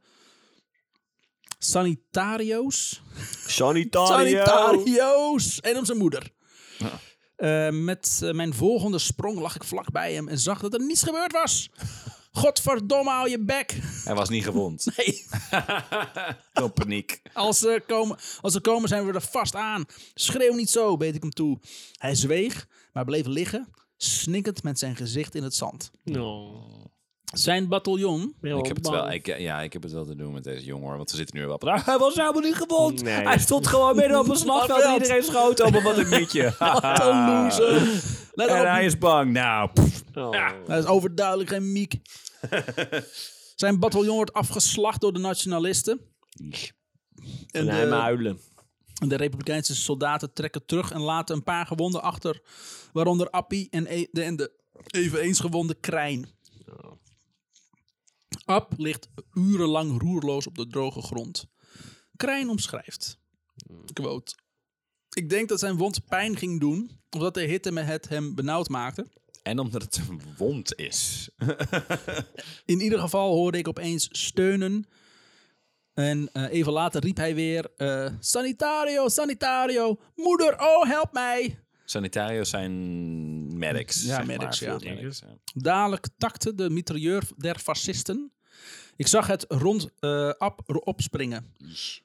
A: sanitario's,
C: Sanitario.
A: sanitario's en om zijn moeder. Eh, met eh, mijn volgende sprong lag ik vlak bij hem en zag dat er niets gebeurd was. Godverdomme, hou je bek.
B: Hij was niet gewond.
A: Nee.
B: Kom paniek.
A: Als ze, komen, als ze komen zijn we er vast aan. Schreeuw niet zo, beet ik hem toe. Hij zweeg, maar bleef liggen, snikkend met zijn gezicht in het zand. Oh,
C: No.
A: Zijn bataljon,
C: Oh,
B: Ik heb, het
A: Oh,
B: wel, ik, ja, ik heb het wel te doen met deze jongen hoor, want we zitten nu wel op. Ah, Hij was helemaal niet gewond.
C: Nee.
B: Hij stond gewoon midden op een slagveld en
A: Slagveld.
B: iedereen schoot op hem. Wat een mietje.
A: een loser. Let
B: Ah. en
A: op,
B: hij is bang. Nou, pff.
C: Oh.
A: Dat is overduidelijk geen miek. Zijn bataljon wordt afgeslacht door de nationalisten.
C: En hij
A: de-
C: maar huilen.
A: De Republikeinse soldaten trekken terug en laten een paar gewonden achter, waaronder Appie en, e- de, en de eveneens gewonde Krijn. App ligt urenlang roerloos op de droge grond. Krijn omschrijft, quote, ik denk dat zijn wond pijn ging doen, of dat de hitte me het hem benauwd maakte.
B: En omdat het een wond is.
A: In ieder geval hoorde ik opeens steunen. En eh, even later riep hij weer, eh, sanitario, sanitario, moeder, oh help mij.
B: Sanitariërs zijn medics.
A: Ja,
B: zeg
A: medics,
B: maar,
A: ja.
B: field medics, ja.
A: Dadelijk takte de mitrailleur der fascisten. Ik zag het rond eh Ab opspringen.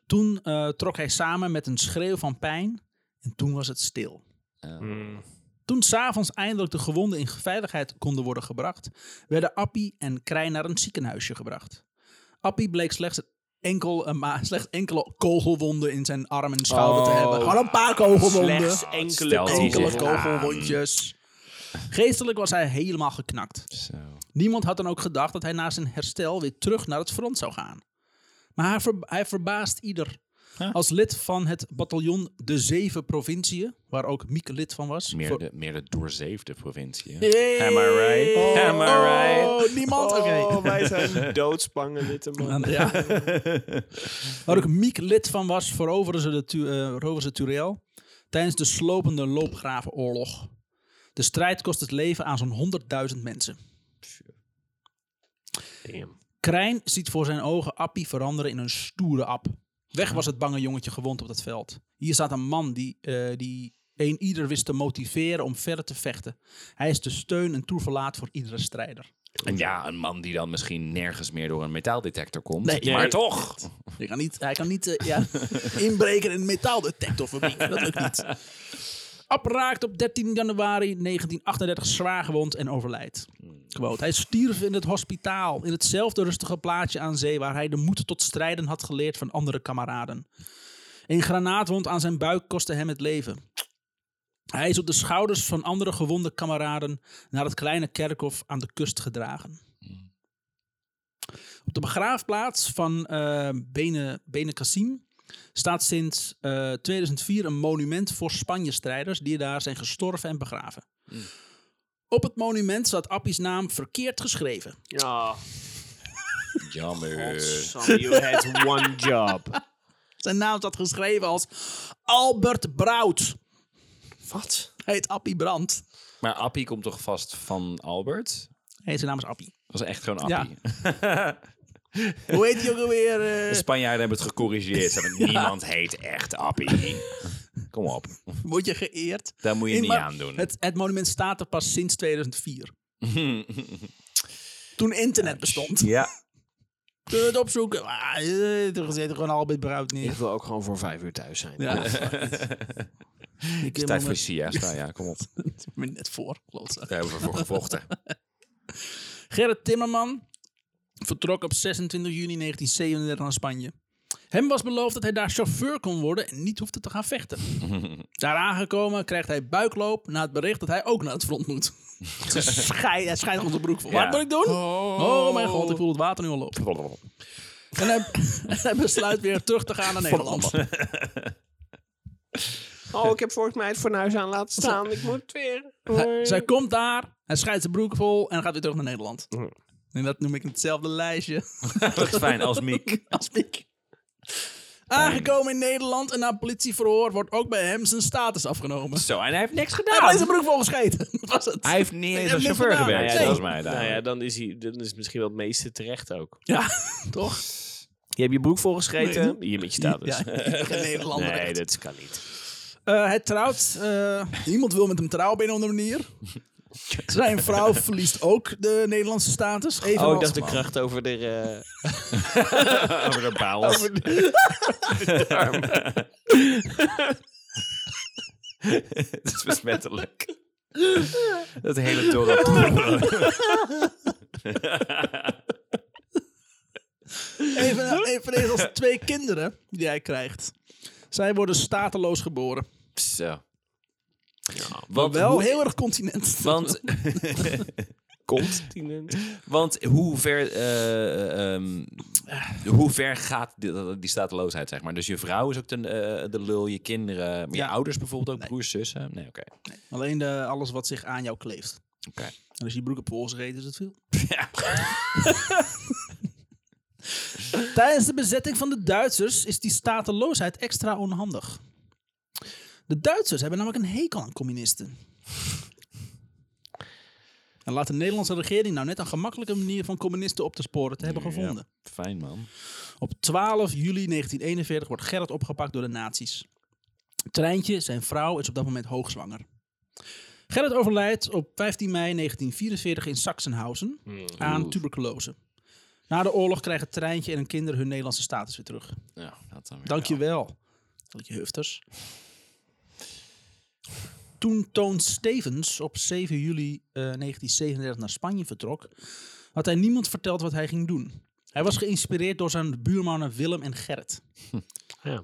A: Toen eh, trok hij samen met een schreeuw van pijn en toen was het stil.
C: Mm.
A: Toen s'avonds eindelijk de gewonden in veiligheid konden worden gebracht, werden Appie en Krij naar een ziekenhuisje gebracht. Appie bleek slechts, enkel, eh, ma- slechts enkele kogelwonden in zijn arm en schouder te
C: Oh.
A: hebben. Gewoon een paar kogelwonden.
C: Slechts enkele
B: stelt hij
C: kogels.
A: Enkele
B: zich
A: kogelwondjes. Geestelijk was hij helemaal geknakt.
B: Zo.
A: Niemand had dan ook gedacht dat hij na zijn herstel weer terug naar het front zou gaan. Maar hij, ver- hij verbaast ieder. Als lid van het bataljon De Zeven Provinciën, waar ook Mieke lid van was.
B: Meer
A: Voor-
B: de, meer de doorzeefde provincie. hè?
A: Hey!
B: Am I right? Am I right?
A: Oh, niemand? Oké.
C: Oh, wij zijn doodsbangen witte man.
A: Ja. Waar ook Miek lid van was, veroveren ze, de Tu- eh, veroveren ze Turiel tijdens de slopende loopgravenoorlog. De strijd kost het leven aan zo'n 100.000 mensen.
C: Damn.
A: Krijn ziet voor zijn ogen Appie veranderen in een stoere app. Weg was het bange jongetje gewond op dat veld. Hier staat een man die, eh, die een ieder wist te motiveren om verder te vechten. Hij is de steun en toeverlaat voor iedere strijder.
B: En ja, een man die dan misschien nergens meer door een metaaldetector komt.
A: Nee.
B: maar
A: Nee.
B: toch.
A: Hij kan niet, hij kan niet eh, ja, inbreken in een metaaldetectorfabriek. Dat lukt niet. App raakt op 13 januari 1938 zwaar gewond en overlijdt. Quote, hij stierf in het hospitaal, in hetzelfde rustige plaatsje aan zee... waar hij de moed tot strijden had geleerd van andere kameraden. Een granaatwond aan zijn buik kostte hem het leven. Hij is op de schouders van andere gewonde kameraden... naar het kleine kerkhof aan de kust gedragen. Op de begraafplaats van eh Bene, Bene Cassim staat sinds eh, 2004 een monument voor Spanje-strijders die daar zijn gestorven en begraven.
B: Hmm.
A: Op het monument staat Appie's naam verkeerd geschreven.
C: Ja, Eh.
B: Jammer.
C: son, you had one job.
A: Zijn naam staat geschreven als Albert Brout.
C: Wat?
A: Hij heet Appie Brandt.
B: Maar Appie komt toch vast van Albert?
A: Heet zijn naam is Appie.
B: Dat is echt gewoon Appie.
A: Hoe heet hij ook alweer? eh,
B: De Spanjaarden hebben het gecorrigeerd. Ze hebben, Niemand heet echt Appie. Kom op.
A: word je geëerd?
B: Daar moet je
A: Nee,
B: niet
A: maar
B: aan doen.
A: Het, het monument staat er pas sinds 2004. Toen internet bestond.
B: Ja.
A: Kunnen we het opzoeken? Ah, eh, er zit gewoon Albert Brout neer.
C: Ik wil ook gewoon voor vijf uur thuis zijn.
A: Ja.
B: Het is tijd voor siesta. Ja, kom op.
A: me net voor, klootzak.
B: Daar hebben we voor gevochten.
A: Gerrit Timmerman vertrok op 26 juni 1937 naar Spanje. Hem was beloofd dat hij daar chauffeur kon worden en niet hoefde te gaan vechten. daar aangekomen krijgt hij buikloop na het bericht dat hij ook naar het front moet. Schij, hij schijnt onze broek vol.
B: Ja.
A: Wat moet ik doen? Oh. mijn god, ik voel het water nu al lopen. En hij, hij besluit weer terug te gaan naar Nederland.
C: Oh, ik heb volgens mij het fornuis aan laten staan. Ik moet weer.
A: Hij- Zij komt daar, hij scheidt zijn broek vol en gaat weer terug naar Nederland. En dat noem ik hetzelfde lijstje.
B: Dat is fijn als Miek.
A: Als ik. Aangekomen in Nederland en na politieverhoor wordt ook bij hem zijn status afgenomen.
B: Zo, en hij heeft niks
A: Hij heeft
B: gedaan.
A: zijn broek volgescheten. Dat was het.
B: Hij heeft niet eens
A: heeft
B: als
A: niks
B: chauffeur
A: gedaan.
B: gewerkt,
A: Nee.
B: volgens mij. daar.
C: Nou ja, dan is, hij, dan is misschien wel het meeste terecht ook.
A: Ja, toch?
C: Je hebt je broek volgescheten. Hier met je status.
A: Ja,
B: Dus, eh,
A: geen Nederlander.
C: nee,
A: echt.
C: dat kan niet.
A: Eh, hij trouwt. eh, niemand wil met hem trouwen op een of andere manier. Zijn vrouw verliest ook de Nederlandse status. Even
C: Oh, ik dacht de kracht over de... eh,
B: Over de baals.
C: over de-
B: Het is besmettelijk. Dat hele dorp.
A: Even, even deze als twee kinderen die hij krijgt. Zij worden stateloos geboren.
B: Zo.
A: Maar
B: Want,
A: wel
B: hoe-
A: heel erg continent.
B: want,
C: Continent.
B: want hoe ver... eh, ehm, hoe ver gaat die, die stateloosheid, zeg maar? Dus je vrouw is ook de, eh, de lul, je kinderen... maar
A: Ja.
B: je ouders bijvoorbeeld ook, broers, zussen? Nee, oké.
A: Alleen de, alles wat zich aan jou kleeft.
B: Oké.
A: En als je broek op pols reed, is het veel. Tijdens de bezetting van de Duitsers is die stateloosheid extra onhandig. De Duitsers hebben namelijk een hekel aan communisten. En laat de Nederlandse regering nou net een gemakkelijke manier van communisten op te sporen te hebben gevonden.
B: Fijn, man.
A: Op 12 juli 1941 wordt Gerrit opgepakt door de nazi's. Treintje, zijn vrouw, is op dat moment hoogzwanger. Gerrit overlijdt op 15 mei 1944 in Sachsenhausen aan tuberculose. Na de oorlog krijgen Treintje en hun kinderen hun Nederlandse status weer terug.
B: Ja, dat dan weer.
A: Dankjewel. Dank je hufters. Toen Toon Stevens op 7 juli eh, 1937 naar Spanje vertrok, had hij niemand verteld wat hij ging doen. Hij was geïnspireerd door zijn buurmannen Willem en Gerrit.
C: Ja.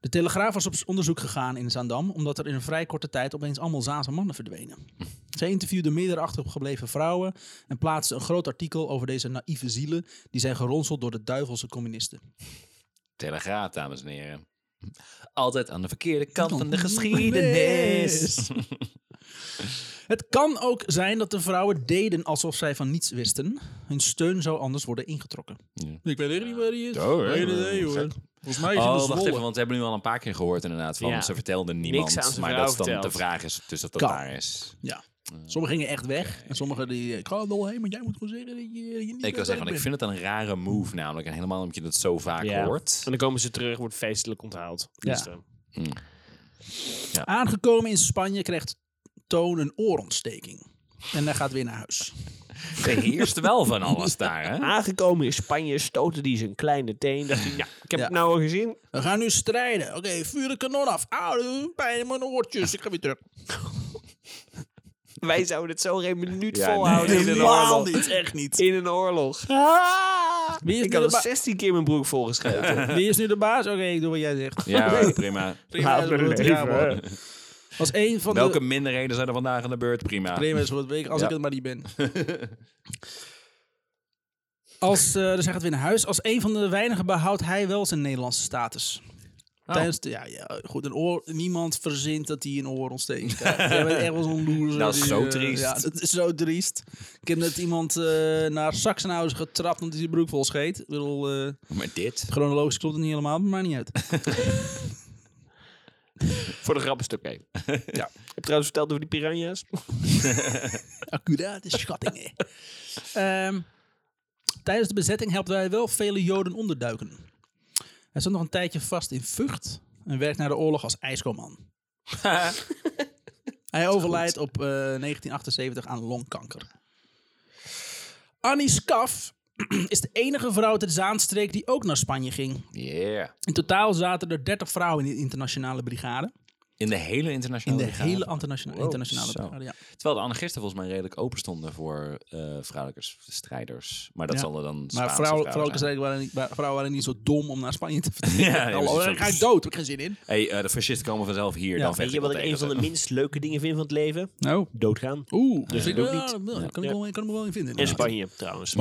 A: De Telegraaf was op onderzoek gegaan in Zaandam, omdat er in een vrij korte tijd opeens allemaal Zaanse mannen verdwenen. Zij interviewde meerdere achtergebleven vrouwen en plaatste een groot artikel over deze naïeve zielen die zijn geronseld door de duivelse communisten.
B: Telegraaf, dames en heren. Altijd aan de verkeerde kant van de geschiedenis.
A: Het kan ook zijn dat de vrouwen deden alsof zij van niets wisten. Hun steun zou anders worden ingetrokken. Ik weet echt niet waar hij is.
B: Ja, hoor.
A: Geen idee, hoor.
B: Gek.
A: Volgens mij is hij
B: Oh,
A: in
B: wacht
A: Zwolle.
B: even, want we hebben nu al een paar keer gehoord inderdaad van
C: Ja.
B: ze vertelden niemand.
C: aan zijn
B: maar
C: vrouw
B: dat is dan
C: verteld.
B: de vraag is dus of dat
A: Kan.
B: daar is.
A: Ja. Sommigen gingen echt weg. En sommigen die... eh, Ik ga er wel heen, maar jij moet gewoon zeggen dat je, dat je niet
B: Ik wil
A: wil
B: zeggen, want ik vind het een rare move namelijk. En helemaal omdat je dat zo vaak
C: Ja.
B: hoort.
C: En dan komen ze terug, wordt feestelijk onthaald. Dus,
A: Ja.
C: eh,
A: Aangekomen in Spanje krijgt Toon een oorontsteking. En hij gaat weer naar huis.
B: Er heerst wel van alles daar, hè?
C: Aangekomen in Spanje stoten die zijn kleine teen. Dacht hij, ja, ik heb
A: Ja.
C: het nou al gezien.
A: We gaan nu strijden. Oké, vuur de kanon af. Auw, dat doet pijn in mijn oortjes. Ik ga weer terug.
C: Wij zouden het zo geen minuut
B: Ja, nee.
C: volhouden in een
A: Helemaal
C: oorlog.
A: niet, echt niet.
C: In een oorlog.
A: Wie is, nu
C: Ik had
A: de,
C: al
A: ba-
C: 16 keer mijn broek volgescheten.
A: Wie is nu de baas? Oké, ik doe wat jij zegt.
B: Ja, hoor, prima.
A: Prima,
C: Laat me
A: dat wordt- ja,
C: leven.
A: man. Als een van
B: Welke
A: de
B: minderheden zijn er vandaag aan de beurt? Prima.
A: problemen is voor het week, als
B: Ja.
A: ik het maar niet ben. Als, eh dus hij gaat weer naar huis. Als een van de weinigen behoudt hij wel zijn Nederlandse status.
B: Oh.
A: Tijdens de, ja, ja, goed, een oor, niemand verzint dat hij een oorontsteking krijgt. Jij bent echt wel zo'n loser.
B: Dat is
A: die,
B: zo
A: eh,
B: triest.
A: Ja, dat is zo triest. Ik heb net iemand eh, naar Sachsenhausen getrapt omdat hij zijn broek vol scheet. Ik bedoel, eh,
B: Maar dit?
A: chronologisch klopt het niet helemaal, maar maakt niet uit.
C: Voor de grap is het oké. Ja. Ik heb trouwens verteld over die piranha's.
A: accurate schattingen. Ehm, tijdens de bezetting helpten wij wel vele Joden onderduiken. Hij zat nog een tijdje vast in Vught en werkte na de oorlog als ijskoman. Hij overlijdt op eh, 1978 aan longkanker. Annie Skaf is de enige vrouw uit de Zaanstreek die ook naar Spanje ging.
B: Yeah.
A: In totaal zaten er 30 vrouwen in de internationale brigade.
B: In de hele
A: In
B: internationale
A: de
B: Oh, brigade.
A: hele internationale,
B: Wow,
A: internationale
B: zo.
A: brigade, ja.
B: Terwijl de anarchisten volgens mij redelijk open stonden voor eh vrouwelijke s- strijders. Maar dat
A: Ja.
B: zal er dan
A: Maar vrouwen,
B: Spaanse vrouwen
A: vrouwelijke
B: zijn.
A: strijken waren niet, wa- vrouwen waren niet zo dom om naar Spanje te vertrekken.
B: Ja, ja,
A: Hallo,
B: precies.
A: dan ga ik dood. Heb ik geen zin in.
B: hey, eh, de fascisten komen vanzelf hier,
A: Ja,
B: dan vecht
C: Weet je
B: ik
C: wat
B: wel
C: ik
B: tegen
C: een van de
B: ze.
C: minst leuke dingen vind van het leven?
A: Nou.
C: Doodgaan.
A: Oeh. Dus
C: ik ook niet.
A: Ja, kan, ik
C: Ja.
A: wel, ik kan me wel in vinden.
C: En
A: inderdaad.
C: Spanje trouwens.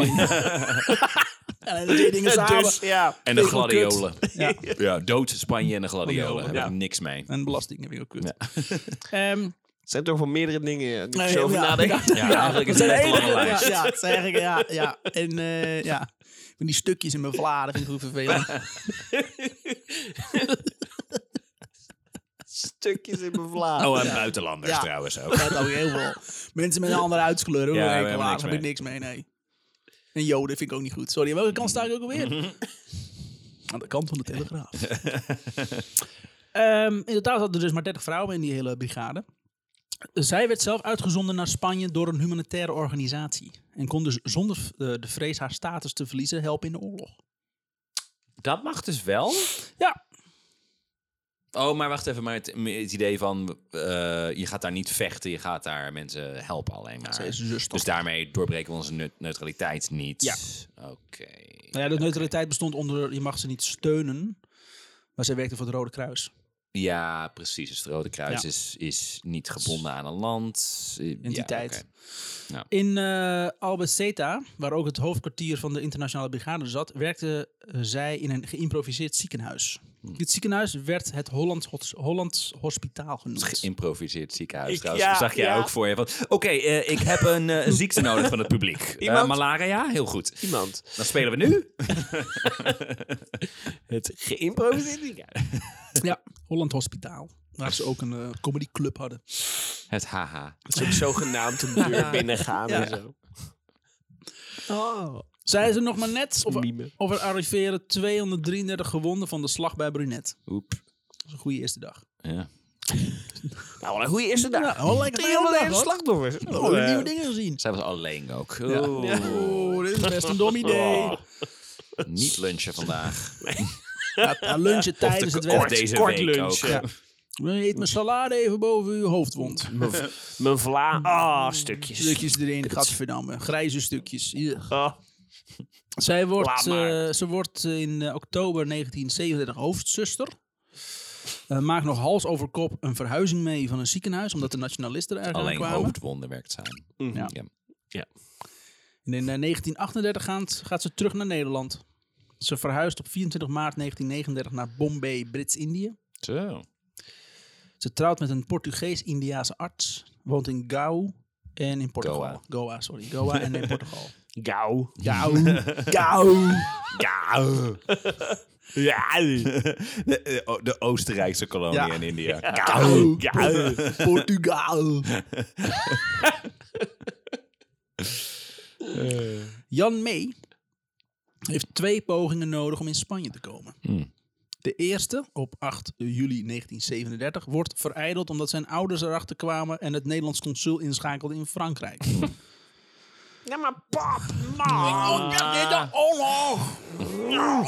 A: Ja, de twee dingen samen.
C: Dus, ja.
B: En de
A: Vind ik wel kut.
B: gladiolen.
A: Ja.
B: Ja, dood Spanje en de gladiolen. Daar
C: Ja.
B: heb ik niks mee.
A: En belasting heb ik ook kut.
B: Ja.
A: Ehm,
C: Het zijn toch wel meerdere dingen die ik
A: nee,
C: zo over
A: ja,
C: nadenk.
A: ja, ja.
B: eigenlijk is
A: Dat
B: het
A: zijn
B: een best lange
A: enige-
B: lijst.
A: Ja, ja, het zijn eigenlijk, ja, ja. En eh, ja, Ik vind die stukjes in mijn vladen vind ik goed vervelend.
C: Stukjes in mijn vlaag.
B: Oh, en buitenlanders
A: Ja.
B: trouwens ook.
A: Dat ook heel veel. Mensen met een andere huidskleur, hoor.
B: Ja,
A: Ja,
B: we hebben niks
A: heb ik niks mee, nee. En joden vind ik ook niet goed. Sorry, aan welke kant sta ik ook
B: Mhm.
A: alweer? Aan de kant van de telegraaf. Ehm, in totaal zaten er dus maar 30 vrouwen in die hele brigade. Zij werd zelf uitgezonden naar Spanje door een humanitaire organisatie. En kon dus zonder eh, de vrees haar status te verliezen helpen in de oorlog.
B: Dat mag dus wel.
A: Ja,
B: Oh, maar wacht even. Maar het, het idee van eh, je gaat daar niet vechten, je gaat daar mensen helpen alleen maar.
A: ze is zus toch?
B: dus daarmee doorbreken we onze neu- neutraliteit niet.
A: Ja.
B: Oké.
A: Nou ja, de neutraliteit bestond onder je mag ze niet steunen. Maar zij werkte voor het Rode Kruis.
B: Ja, precies. Dus het Rode Kruis
A: Ja.
B: is, is niet gebonden aan een land. Eh, ja,
A: Entiteit.
B: oké.
A: In eh Albaceta, waar ook het hoofdkwartier van de internationale brigade zat, werkte eh, zij in een geïmproviseerd ziekenhuis.
B: Hmm.
A: Dit ziekenhuis werd het Hollands, Hos- Hollands Hospitaal genoemd.
B: Geïmproviseerd ziekenhuis
C: Ik-
B: dus trouwens.
C: ja,
B: Zag jij
C: ja.
B: ook voor je. van, Oké, eh, ik heb een eh, ziekte nodig van het publiek. Eh,
C: Iemand?
B: malaria? Heel goed.
C: Iemand.
B: Dan spelen we nu.
C: Het geïmproviseerd ziekenhuis.
A: Ja, Holland Hospitaal. Waar ze ook een eh, comedyclub hadden.
B: Het haha.
C: Dat is ook zogenaamd een deur binnengaan
A: Ja.
C: en zo. Oh.
A: Zij ze nog maar net of,
C: Mime.
A: of er arriveren 233 gewonden van de slag bij Brunet.
B: Oep.
A: Dat is een goede eerste dag.
B: Ja.
C: Nou, wat een goede eerste dag.
A: Nou, oh, lekker een dag, hoor.
C: slachtoffers.
A: Oh, we hebben
C: eh,
A: nieuwe dingen gezien.
B: Zij was alleen ook.
A: Ja.
B: Oeh.
A: Oeh, dit is best een dom idee.
B: Oh. Niet lunchen vandaag.
A: Ja, ja, lunchen tijdens het werk.
B: Of deze
C: kort
B: week
C: lunchen.
B: ook.
A: Ja. Eet mijn salade even boven uw hoofdwond.
C: Mijn vla... Ah, stukjes.
A: Stukjes erin, gadverdamme. Grijze stukjes. Ugh.
C: Ah,
A: Zij wordt,
C: Laat maar.
A: eh, ze wordt in eh, oktober 1937 hoofdzuster. Eh, maakt nog hals over kop een verhuizing mee van een ziekenhuis, omdat de nationalisten er eigenlijk
B: Alleen
A: aan kwamen.
B: hoofdwonden werkt samen.
A: Ja.
B: Ja.
A: En in eh, 1938 gaat, gaat ze terug naar Nederland. Ze verhuisd op 24 maart 1939 naar Bombay, Brits-Indië.
B: Zo.
A: Ze trouwt met een Portugees-Indiaanse arts, woont in Gao en in Portugal.
B: Goa.
A: Goa, sorry. Goa en in Portugal.
C: Gauw.
A: Gao.
C: Gauw. Gauw.
B: De, eh, o- de Oostenrijkse kolonie
A: Ja.
B: in India.
C: Gauw. Gauw.
A: Portugal. Eh. Jan May heeft twee pogingen nodig om in Spanje te komen. De eerste, op 8 juli 1937, wordt vereideld omdat zijn ouders erachter kwamen en het Nederlands consul inschakelde in Frankrijk.
C: Ja, maar pap,
A: Oh,
C: man.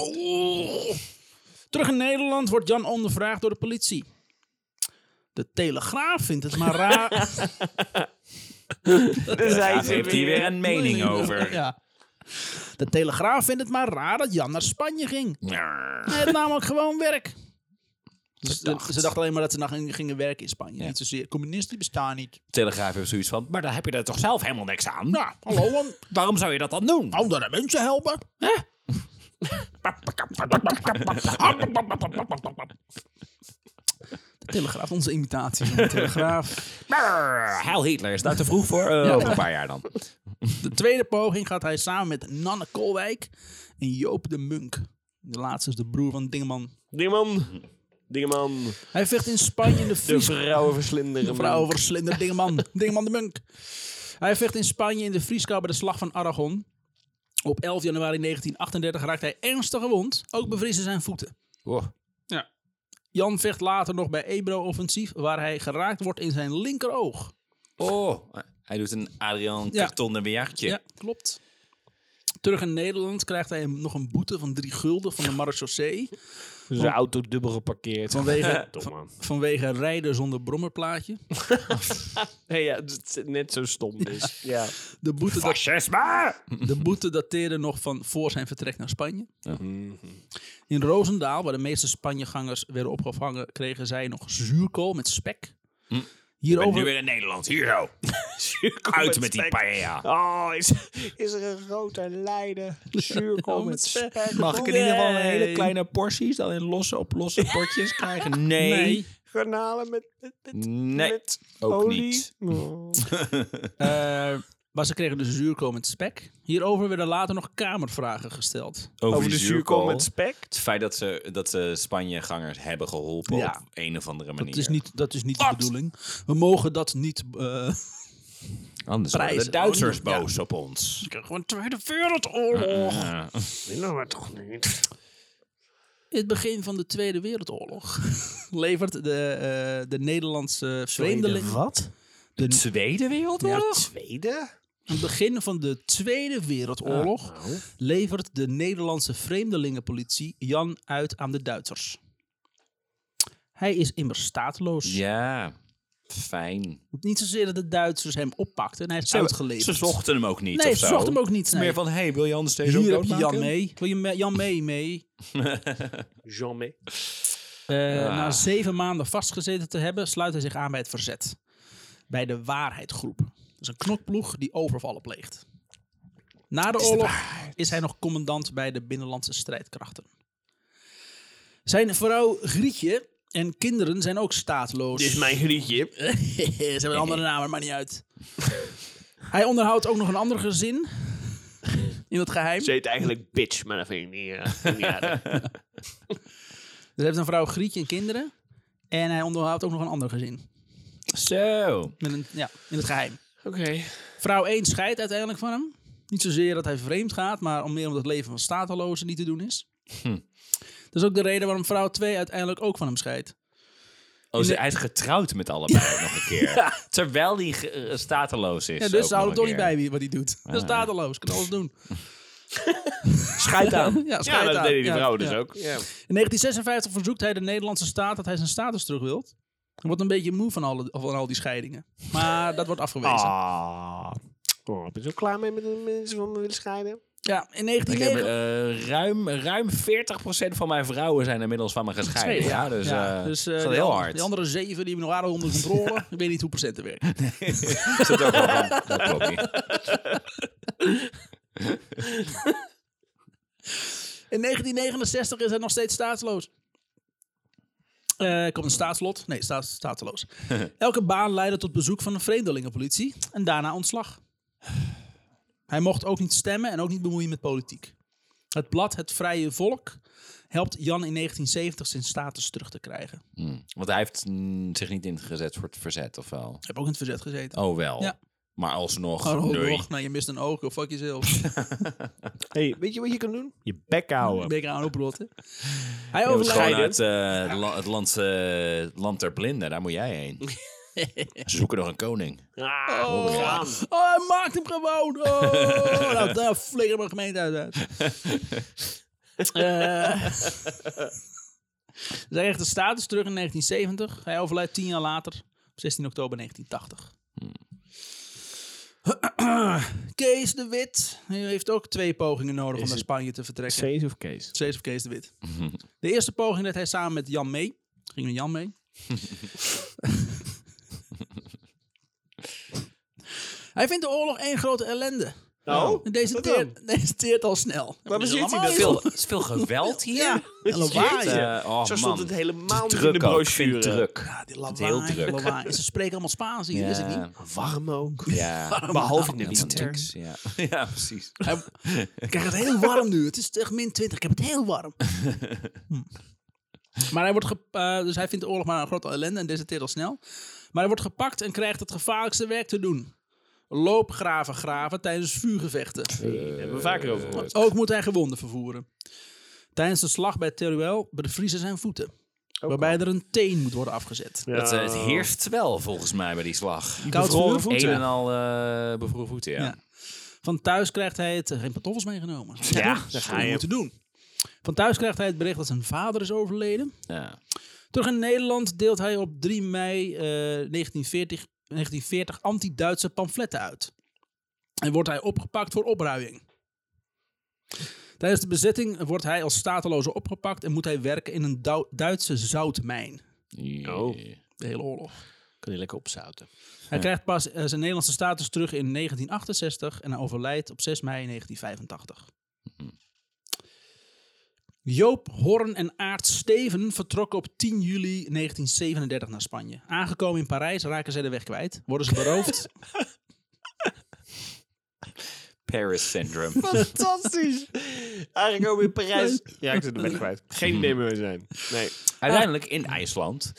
A: Terug in Nederland wordt Jan ondervraagd door de politie. De Telegraaf vindt het maar raar.
C: Daar zijn
B: Daar
C: ze
B: heeft hij weer een mening over.
A: Ja. De Telegraaf vindt het maar raar dat Jan naar Spanje ging. Hij had namelijk gewoon werk. Dus de- ze dachten alleen maar dat ze nog in- gingen werken in Spanje. Niet zozeer. Communisten bestaan niet.
B: Telegraaf heeft zoiets van, maar daar heb je daar toch zelf helemaal niks aan?
A: Ja, hallo, Oh, man.
B: Waarom zou je dat dan doen?
A: andere mensen helpen. De Telegraaf, onze imitatie van de Telegraaf.
B: Heil Hitler is daar te vroeg voor. Eh, Over een paar jaar dan.
A: De tweede poging gaat hij samen met Nanne Kolwijk en Joop de Munk. De laatste is de broer van Dingeman.
C: Dingeman. Dingeman.
A: Hij vecht in Spanje in de
C: De
A: Friese
C: vrouwen verslinderen.
A: Vrouw over slinder Dingeman. Dingeman de Munk. Hij vecht in Spanje in de Frieskou bij de Slag van Aragon. Op 11 januari 1938 raakt hij ernstig gewond. Ook bevriezen zijn voeten.
B: Oh,
A: Jan vecht later nog bij Ebro-offensief, waar hij geraakt wordt in zijn linkeroog.
B: Oh, hij doet een Adrian
A: Ja.
B: kartonnen bejaardje.
A: Ja, klopt. Terug in Nederland krijgt hij hem nog een boete van drie gulden van de marechaussee.
C: Zijn auto dubbel geparkeerd.
A: Vanwege,
C: Dom, man.
A: vanwege rijden zonder brommerplaatje.
C: Nee, ja, dat is net zo stom dus. Ja.
A: De boete, dat- de boete dateerde nog van voor zijn vertrek naar Spanje. In Roosendaal, waar de meeste Spanjegangers werden opgevangen, kregen zij nog zuurkool met spek.
B: En nu
A: Hierover,
B: weer in Nederland. Hier zo. Uit met die paella.
C: Oh, is, is er een grote leider zuurkool Oh, met spek?
B: Mag
A: Oh,
B: ik in ieder geval
C: eh,
B: een hele kleine porties dan in losse op losse potjes krijgen? Nee.
A: Nee.
C: Granalen met, met, met
B: Nee.
C: Met
B: Ook
C: olie?
B: niet.
C: Oh.
A: eh, maar ze kregen dus zuurkool met spek. Hierover werden later nog kamervragen gesteld.
C: Over de zuurkool met
B: Het
C: spek?
B: feit dat ze, dat ze Spanje-gangers hebben geholpen
A: Ja.
B: op een of andere manier.
A: Dat is niet, dat is niet de bedoeling. We mogen dat niet... eh,
B: Anders worden de
A: prijzen.
B: Duitsers
A: Oh, ja.
B: boos op ons.
A: Gewoon Tweede Wereldoorlog.
C: Nou, maar toch niet.
A: Het begin van de Tweede Wereldoorlog levert de, eh, de Nederlandse vreemdeling...
C: Wat?
A: De,
B: Tweede Wereldoorlog?
C: Tweede?
A: het begin van de Tweede Wereldoorlog
B: Ah, nou.
A: levert de Nederlandse vreemdelingenpolitie Jan uit aan de Duitsers. Hij is immers staatloos.
B: Ja. Fijn.
A: Niet zozeer dat de Duitsers hem oppakten. Hij is uitgeleverd.
B: Ze zochten hem ook niet
A: Nee,
B: of
A: ze
B: zo.
A: zochten hem ook niet, nee.
B: Meer van, hey, wil je anders deze ook
A: Hier heb je
B: doodmaken?
A: Jan mee. Wil je me- Jan mee mee?
C: Jamais.
A: Eh, Na zeven maanden vastgezeten te hebben, sluit hij zich aan bij het verzet. Bij de Waarheidgroep. Dat is een knokploeg die overvallen pleegt. Na de oorlog is hij nog commandant bij de Binnenlandse Strijdkrachten. Zijn vrouw Grietje en kinderen zijn ook staatloos.
C: Dit is mijn grietje.
A: Ze hebben een andere naam, maar maakt niet uit. hij onderhoudt ook nog een ander gezin. In het geheim.
C: Ze heet eigenlijk bitch, maar dat vind ik niet, eh, vind ik niet aardig.
A: Dus hij heeft een vrouw Grietje en kinderen. En hij onderhoudt ook nog een ander gezin.
B: Zo.
A: Met een, ja, in het geheim.
C: Oké.
A: Vrouw 1 scheidt uiteindelijk van hem. Niet zozeer dat hij vreemd gaat, maar om meer om het leven van statelozen niet te doen is.
B: Hm.
A: Dat is ook de reden waarom vrouw 2 uiteindelijk ook van hem scheidt.
B: Oh, ze, hij is getrouwd met allebei nog een keer. Terwijl hij ge- eh, stateloos is.
A: Ja,
B: ook
A: dus ze
B: nog
A: houden
B: een
A: toch niet
B: keer.
A: bij wie wat hij doet. Dat
B: Ah.
A: is stateloos, kan alles doen.
C: Schijt aan.
A: Ja, schijt
C: ja dat
A: aan.
C: deden die
A: Ja,
C: vrouwen dus
A: ja.
C: ook. Ja.
A: In 1956 verzoekt hij de Nederlandse staat dat hij zijn status terug wilt. Hij wordt een beetje moe van, alle, van al die scheidingen. Maar dat wordt afgewezen.
C: Ah. Oh, ben je zo klaar mee met de mensen van me willen scheiden?
A: Ja, in
B: Ik heb
A: 1990...
B: eh, ruim, ruim 40% van mijn vrouwen zijn inmiddels van me gescheiden. Ja, dus,
A: Ja,
B: eh,
A: dus, eh,
B: dat is
A: die
B: heel
A: an-
B: hard.
A: Die andere zeven die we nog hadden onder controle. Ik weet niet hoe procenten werken.
B: Is dat ook wel van- dat klopt niet.
A: In 1969 is hij nog steeds staatsloos. Eh komt een staatslot. Nee, staats, stateloos. Elke baan leidde tot bezoek van een vreemdelingenpolitie en daarna ontslag. Hij mocht ook niet stemmen en ook niet bemoeien met politiek. Het blad Het Vrije Volk helpt Jan in 1970 zijn status terug te krijgen.
B: Want hij heeft mm, zich niet ingezet voor het verzet, of wel?
A: Ik heb ook in het verzet gezeten.
B: Oh, wel.
A: Ja.
B: Maar alsnog,
A: Oh, oh,
B: nee.
A: wacht, nou, je mist een oog. oh, Fuck jezelf.
C: hey, weet je wat je kan doen? Je bek houden.
A: Ben ik aan oprotten. Hij
B: Je moet gewoon
A: overlijdt.
B: uit eh, het la- het land, eh, het land der blinden, daar moet jij heen. Ze zoeken nog een koning.
C: Ah, gaan.
A: Oh, hij maakt hem gewoon. Oh, nou, daar flikker mijn gemeente uit. uit. Eh, Zij kreeg de status dus terug in 1970. Hij overlijdt tien jaar later, op 16 oktober 1980. Kees de Wit heeft ook twee pogingen nodig om naar Spanje te vertrekken.
C: Safe of case?
A: Steeds of Kees de Wit. De eerste poging deed hij samen met Jan mee. Ging met Jan mee. hij vindt de oorlog één grote ellende.
C: Oh,
A: En Deze teert, deze teert al snel. Maar
C: waar zit hij
B: Het
C: dan?
B: is veel, het is veel geweld hier.
A: Ja, en lawaai.
C: Jeetje.
B: Eh, oh,
C: Zo
B: man.
C: stond het helemaal niet in de
B: druk ook. Ik
C: brochure.
B: vind het druk.
A: Ja, die lawaai,
B: heel druk.
A: lawaai. En Ze spreken allemaal Spaans hier, is het niet?
B: Ja,
C: Warm ook.
B: ja.
C: Behalve in de
B: Helemaal
C: winter.
B: niks, Ja. ja, precies.
A: Hij, ik krijg het heel warm nu. Het is echt min 20. Ik heb het heel warm. Hm. Maar hij wordt ge- eh, dus hij vindt de oorlog maar een grote ellende en deserteert al snel. Maar hij wordt gepakt en krijgt het gevaarlijkste werk te doen. Loopgraven graven tijdens vuurgevechten.
C: Daar hebben we vaker over gehoord.
A: Ook moet hij gewonden vervoeren. Tijdens de slag bij Teruel bevriezen zijn voeten. waarbij er een teen moet worden afgezet.
B: Dat, eh, het heerst wel, volgens mij, bij die slag.
A: Koud
C: bevroren
A: vuur?
C: voeten.
B: Een en al eh bevroren voeten, ja.
A: Ja. Van thuis krijgt hij het... eh, Geen pantoffels meegenomen.
C: Ja,
A: dat
C: daar
A: ga
C: ga
A: je
C: je.
A: moeten doen. Van thuis krijgt hij het bericht dat zijn vader is overleden.
B: ja.
A: Terug in Nederland deelt hij op 3 mei eh, 1940, 1940 anti-Duitse pamfletten uit. En wordt hij opgepakt voor opruiing. Tijdens de bezetting wordt hij als stateloze opgepakt en moet hij werken in een Dou- Duitse zoutmijn.
B: Oh.
A: De hele oorlog.
C: Kan je lekker opzouten.
A: Hij krijgt pas eh, zijn Nederlandse status terug in 1968 en hij overlijdt op 6 mei 1985. Mhm. Joop Horn en Aart Steven vertrokken op 10 juli 1937 naar Spanje. Aangekomen in Parijs raken zij de weg kwijt, worden ze beroofd.
B: Paris syndrome.
C: Fantastisch. Eigenlijk ook in Parijs. Ja, ik zit er weg kwijt. Geen idee meer waar we zijn. Nee.
B: Uiteindelijk in IJsland.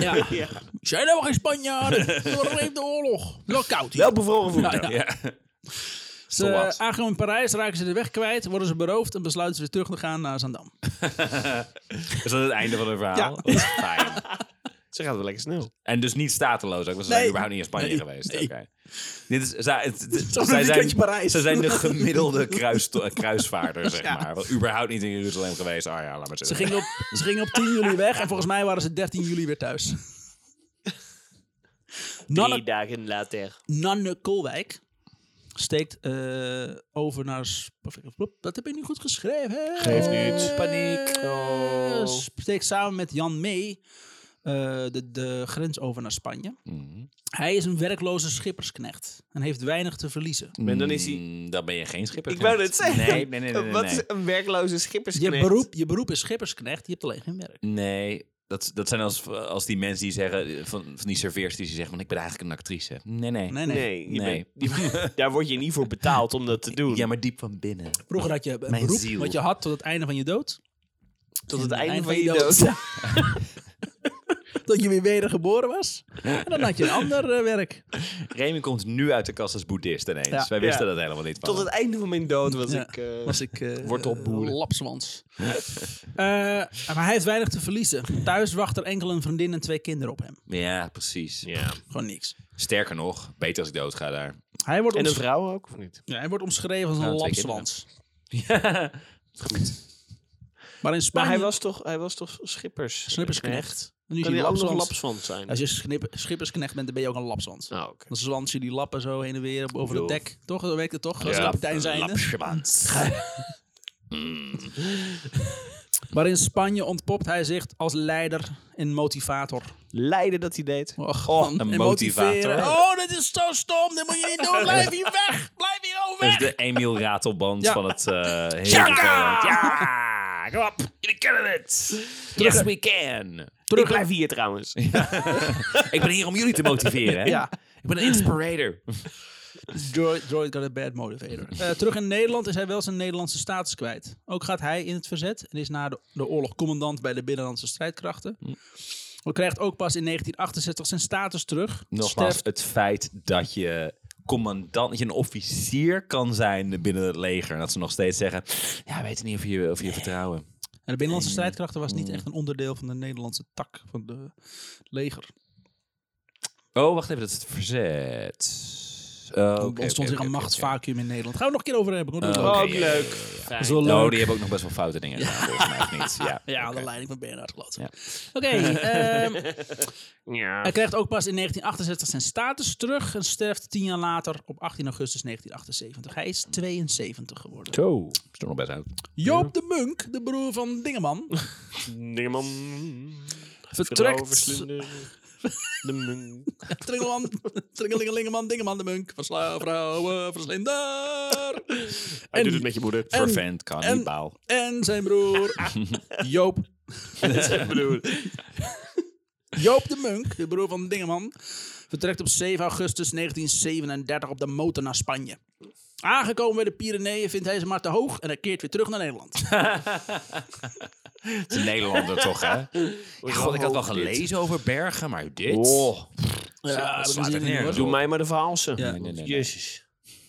A: ja.
C: Ja.
A: Zijn helemaal geen Spanjaarden? Door een de oorlog. Wel koud hier.
C: Wel bevroren voeten.
A: Ja.
B: Ja.
A: Ze, eh, aangekomen in Parijs raken ze de weg kwijt, worden ze beroofd en besluiten ze weer terug te gaan naar Zandam.
B: Is dat het einde van het verhaal?
A: Ja.
B: Dat is fijn.
C: Ze gaat wel lekker snel.
B: En dus niet stateloos ook, want ze zijn
A: Nee.
B: überhaupt niet in Spanje
A: Nee.
B: geweest.
A: Nee.
B: Oké. Dit is, zij, het- het-
A: een
B: zij
A: weekendje
B: zijn,
A: Parijs.
B: ze zijn de gemiddelde kruis, kruisvaarder, zeg maar. Wel, überhaupt niet in Jeruzalem geweest. Ah ja, laat maar
A: Ze
B: zitten.
A: gingen, op, ze gingen op 10 juli weg en volgens mij waren ze 13 juli weer thuis. Nanne,
C: dagen later.
A: Nanne Koolwijk steekt eh, over naar... S- Dat heb ik niet goed geschreven.
C: Geeft niet.
A: Paniek.
C: Oh.
A: Steekt samen met Jan mee eh, de, de grens over naar Spanje. Hij is een werkloze schippersknecht en heeft weinig te verliezen.
C: En dan is hij...
B: Mm, Dan ben je geen schipper.
C: Ik wou net zeggen.
B: Nee, nee, nee. nee, nee,
C: Wat
B: nee.
C: is een werkloze
A: Je
C: schippersknecht?
A: beroep, je beroep is schippersknecht, je hebt alleen geen werk.
B: Nee, dat, dat zijn als, als die mensen die zeggen, van, van die serveers die ze zeggen, van ik ben eigenlijk een actrice. Nee, nee.
A: Nee, nee.
C: Nee, je
B: Nee.
C: bent- je- daar word je niet voor betaald om dat te doen.
B: Ja, maar diep van binnen.
A: Vroeger had je een
B: Mijn
A: beroep
B: ziel.
A: wat je had tot het einde van je dood.
C: Tot het
A: En
C: einde van je dood.
A: dat je weer wedergeboren was. En dan had je een ander eh, werk.
B: Remy komt nu uit de kast als boeddhist ineens.
A: Ja.
B: Wij wisten
C: Ja.
B: dat helemaal niet van
C: Tot het
B: hem.
C: einde van mijn dood was
A: Ja.
C: ik... eh,
A: Was ik eh,
C: Wortelboer.
A: lapswans. Eh, maar hij heeft weinig te verliezen. Thuis wacht er enkel een vriendin en twee kinderen op hem.
B: Ja, precies.
C: ja.
A: Gewoon niks.
B: Sterker nog, beter als ik doodga daar.
A: Hij wordt,
C: En een
A: omsch-
C: vrouw ook, of niet?
A: ja, hij wordt omschreven als een
B: Ja, twee
A: lapswans. Maar in
C: Maar
A: Spanje...
C: hij was toch, hij was toch schippers...
A: snippersknecht. En nu is
C: Kan
A: hij
C: hij ook nog
A: lapswans.
C: lapsvand zijn?
A: Als je snip- schippersknecht bent, dan ben je ook een lapswans.
C: Nou, oké.
A: Dan zwans je die lappen zo heen en weer over het
C: Joh.
A: dek. Toch? Dat werkt het toch? Als kapitein zijnde.
B: Lapsjebans.
A: Maar in Spanje ontpopt hij zich als leider en motivator.
C: Leiden dat hij deed.
A: Och,
B: Oh,
A: man.
B: een
A: En
B: motivator.
A: motiveren. Oh, dit is zo stom. Dit moet je niet doen. Blijf hier weg. Blijf hier over.
B: Dat is de Dus Emiel Ratelband
A: Ja.
B: van het... eh, heel
A: Tjaka!
B: vervelend. Ja!
C: Ja, kom op. Jullie kunnen het.
B: Yes, we can.
C: ik blijf hier trouwens.
B: Ik ben hier om jullie te motiveren. Hè?
A: Ja.
B: Ik ben een inspirator.
A: Droid, droid got a bad motivator. Eh, terug in Nederland is hij wel zijn Nederlandse status kwijt. Ook gaat hij in het verzet en is na de, de oorlog commandant bij de Binnenlandse strijdkrachten. Hij krijgt ook pas in 1968 zijn status terug.
B: Nogmaals,
A: Sterft-
B: het feit dat je commandant, dat je een officier kan zijn binnen het leger. En dat ze nog steeds zeggen, ja, we weten niet of je, of je vertrouwen.
A: En de Binnenlandse
B: eh,
A: strijdkrachten was
B: mm.
A: niet echt een onderdeel van de Nederlandse tak van de leger.
B: Oh, wacht even, dat is het verzet. Oh, oké,
A: Er
B: oké,
A: ontstond zich
B: oké,
A: een
B: oké,
A: machtsvacuum in Nederland. Gaan we nog een keer over hebben. hoor.
B: oké.
A: Doe
B: Oh,
A: het
B: oké, ja, ja, ja.
A: wel
B: Oh,
A: leuk.
B: die hebben ook nog best wel foute dingen gedaan, volgens mij, of
E: Ah,
B: niet? Ja,
A: Ja,
B: oké.
A: de leiding van Bernhard geloof ik.
B: Ja.
A: Oké, ehm,
C: Ja.
A: hij krijgt ook pas in 1968 zijn status terug en sterft tien jaar later op 18 augustus 1978. Hij is 72 geworden.
B: Zo, is toch nog best oud.
A: Joop de Munk, de broer van Dingeman,
C: Dingeman.
A: vertrekt.
C: De munk.
A: Tringeman, Tringelingelingeman, Dingeman de Munk, versla vrouwen, verslinder.
C: Hij doet
A: En,
C: het met je moeder.
A: En-
B: Vervent, kannibaal.
A: en zijn broer Joop.
C: Ik bedoel,
A: Joop de Munk, de broer van Dingeman, vertrekt op 7 augustus 1937 op de motor naar Spanje. Aangekomen bij de Pyreneeën vindt hij ze maar te hoog en hij keert weer terug naar Nederland.
B: Het is een Nederlander toch, hè? Ja, God, ik had wel gelezen over bergen, maar dit...
C: Oh,
A: Ja,
B: dat
A: dat
B: slaat
A: is
B: er
A: niet
B: nergens
C: doe
B: op.
C: mij maar de valse.
B: Nee, nee, nee, nee.
C: Oh, Jezus.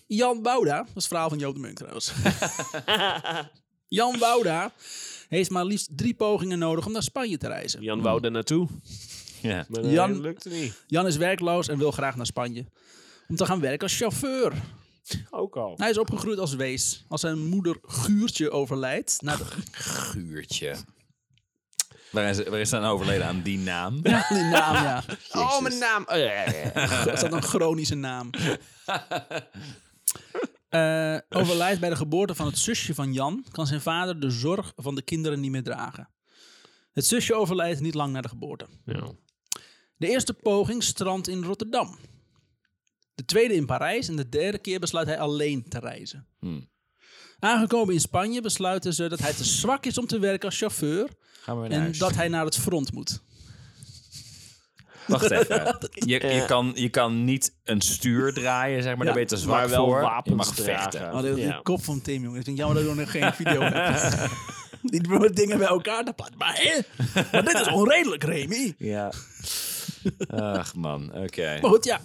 A: Jan Bouda, dat is het verhaal van Joop de Munk trouwens. Jan Bouda heeft maar liefst drie pogingen nodig om naar Spanje te reizen.
C: Jan wou er naartoe.
B: Ja.
C: Maar eh,
A: Jan-
C: dat lukte niet.
A: Jan is werkloos en wil graag naar Spanje. Om te gaan werken als chauffeur.
C: Ook al.
A: Hij is opgegroeid als wees. Als zijn moeder Guurtje overlijdt. Nou, Na de,
B: Guurtje. Waar is, waar is dan overleden aan die naam?
A: die naam, ja.
C: Oh, mijn naam. Oh, ja, ja, ja.
A: Dat is dat een chronische naam. Eh, overlijdt bij de geboorte van het zusje van Jan, kan zijn vader de zorg van de kinderen niet meer dragen. Het zusje overlijdt niet lang na de geboorte.
C: Ja.
A: De eerste poging strandt in Rotterdam. De tweede in Parijs en de derde keer besluit hij alleen te reizen. Aangekomen in Spanje besluiten ze dat hij te zwak is om te werken als chauffeur
B: Gaan we weer naar
A: en
B: huis.
A: dat hij naar het front moet.
B: Wacht even. Je, je, kan, je kan niet een stuur draaien, zeg maar. Daar ben je te zwak
C: maar wel
B: voor.
C: wapens
B: je mag
C: dragen.
B: vechten.
A: Oh, dat is
C: Ja.
A: die kop van Tim, jongen. Ik vind jammer dat we nog geen video hebben. Die doen we dingen bij elkaar te plaatsen. Maar, hè? maar dit is onredelijk, Remy.
B: Ja. Ach man, oké.
A: Maar goed, ja.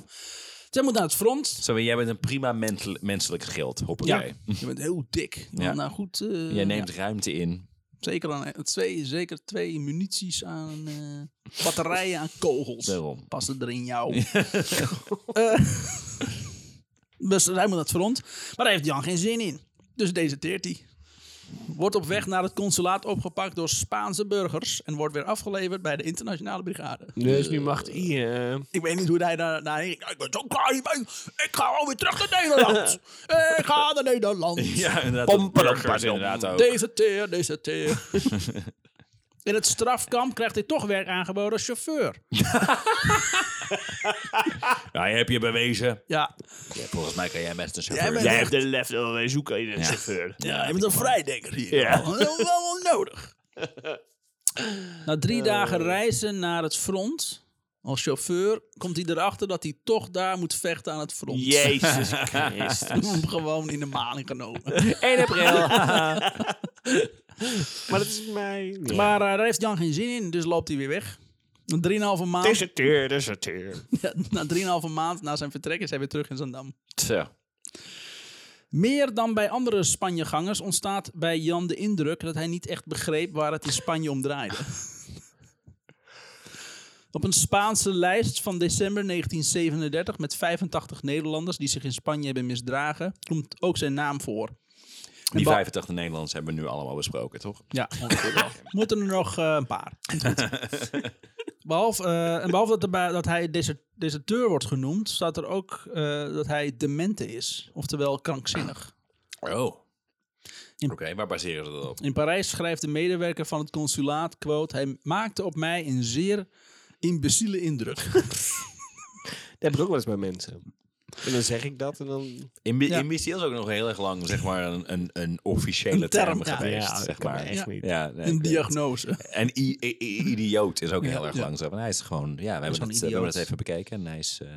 A: Zij moet naar het front.
B: Zo, jij bent een prima mentel- menselijk schild.
A: Ja.
B: Hoppakee.
A: Je bent heel dik. Je
B: Ja.
A: moet nou goed... eh,
B: Jij neemt
A: ja,
B: ruimte in.
A: zeker, aan, twee, zeker twee munities aan... eh, batterijen aan kogels.
B: Daarom.
A: Passen er in jou. Eh, dus hij moet naar het front. Maar daar heeft Jan geen zin in. Dus deserteert hij. Wordt op weg naar het consulaat opgepakt door Spaanse burgers. En wordt weer afgeleverd bij de internationale brigade.
C: Dus nu mag hij... eh,
A: Ik weet niet hoe hij daar naar heen ging. Ik ben zo klaar hiermee. Ik ga alweer terug naar Nederland. ik ga naar Nederland.
B: Ja, inderdaad.
C: Pompadom,
B: burgers
C: padom.
B: inderdaad ook.
A: Deserteer, deserteer. In het strafkamp krijgt hij toch werk aangeboden als chauffeur.
B: Ja, je hebt je bewezen.
A: Ja,
B: Ja, volgens mij kan jij best een
A: Jij
B: chauffeur.
A: bent-
C: Jij hebt de left. Oh, wij zoeken een chauffeur.
A: Ja, je bent een vrijdenker hier.
C: Ja.
A: Dat is wel, wel nodig. Na drie dagen
C: Eh.
A: reizen naar het front, als chauffeur, komt hij erachter dat hij toch daar moet vechten aan het front.
C: Jezus Christus.
A: Om Gewoon in de maling genomen.
B: 1 april.
C: maar dat is mij... Ja.
A: Maar eh, daar heeft Jan geen zin in, dus loopt hij weer weg. Na drieënhalve maand,
C: Deserteer, deserteer.
A: ja, na drieënhalve maand na zijn vertrek is hij weer terug in Zandam.
B: Zo.
A: Meer dan bij andere Spanjegangers ontstaat bij Jan de indruk dat hij niet echt begreep waar het in Spanje om draaide. Op een Spaanse lijst van december 1937 met 85 Nederlanders die zich in Spanje hebben misdragen, komt ook zijn naam voor.
B: Die
A: Ba-
B: 85 Nederlanders hebben we nu allemaal besproken, toch?
A: Ja, ongeveer wel. Moeten er nog eh, een paar. Komt goed. behalve, eh, en behalve dat, erbij- dat hij desert- deserteur wordt genoemd, staat er ook eh, dat hij demente is. Oftewel krankzinnig.
B: Oh. Oké, waar baseren ze dat op?
A: In Parijs schrijft de medewerker van het consulaat, quote, hij maakte op mij een zeer imbeciele indruk.
C: Dat heb ik ook wel eens bij mensen. En dan zeg ik dat en dan...
B: In,
A: Ja.
B: in BCL is ook nog heel erg lang zeg maar, een, een, een officiële
A: Een term,
B: term,
A: ja.
B: geweest.
C: Ja,
B: zeg
C: ik kan
B: maar.
C: me echt niet.
B: Ja, nee,
A: Een
B: ik weet het.
A: diagnose.
B: En i- i- i- idioot is ook heel erg
A: ja.
B: lang. Zo. van, Hij is gewoon, ja, we hebben,
A: gewoon
B: het, eh, we hebben
A: idioot.
B: het even bekeken en hij is, eh,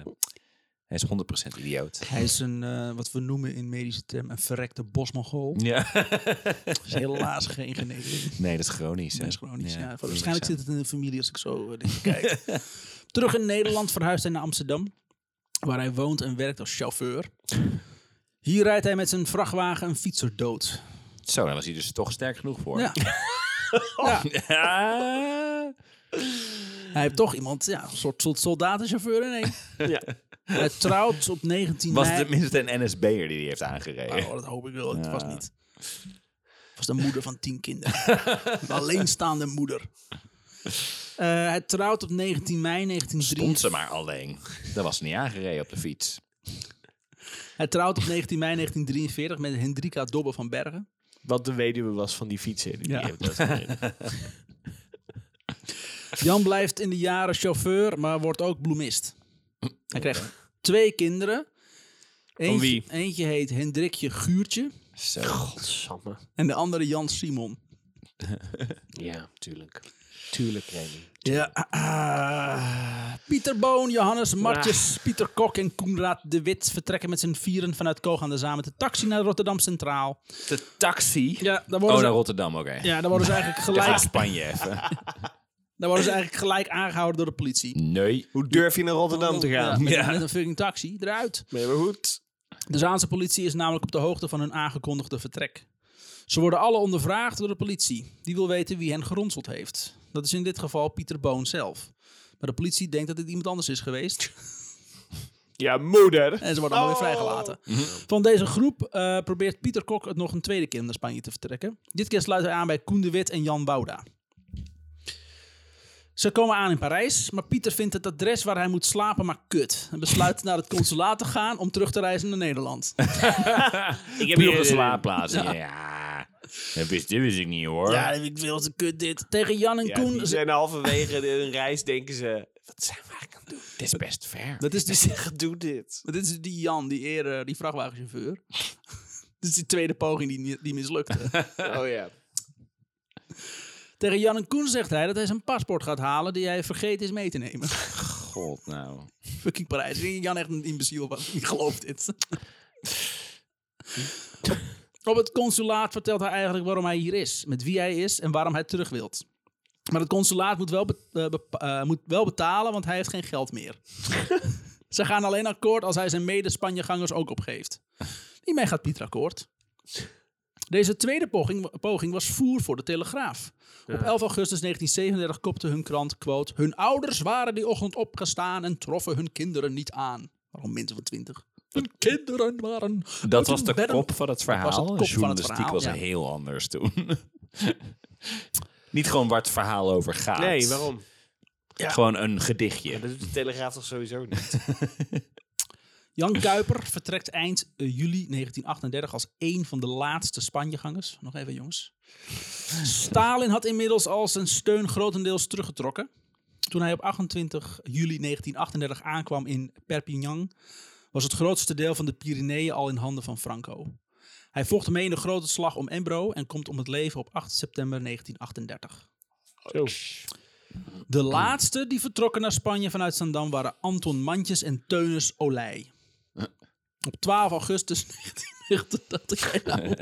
B: hij is 100% idioot.
A: Hij is een, eh, wat we noemen in medische term, een verrekte bosmongool.
B: Ja.
A: is helaas geen geneesmiddel.
B: Nee, dat is chronisch.
A: Dat is
B: hè?
A: chronisch. Ja,
B: chronisch,
A: waarschijnlijk
B: ja. Oh,
A: zit het in de familie als ik zo eh, dit kijk. Terug in Nederland verhuisde hij naar Amsterdam, waar hij woont en werkt als chauffeur. Hier rijdt hij met zijn vrachtwagen een fietser dood.
B: Zo, daar was hij dus toch sterk genoeg voor.
A: Ja. Ja. Hij heeft toch iemand, ja, een soort, soort soldatenchauffeur in één.
C: Ja.
A: Hij trouwt op 19
B: Was
A: mei.
B: het tenminste een NSB'er die die heeft aangereden.
A: Oh, dat hoop ik wel. Het was niet. Het was de moeder van tien kinderen. een alleenstaande moeder. Eh, hij trouwt op 19 mei
B: Stond
A: 1953.
B: ze maar alleen. Dat was niet aangereden op de fiets.
A: Hij trouwt op 19 mei 1943 met Hendrika Dobbe van Bergen.
C: Wat de weduwe was van die fietsen. Die
A: Ja.
C: heeft dat gereden.
A: Jan blijft in de jaren chauffeur, maar wordt ook bloemist. Hij krijgt twee kinderen. Eentje,
C: wie?
A: eentje heet Hendrikje Guurtje
B: Zo.
C: Godsamme.
A: en de andere Jan Simon.
C: Ja, tuurlijk. Tuurlijk, Remy.
A: Ja, ah. Pieter Boon, Johannes Martjes, Pieter Kok en Koenraad de Wit vertrekken met z'n vieren vanuit Koog aan de Zaam met de taxi naar Rotterdam Centraal.
B: De taxi.
A: Ja, daar worden,
B: Oh, naar
A: ze,
B: Rotterdam, oké.
A: ja, daar worden, ze, eigenlijk
B: Dan gaat
A: gelijk,
B: Spanje even.
A: daar worden ze eigenlijk gelijk aangehouden door de politie.
B: Nee.
C: Hoe durf je naar Rotterdam te gaan?
A: Ja, met, met een fucking taxi, eruit.
C: Nee, maar goed.
A: De Zaanse politie is namelijk op de hoogte van hun aangekondigde vertrek. Ze worden alle ondervraagd door de politie. Die wil weten wie hen geronseld heeft. Dat is in dit geval Pieter Boon zelf. Maar de politie denkt dat het iemand anders is geweest.
C: Ja, moeder.
A: En ze worden allemaal weer vrijgelaten.
C: Mhm.
A: Van deze groep eh, probeert Pieter Kok het nog een tweede keer naar Spanje te vertrekken. Dit keer sluit hij aan bij Koen de Wit en Jan Bouda. Ze komen aan in Parijs, maar Pieter vindt het adres waar hij moet slapen maar kut. En besluit naar het consulaat te gaan om terug te reizen naar Nederland.
B: Ik heb hier een slaapplaats. Ja. Dat, wist, dit wist ik niet hoor.
A: Ja, ik wil ze kut dit. Tegen Jan en
C: Ja,
A: Koen.
C: die zijn halverwege hun reis denken ze... Wat zijn we eigenlijk aan het doen?
B: Dit is best ver.
A: Dat is
C: Ze
A: dus,
C: zeggen, doe dit.
A: dit is die Jan, die eerder, die vrachtwagenchauffeur. Dit is die tweede poging die, die mislukte.
C: Oh ja.
A: Tegen Jan en Koen zegt hij dat hij zijn paspoort gaat halen die hij vergeten is mee te nemen.
B: God nou.
A: Fucking Parijs. Ik denk Jan echt een imbeciel was. Ik geloof dit. Op het consulaat vertelt hij eigenlijk waarom hij hier is, met wie hij is en waarom hij terug wilt. Maar het consulaat moet wel, be- eh, bepa- eh, moet wel betalen, want hij heeft geen geld meer. Ze gaan alleen akkoord als hij zijn mede-Spanjegangers ook opgeeft. Hiermee gaat Pieter akkoord. Deze tweede poging, poging was voer voor de Telegraaf. Op 11 augustus 1937 kopte hun krant, quote... Hun ouders waren die ochtend opgestaan en troffen hun kinderen niet aan. Waarom mensen van 20? Hun kinderen waren...
B: Dat was
A: hun
B: de
A: bedden-
B: kop van het verhaal.
A: was het kop van het
B: journalistiek
A: verhaal,
B: was
A: ja.
B: heel anders toen. niet gewoon waar het verhaal over gaat.
C: Nee, waarom?
B: Gewoon een gedichtje.
C: Dat doet de Telegraaf toch sowieso niet?
A: Jan Kuiper vertrekt eind eh, juli 1938 als één van de laatste Spanjegangers. Nog even, jongens. Stalin had inmiddels al zijn steun grotendeels teruggetrokken. Toen hij op 28 juli 1938 aankwam in Perpignan, was het grootste deel van de Pyreneeën al in handen van Franco. Hij vocht mee in de grote slag om Embro en komt om het leven op 8 september 1938. De laatste die vertrokken naar Spanje vanuit Zandam waren Anton Mantjes en Teunus Olij. Op 12 augustus 1938. Ja, nou.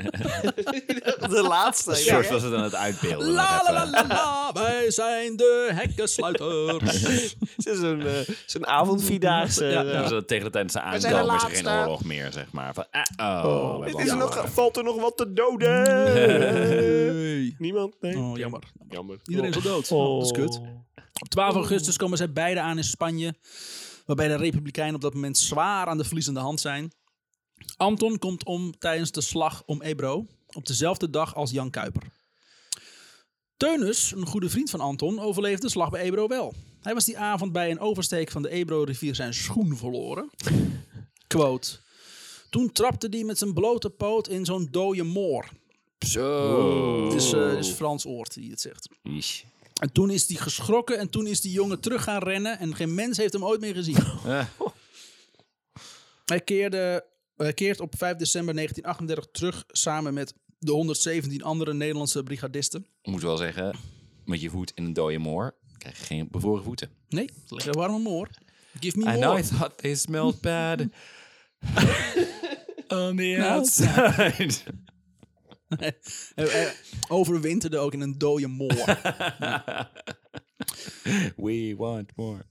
C: De laatste.
B: George was het aan het uitbeelden. nog
A: La, la, la, la,
B: even.
A: la, wij zijn de hekkensluiters.
C: Zo'n eh, zo'n avondvierdaagse.
A: Ja,
C: eh,
A: ja.
B: Dus dat tegen de tijd dat ze
C: zijn de
B: aankomen is er geen
C: laatste.
B: oorlog meer, zeg maar. Van, ah, oh, we
C: Dit
B: hebben
C: is
B: al
C: nog,
B: verloren.
C: valt er nog wat te doden?
A: Hey.
C: Niemand? Nee.
A: Oh, jammer.
C: Jammer.
A: Iedereen is al dood. Oh, dat is kut. Op 12 augustus komen zij beide aan in Spanje. Waarbij de Republikeinen op dat moment zwaar aan de verliezende hand zijn. Anton komt om tijdens de slag om Ebro. Op dezelfde dag als Jan Kuiper. Teunus, een goede vriend van Anton, overleefde de slag bij Ebro wel. Hij was die avond bij een oversteek van de Ebro-rivier zijn schoen verloren. Quote. Toen trapte hij met zijn blote poot in zo'n dode moor.
B: Zo.
A: Het is, eh, het is Frans Oort die het zegt.
B: Ish.
A: En toen is hij geschrokken en toen is die jongen terug gaan rennen en geen mens heeft hem ooit meer gezien.
B: Eh,
A: Hij keerde, hij keert op 5 december 1938 terug samen met de 117 andere Nederlandse brigadisten.
B: Moet wel zeggen, met je voet in een dode moor krijg je geen bevroren voeten.
A: Nee, lekker warme moor. Give me
B: I
A: more.
E: nou
B: know I thought they smelled bad on the
A: Nou.
B: outside.
A: Hij- hij Overwinterde ook in een dode moor.
B: We want more.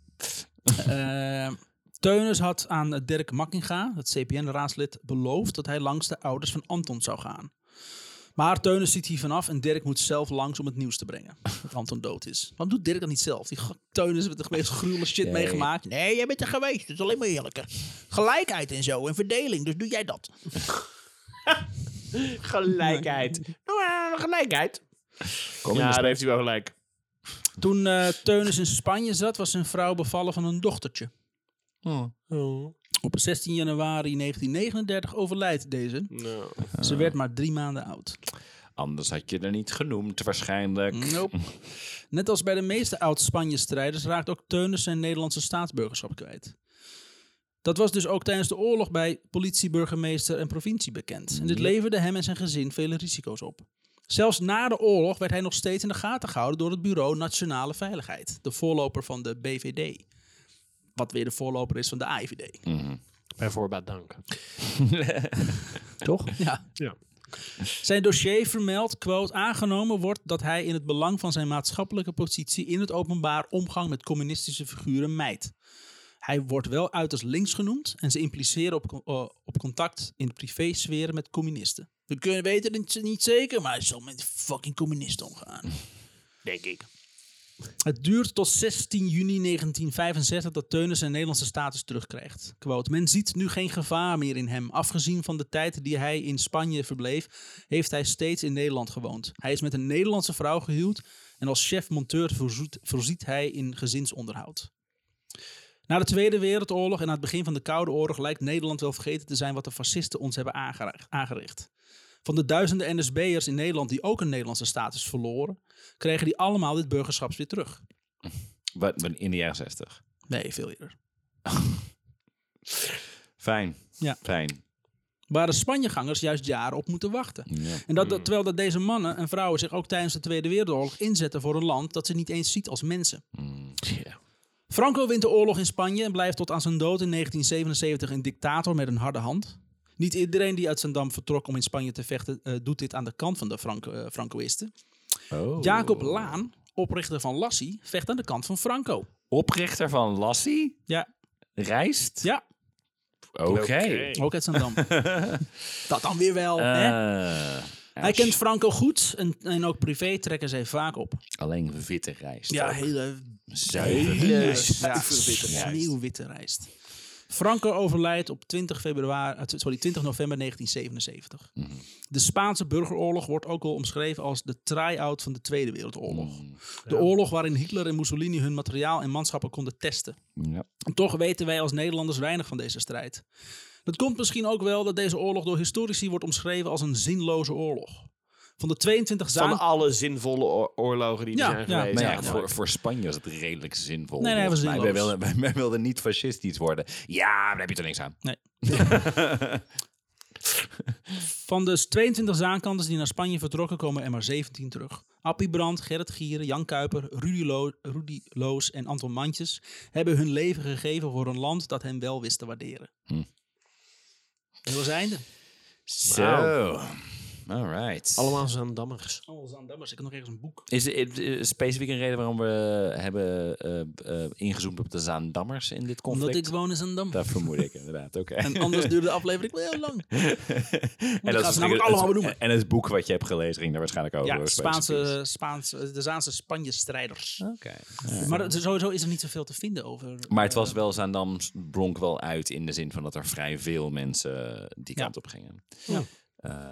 A: Ehm, Teunus had aan Dirk Makkinga, het CPN-raadslid, beloofd dat hij langs de ouders van Anton zou gaan. Maar Teunus ziet hier vanaf en Dirk moet zelf langs om het nieuws te brengen. Dat Anton dood is. Waarom doet Dirk dat niet zelf? Die go- Teunus heeft de meest gruwelijke shit meegemaakt. Nee, jij bent er geweest. Dat is alleen maar eerlijker. Gelijkheid en zo en verdeling, dus doe jij dat.
C: Gelijkheid. Nou, eh, gelijkheid.
B: Kom
C: Ja,
B: in
C: daar
B: de
C: heeft hij wel gelijk.
A: Toen eh Teunus in Spanje zat, was zijn vrouw bevallen van een dochtertje. Oh. Op 16 januari 1939 overlijdt deze. Ze werd maar drie maanden oud.
B: Anders had je er niet genoemd waarschijnlijk.
A: Nope. Net als bij de meeste oud-Spanje-strijders raakt ook Teunus zijn Nederlandse staatsburgerschap kwijt. Dat was dus ook tijdens de oorlog bij politie, burgemeester en provincie bekend. En dit leverde hem en zijn gezin vele risico's op. Zelfs na de oorlog werd hij nog steeds in de gaten gehouden door het Bureau Nationale Veiligheid, de voorloper van de BVD. Wat weer de voorloper is van de AIVD.
C: Bij voorbaat dank.
A: Toch? Ja.
C: Ja.
A: Zijn dossier vermeldt, quote, aangenomen wordt dat hij in het belang van zijn maatschappelijke positie in het openbaar omgang met communistische figuren mijdt. Hij wordt wel uiterst links genoemd en ze impliceren op, co- eh, op contact in de privésferen met communisten. We kunnen weten het niet- niet zeker, maar hij zal met fucking communisten omgaan.
C: Denk ik.
A: Het duurt tot 16 juni 1965 dat Teunis zijn Nederlandse status terugkrijgt. Quote, men ziet nu geen gevaar meer in hem. Afgezien van de tijd die hij in Spanje verbleef, heeft hij steeds in Nederland gewoond. Hij is met een Nederlandse vrouw gehuwd en als chef-monteur voorziet, voorziet hij in gezinsonderhoud. Na de Tweede Wereldoorlog en aan het begin van de Koude Oorlog lijkt Nederland wel vergeten te zijn wat de fascisten ons hebben aangera- aangericht. Van de duizenden NSB'ers in Nederland die ook een Nederlandse status verloren, kregen die allemaal dit burgerschap weer terug.
B: Wat, wat- in de jaren 60.
A: Nee, veel eerder.
B: Fijn.
A: Ja.
B: Fijn.
A: Waar de Spanjegangers juist jaren op moeten wachten.
B: Ja.
A: En dat, dat- terwijl dat deze mannen en vrouwen zich ook tijdens de Tweede Wereldoorlog inzetten voor een land dat ze niet eens ziet als mensen. Franco wint de oorlog in Spanje en blijft tot aan zijn dood in 1977 een dictator met een harde hand. Niet iedereen die uit zijn dam vertrok om in Spanje te vechten, eh, doet dit aan de kant van de Franco- eh, Francoïsten.
B: Oh.
A: Jacob Laan, oprichter van Lassie, vecht aan de kant van Franco.
B: Oprichter van Lassie?
A: Ja,
B: Rijst?
A: ja
B: Oké.
A: ook uit zijn dam. dat dan weer wel. hè?
B: Eh,
A: Hij kent Franco goed en, en ook privé trekken zij vaak op.
B: alleen witte rijst.
A: hele
B: Zuiver.
A: ja, sneeuwwitte rijst. Franco overlijdt op 20, februari, eh, sorry, 20 november 1977. De Spaanse burgeroorlog wordt ook wel omschreven als de try-out van de Tweede Wereldoorlog. De oorlog waarin Hitler en Mussolini hun materiaal en manschappen konden testen.
B: Ja.
A: En Toch weten wij als Nederlanders weinig van deze strijd. Dat komt misschien ook wel dat deze oorlog door historici wordt omschreven als een zinloze oorlog. Van de 22
C: Van
A: zaken.
C: alle zinvolle oor- oorlogen die er
A: Ja,
C: zijn
A: ja.
C: geweest.
B: Maar ja,
A: Ja,
B: voor, voor Spanje was het redelijk zinvol.
A: Nee, nee,
B: volgens
A: was
B: mij. wij,
A: zinloos.
B: wilden, wij, wij wilden niet fascistisch worden. Ja, maar daar heb je er niks aan.
A: Van de 22 zaankanters die naar Spanje vertrokken, komen er maar 17 terug. Appie Brand, Gerrit Gieren, Jan Kuiper, Rudy, Lo- Rudy Loos en Anton Mandjes hebben hun leven gegeven voor een land dat hen wel wist te waarderen.
B: Hm.
A: Dat was het einde.
B: Zo. Oh. All right.
C: Nou, Allemaal Zandammers.
A: Oh, Zandammers, ik heb nog ergens een boek.
B: Is er eh, specifiek een reden waarom we eh, hebben eh, eh, ingezoomd op de Zaandammers in dit conflict?
A: Omdat ik woon in Zandam.
B: Dat vermoed ik inderdaad, oké. En,
A: En anders duurde de aflevering wel heel lang.
B: dat
A: gaan
B: is
A: ze
B: natuurlijk
A: namelijk
B: het-
A: allemaal benoemen.
B: En het boek wat je hebt gelezen ging daar waarschijnlijk over.
A: Ja,
B: specifiek.
A: Spaanse, Spaanse, de Zaanse Spanje-strijders.
B: Oké. Ja.
A: Maar dat- sowieso is er niet zoveel te vinden over.
B: Ah. Maar het was wel, Zaandam blonk wel uit in de zin van dat er vrij veel mensen eh, die
A: Ja.
B: kant op gingen.
A: Ja.
B: Eh,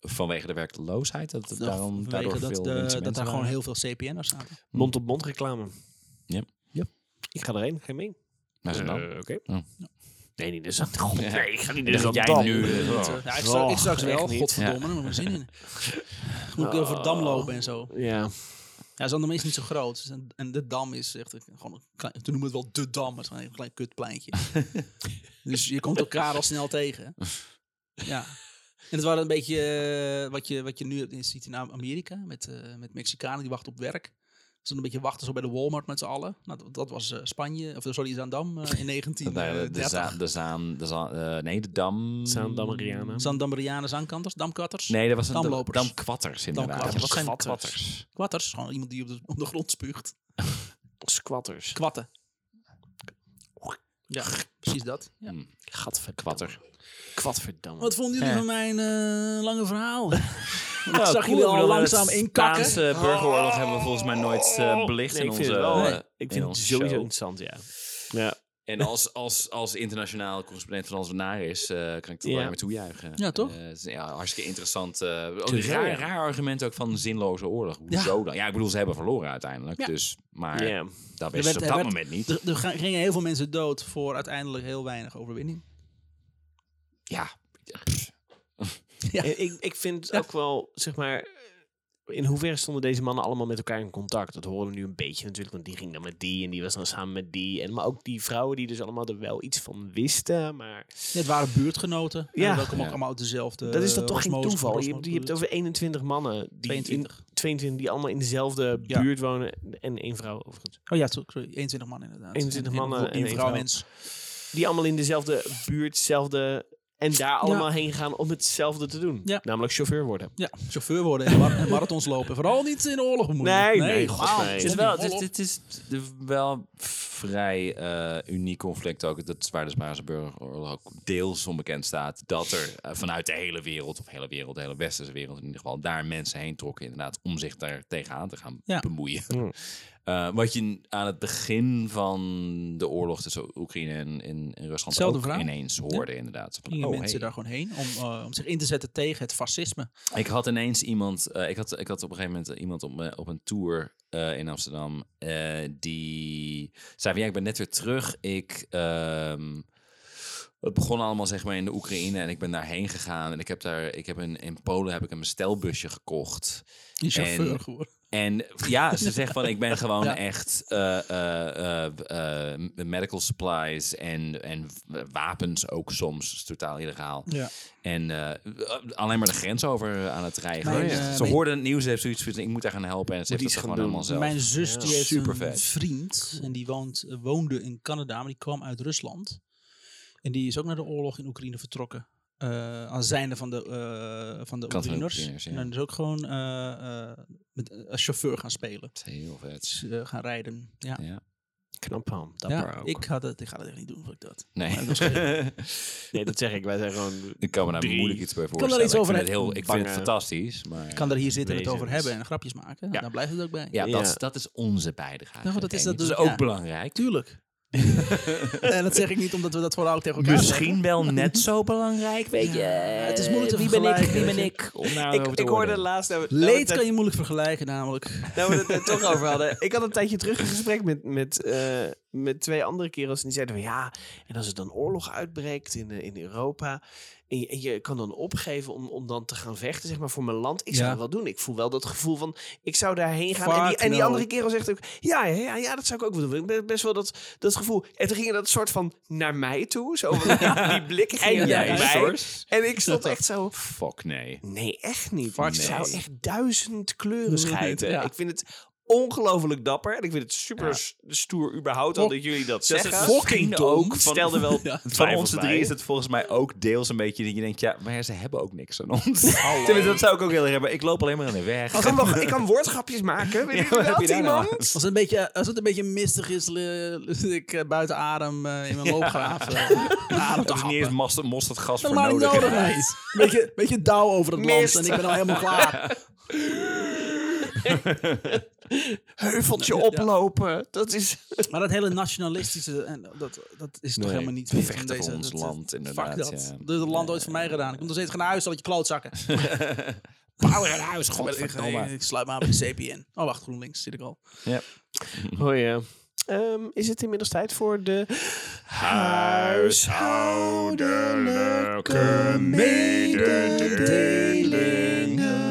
B: vanwege de werkloosheid, dat het
A: eh,
B: daarom,
A: vanwege dat,
B: daardoor veel
A: de-
B: mensen
A: dat
B: mensen
A: daar gewoon
B: waren.
A: heel veel CPN'ers zaten.
B: Hm.
C: Mond-op-mond reclame.
B: Ja. Ja.
C: Ik ga erheen, geen mee.
B: Naar Zaandam.
C: Eh, Oké.
B: Oh.
C: Nee, niet de Zand. God, nee, ik ga niet de
B: Dacht
C: Zand.
B: jij nu... eh, oh.
A: Ja, ik, straks, ik straks
C: echt
A: wel.
C: niet.
A: Godverdomme, daar heb ik mijn zin in. Moet ik over Dam lopen en zo.
C: Ja.
A: Ja, Zandam is niet zo groot. Dus een- En de dam is echt een- gewoon een klein... Toen noemen we het wel de dam. maar Het is gewoon een klein kutpleintje. dus je komt elkaar al snel tegen. Ja. En het waren een beetje eh, wat, je, wat je nu hebt- ziet in Amerika. Met, eh, met Mexicanen die wachten op werk. Ze doen een beetje wachten zo bij de Walmart met z'n allen. Nou, dat, dat was eh, Spanje. Of sorry, Zandam eh, in 19.
B: Nou, de, de, zaan,
A: Zandam
B: de zaan, de zaan, eh, nee, de dam.
C: Zaandamariana.
A: Zandamerianen, Zandkanters, Damkatters.
B: Nee, dat was een dam-
A: Damlopers.
B: Damkwatters inderdaad.
A: Damkwatters. Wat zijn
B: kwatters?
A: Kwatters, gewoon iemand die op de, op de grond spuugt.
C: Squatters.
A: Kwatten. Ja, precies dat. Ja.
C: Gadverdamme.
B: Kwatter.
C: Kwadverdamme.
A: Wat vonden jullie
B: Ja.
A: van mijn eh, lange verhaal? Ik
B: Nou,
A: zag
B: cool,
A: jullie
B: ik
A: al
B: bedoel,
A: langzaam
B: de
A: inkakken.
B: Spaanse eh, burgeroorlog hebben we volgens mij nooit eh, belicht
C: Nee,
B: in
C: ik vind
B: onze...
C: het wel,
B: eh,
C: eh, ik
B: in
C: vind het
B: onze
C: sowieso
B: show.
C: interessant, ja. Ja,
B: En als, als, als internationaal correspondent van ons naar is, eh, kan ik er
C: Ja.
B: alleen maar toejuichen.
A: Ja, toch?
B: Eh, het is, ja, hartstikke interessant. eh, ook een
C: Tuurlijk,
B: raar,
C: ja.
B: raar argument ook van zinloze oorlog. Hoezo dan? Ja, ik bedoel, ze hebben verloren uiteindelijk.
A: Ja.
B: Dus, maar
C: ja.
B: dat
A: Er
B: wisten ze
A: werd-
B: op
A: er
B: dat
A: werd-
B: moment niet.
A: Er, er ga- gingen heel veel mensen dood voor uiteindelijk heel weinig overwinning.
B: Ja. Pff.
C: Eh, Ik, ik vind het ook wel, zeg maar... In hoeverre stonden deze mannen allemaal met elkaar in contact? Dat horen we nu een beetje natuurlijk, want die ging dan met die en die was dan samen met die. En, maar ook die vrouwen die dus allemaal er wel iets van wisten, maar...
A: Het waren buurtgenoten.
C: Ja.
A: En dat kwam ook
B: Ja.
A: allemaal uit dezelfde...
C: dat is dan toch geen
A: Eh, osmose-
C: toeval? Je,
A: osmose-
C: hebt- je hebt over 21 mannen. Die
A: 22.
C: In, 22 die allemaal in dezelfde
A: Ja.
C: buurt wonen. En één vrouw overigens.
A: Oh ja, sorry, 21 man inderdaad.
C: 21
A: En- en
C: mannen
A: een
C: en één
A: vrouw.
C: vrouw.
A: mens.
C: Die allemaal in dezelfde buurt, dezelfde... En daar allemaal heen gaan om hetzelfde te doen.
A: Ja.
C: Namelijk chauffeur worden.
A: Ja, chauffeur worden en, mar- en marathons lopen. Vooral niet in de oorlog bemoeien.
C: Nee, nee, god,
A: helemaal
C: nee.
A: niet.
B: Het is wel, het is, het is de- wel vrij eh, uniek conflict ook. Dat is waar de Spaanse burgeroorlog ook deels onbekend staat. Dat er eh, vanuit de hele wereld, of hele wereld, de hele westerse wereld in ieder geval, daar mensen heen trokken inderdaad om zich daar tegenaan te gaan
A: Ja.
B: bemoeien. Eh, wat je aan het begin van de oorlog tussen Oekraïne en, en, en Rusland
A: Zelfde
B: ook
A: verhaal.
B: ineens hoorde inderdaad. Van,
A: Gingen
B: oh,
A: mensen
B: hey.
A: daar gewoon heen om, eh, om zich in te zetten tegen het fascisme.
B: Ik had ineens iemand, eh, ik, had, ik had op een gegeven moment iemand op, me- op een tour eh, in Amsterdam. eh, die zei van ja, ik ben net weer terug. Ik, ehm, het begon allemaal zeg maar in de Oekraïne en ik ben daarheen gegaan. En ik heb daar, ik heb in, in Polen heb ik een bestelbusje gekocht.
A: Die chauffeur
B: En-
A: geworden.
B: En ja, ze zegt van ik ben gewoon echt eh, eh, eh, eh, medical supplies en, en wapens ook soms. is totaal illegaal.
A: Ja.
B: En eh, alleen maar de grens over aan het rijden.
A: Mijn,
B: geweest.
A: eh,
B: ze
A: mijn-
B: hoorde het nieuws, ze heeft zoiets van ik moet daar gaan helpen. En ze heeft
C: iets
B: dat
C: gaan
B: gewoon
C: doen.
B: helemaal zelf.
A: Mijn zus die heeft
B: Supervet.
A: een vriend en die woont, eh, woonde in Canada, maar die kwam uit Rusland. En die is ook naar de oorlog in Oekraïne vertrokken. eh, aan zijnde van de, eh van de
B: Kant van de
A: Oekraïners.
B: Oekraïners, ja.
A: En dan is ook gewoon eh, eh, met, als chauffeur gaan spelen.
B: Dat is Heel vet.
A: Dus, eh, gaan rijden. Ja.
B: Ja.
C: Knap van hem, dapper
A: Ja,
C: ook.
A: ik ga dat, ik ga dat echt niet doen, vond ik dat.
B: Nee.
C: Nee, dat zeg ik. Wij zijn gewoon...
B: ik kan me daar
C: Drie.
B: moeilijk iets bij
A: daar
B: voorstellen.
A: iets over
B: ik vind het,
A: hebben.
B: heel, ik vind het
C: Bange.
B: fantastisch. Maar,
A: Ik kan er hier zitten en het
C: Wezens.
A: over hebben en grapjes maken.
C: Ja.
A: Daar blijft het ook bij.
B: dus. ja,
C: Ja.
B: Dat, is, dat is onze bijdrage.
A: Nou, dat is
B: Kenny.
A: dat dus-
B: ook
A: ja.
B: belangrijk.
A: Tuurlijk. en Eh, dat zeg ik niet omdat we dat vooral ook tegen elkaar
B: Misschien wel net zo belangrijk, weet je.
A: het is moeilijk te
B: Wie ben ik, wie
A: vergelijken,
B: ben
A: weet
B: ik? Om nou- daar over
C: Ik,
B: te
C: ik hoorde
B: oordelen.
C: laatst... Nou, we- nou, we
A: Leed
C: het-
A: kan je moeilijk vergelijken namelijk.
C: nou, we het er toch over hadden. Ik had een tijdje terug een gesprek met, met, eh, met twee andere kerels. En die zeiden van ja, en als er dan oorlog uitbreekt in, eh, in Europa... En je, en je kan dan opgeven om, om dan te gaan vechten, zeg maar, voor mijn land. Ik zou
A: Ja.
C: dat wel doen. Ik voel wel dat gevoel van, ik zou daarheen gaan. En die,
A: Fuck
C: en die
A: no.
C: andere kerel zegt ook, ja, ja, ja, ja, dat zou ik ook wel doen. Ik ben best wel dat, dat gevoel. En toen ging dat soort van naar mij toe. Zo, van, die blik ging
A: En
C: naar
A: jij,
C: mij. En ik stond echt zo...
B: Fuck nee.
C: Nee, echt niet.
B: Fuck
C: Ik zou
B: nee.
C: echt duizend kleuren schijten.
A: Ja.
C: Ik vind het ongelooflijk dapper. En ik vind het super
B: Ja.
C: s- stoer überhaupt al
A: Fok-
C: dat jullie dat
B: Dat is
C: zeggen.
B: het misschien ook van-
C: Stel er wel
A: Ja.
B: Van
C: twijfels
B: onze
C: bij.
B: drie is het volgens mij ook deels een beetje dat je denkt, ja, maar ze hebben ook niks aan ons. Tenminste, dat zou ik ook heel erg hebben. Ik loop alleen maar aan de weg.
C: Ik kan, wel, ik kan woordgrapjes maken. Weet
B: Ja,
C: je
B: wat heb
C: dat,
B: je daar nou
C: iemand?
A: Als het, een beetje, als het een beetje mistig is, le- zit ik eh, buiten adem eh, in mijn loopgraaf. eh, adem te
B: Dat is niet eens mosterd, mosterdgas voor
A: Helemaal niet
B: nodig.
A: nodig, nee. Beetje, beetje dauw over het land
C: Mist.
A: en ik ben al helemaal klaar.
C: Heuveltje oplopen. Dat is...
A: Maar dat hele nationalistische, en dat, dat is toch
B: Nee,
A: helemaal niet meer
B: vechten
A: van
B: voor
A: deze...
B: ons
A: dat-
B: land,
A: Fuck
B: inderdaad,
A: dat.
B: ja.
A: Dat heeft het land ooit voor mij gedaan. Ik moet nog steeds gaan naar huis, dat je klootzakken. Power naar huis, godverdomme. Ik, ik sluit me aan bij de CPN. Oh, wacht, GroenLinks zit ik al.
B: Ja.
C: Oh ja. Ehm, is het inmiddels tijd voor de...
B: Huishoudelijke mededelingen.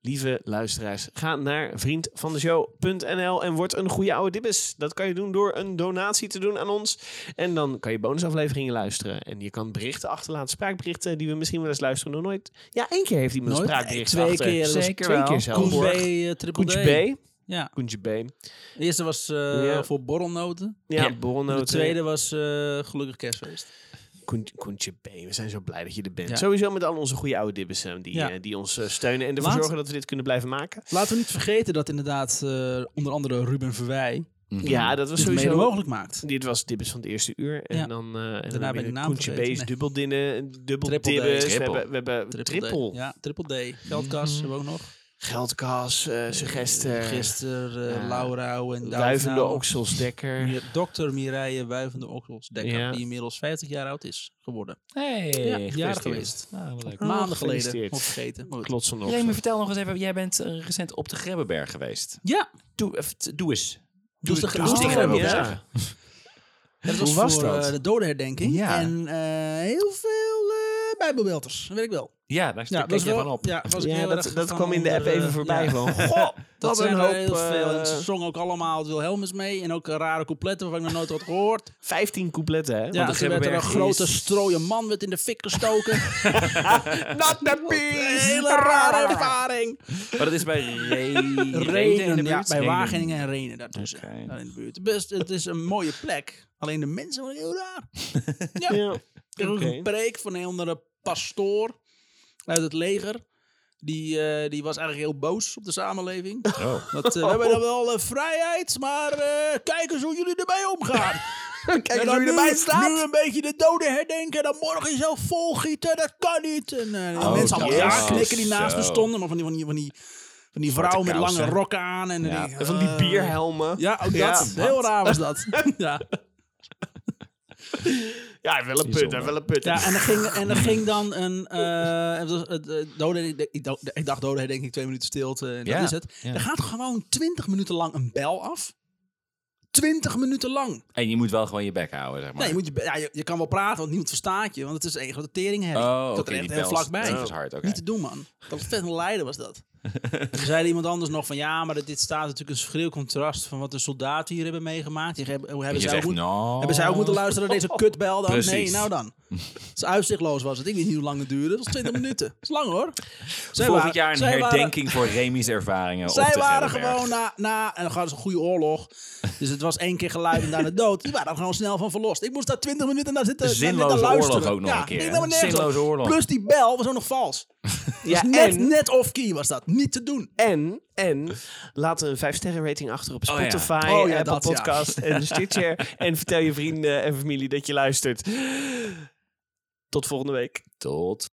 C: Lieve luisteraars, ga naar vriendvandeshow.nl en word een goede oude dibbes. Dat kan je doen door een donatie te doen aan ons. En dan kan je bonusafleveringen luisteren. En je kan berichten achterlaten, spraakberichten die we misschien wel eens luisteren, nog nooit. Ja, één keer heeft iemand een
A: Nooit?
C: spraakbericht
A: Nee, twee
C: achter.
A: keer, dat was
C: Zeker
A: twee
C: wel.
A: keer zelfs. Koen B,
C: Borg.
A: eh, Triple D.
C: Koentje B.
A: Ja.
C: Koentje B.
A: De eerste was eh,
C: Ja.
A: voor borrelnoten.
C: Ja,
B: Ja.
A: De
C: borrelnoten.
A: tweede was eh, gelukkig kerstfeest.
C: Koen- Koentje B. We zijn zo blij dat je er bent.
A: Ja.
C: Sowieso met al onze goede oude dibbes eh, die,
A: Ja.
C: eh, die ons eh, steunen en ervoor
A: Laat-
C: zorgen dat we dit kunnen blijven maken.
A: Laten we niet vergeten dat inderdaad eh, onder andere Ruben Verwij
C: Ja, dat was
A: dit mede
C: sowieso...
A: mogelijk maakt.
C: Dit was Dibbes van het eerste uur. En
A: Ja.
C: dan, eh en dan
A: ben
C: hebben
A: ik
C: we
A: de naam
C: Koentje
A: vergeten.
C: B's,
A: Nee.
C: dubbeldinnen,
A: Triple D.
C: dubbeldibbes. We
B: Triple.
C: hebben, we hebben triple. Mhm.
A: D. Ja, triple D. Geldkas hebben we ook nog.
C: Geldkas, eh suggester,
A: Gisteren eh,
C: Ja.
A: Laurau en
C: wuivende
A: Duivnauw.
C: oksels, dekker.
A: Mir- Dokter Mireille Wuivende Okselsdekker,
C: Ja.
A: die inmiddels 50 jaar oud is geworden.
B: Hey,
A: Ja,
B: gefeliciteerd.
A: jaren geweest.
B: Nou, leuk.
A: Maanden geleden.
C: gefeliciteerd.
A: Of vergeten. maar goed.
C: Klotsende
B: Remy,
C: oksels.
B: vertel nog eens even. Jij bent eh, recent op de Grebbeberg geweest.
A: Ja,
B: Doe, even- t- doe eens.
A: dus de
B: doe eens
A: oh,
B: tegen hem,
A: ja.
B: ja.
A: Dat was,
B: Hoe was
A: voor
B: dat?
A: eh, de dodenherdenking.
B: Ja.
A: En eh, heel veel eh bijbelbelters, dat weet ik wel.
B: Ja, daar
A: Ja,
B: ja, keek
A: was
B: je
A: wel-
B: van op.
A: Ja, was ik
C: Ja,
A: heel
C: dat,
A: erg
C: dat
A: van
C: kwam in de app
A: onder,
C: even
A: eh,
C: voorbij.
A: ja.
C: Van, goh,
A: Dat
C: dat
A: zijn
C: een
A: er
C: hoop...
A: heel veel. En ze
C: eh,
A: zongen ook allemaal het Wilhelmus mee. En ook eh, rare coupletten waarvan ik nog nooit had gehoord.
C: 15 coupletten, hè?
A: Ja,
C: Want
A: ze werd er een
C: Grebbeberg
A: grote
C: is-
A: strooie man werd in de fik gestoken.
C: Not the
A: Een
C: peace! Ah.
A: hele rare ervaring.
B: Maar dat is bij Re- Reden in de
A: Renen, ja,
B: buurt?
A: bij
B: Reden.
A: Wageningen en Renen daartussen.
B: Oké.
A: eh, Daar in de buurt. Best, het is een mooie plek. Alleen de mensen waren heel raar. ja.
C: Ja,
A: Ik heb ook
C: oké.
A: een preek van een andere pastoor uit het leger. Die, eh, die was eigenlijk heel boos op de samenleving.
B: Oh.
A: Dat, eh, we hebben dan wel eh, vrijheid, maar eh, kijk eens hoe jullie ermee omgaan. kijk
C: eens hoe je
A: nu,
C: erbij staat.
A: Nu een beetje de doden herdenken en dan morgen jezelf volgieten, dat kan niet. En eh, die
B: Oh,
A: mensen allemaal ja
B: jezus.
A: knikken die naast me
B: Zo.
A: stonden, maar van die, van die, van die, van die vrouw
B: Zwarte
A: met
B: kousen.
A: lange rok aan. En
B: Ja.
A: die,
C: En Van die
A: eh,
C: bierhelmen.
A: Ja, ook dat. Heel raar was dat. ja.
C: Ja, hij heeft wel een put, hij heeft wel een put.
A: Ja, en er ging, en er ging dan een. eh, het was, het, eh, dode, ik- ik, dacht- ik dacht dode denk ik twee minuten stilte. En
B: Ja,
A: dat is het.
B: ja.
A: Er gaat gewoon twintig minuten lang een bel af. Twintig minuten lang.
B: En je moet wel gewoon je bek houden, zeg maar.
A: Nee, je, moet je, ja, je, je kan wel praten, want niemand verstaat je. Want het is een grote teringherrie.
B: Oh,
A: dat
B: oké,
A: er echt
B: die
A: heel
B: bel
A: vlakbij.
B: is- die is hard, oké.
A: Niet te doen, man. Dat was vet een lijden was dat. Toen zei er iemand anders nog van... Ja, maar dit- dit staat natuurlijk een schreeuw contrast... van wat de soldaten hier hebben meegemaakt. Die hebben, hebben,
B: je
A: zij, ook
B: zegt,
A: moeten-
B: nou...
A: hebben zij ook moeten luisteren naar deze kutbel dan? Nee,
B: Oh. Precies.
A: nou dan. Het is uitzichtloos was het. Ik weet niet hoe lang het duurde. Het was 20 minuten. Dat is lang hoor. Zij
B: Volgend
A: waren-
B: jaar een
A: zij waren-
B: herdenking voor Remy's ervaringen op
A: zij
B: de
A: waren
B: Grebbeberg.
A: gewoon na, na en dan hadden ze een goede oorlog. Dus het was één keer geluid en daarna dood. Die waren er gewoon snel van verlost. Ik moest daar twintig minuten naar zitten, naar zitten
B: Zinloze
A: luisteren.
B: oorlog ook nog
A: ja,
B: een keer,
A: ging
B: hè?
A: helemaal nergens op.
B: Zinloze oorlog.
A: Plus die bel was ook nog vals.
C: Ja,
A: Dus net,
C: en-
A: net off-key was dat. Niet te doen.
C: En, en laat een 5-sterren rating achter op
B: Oh ja.
C: Spotify,
A: Oh ja,
C: Apple
A: dat ja.
C: Podcast en Stitcher. en vertel je vrienden en familie dat je luistert. Tot volgende week.
B: Tot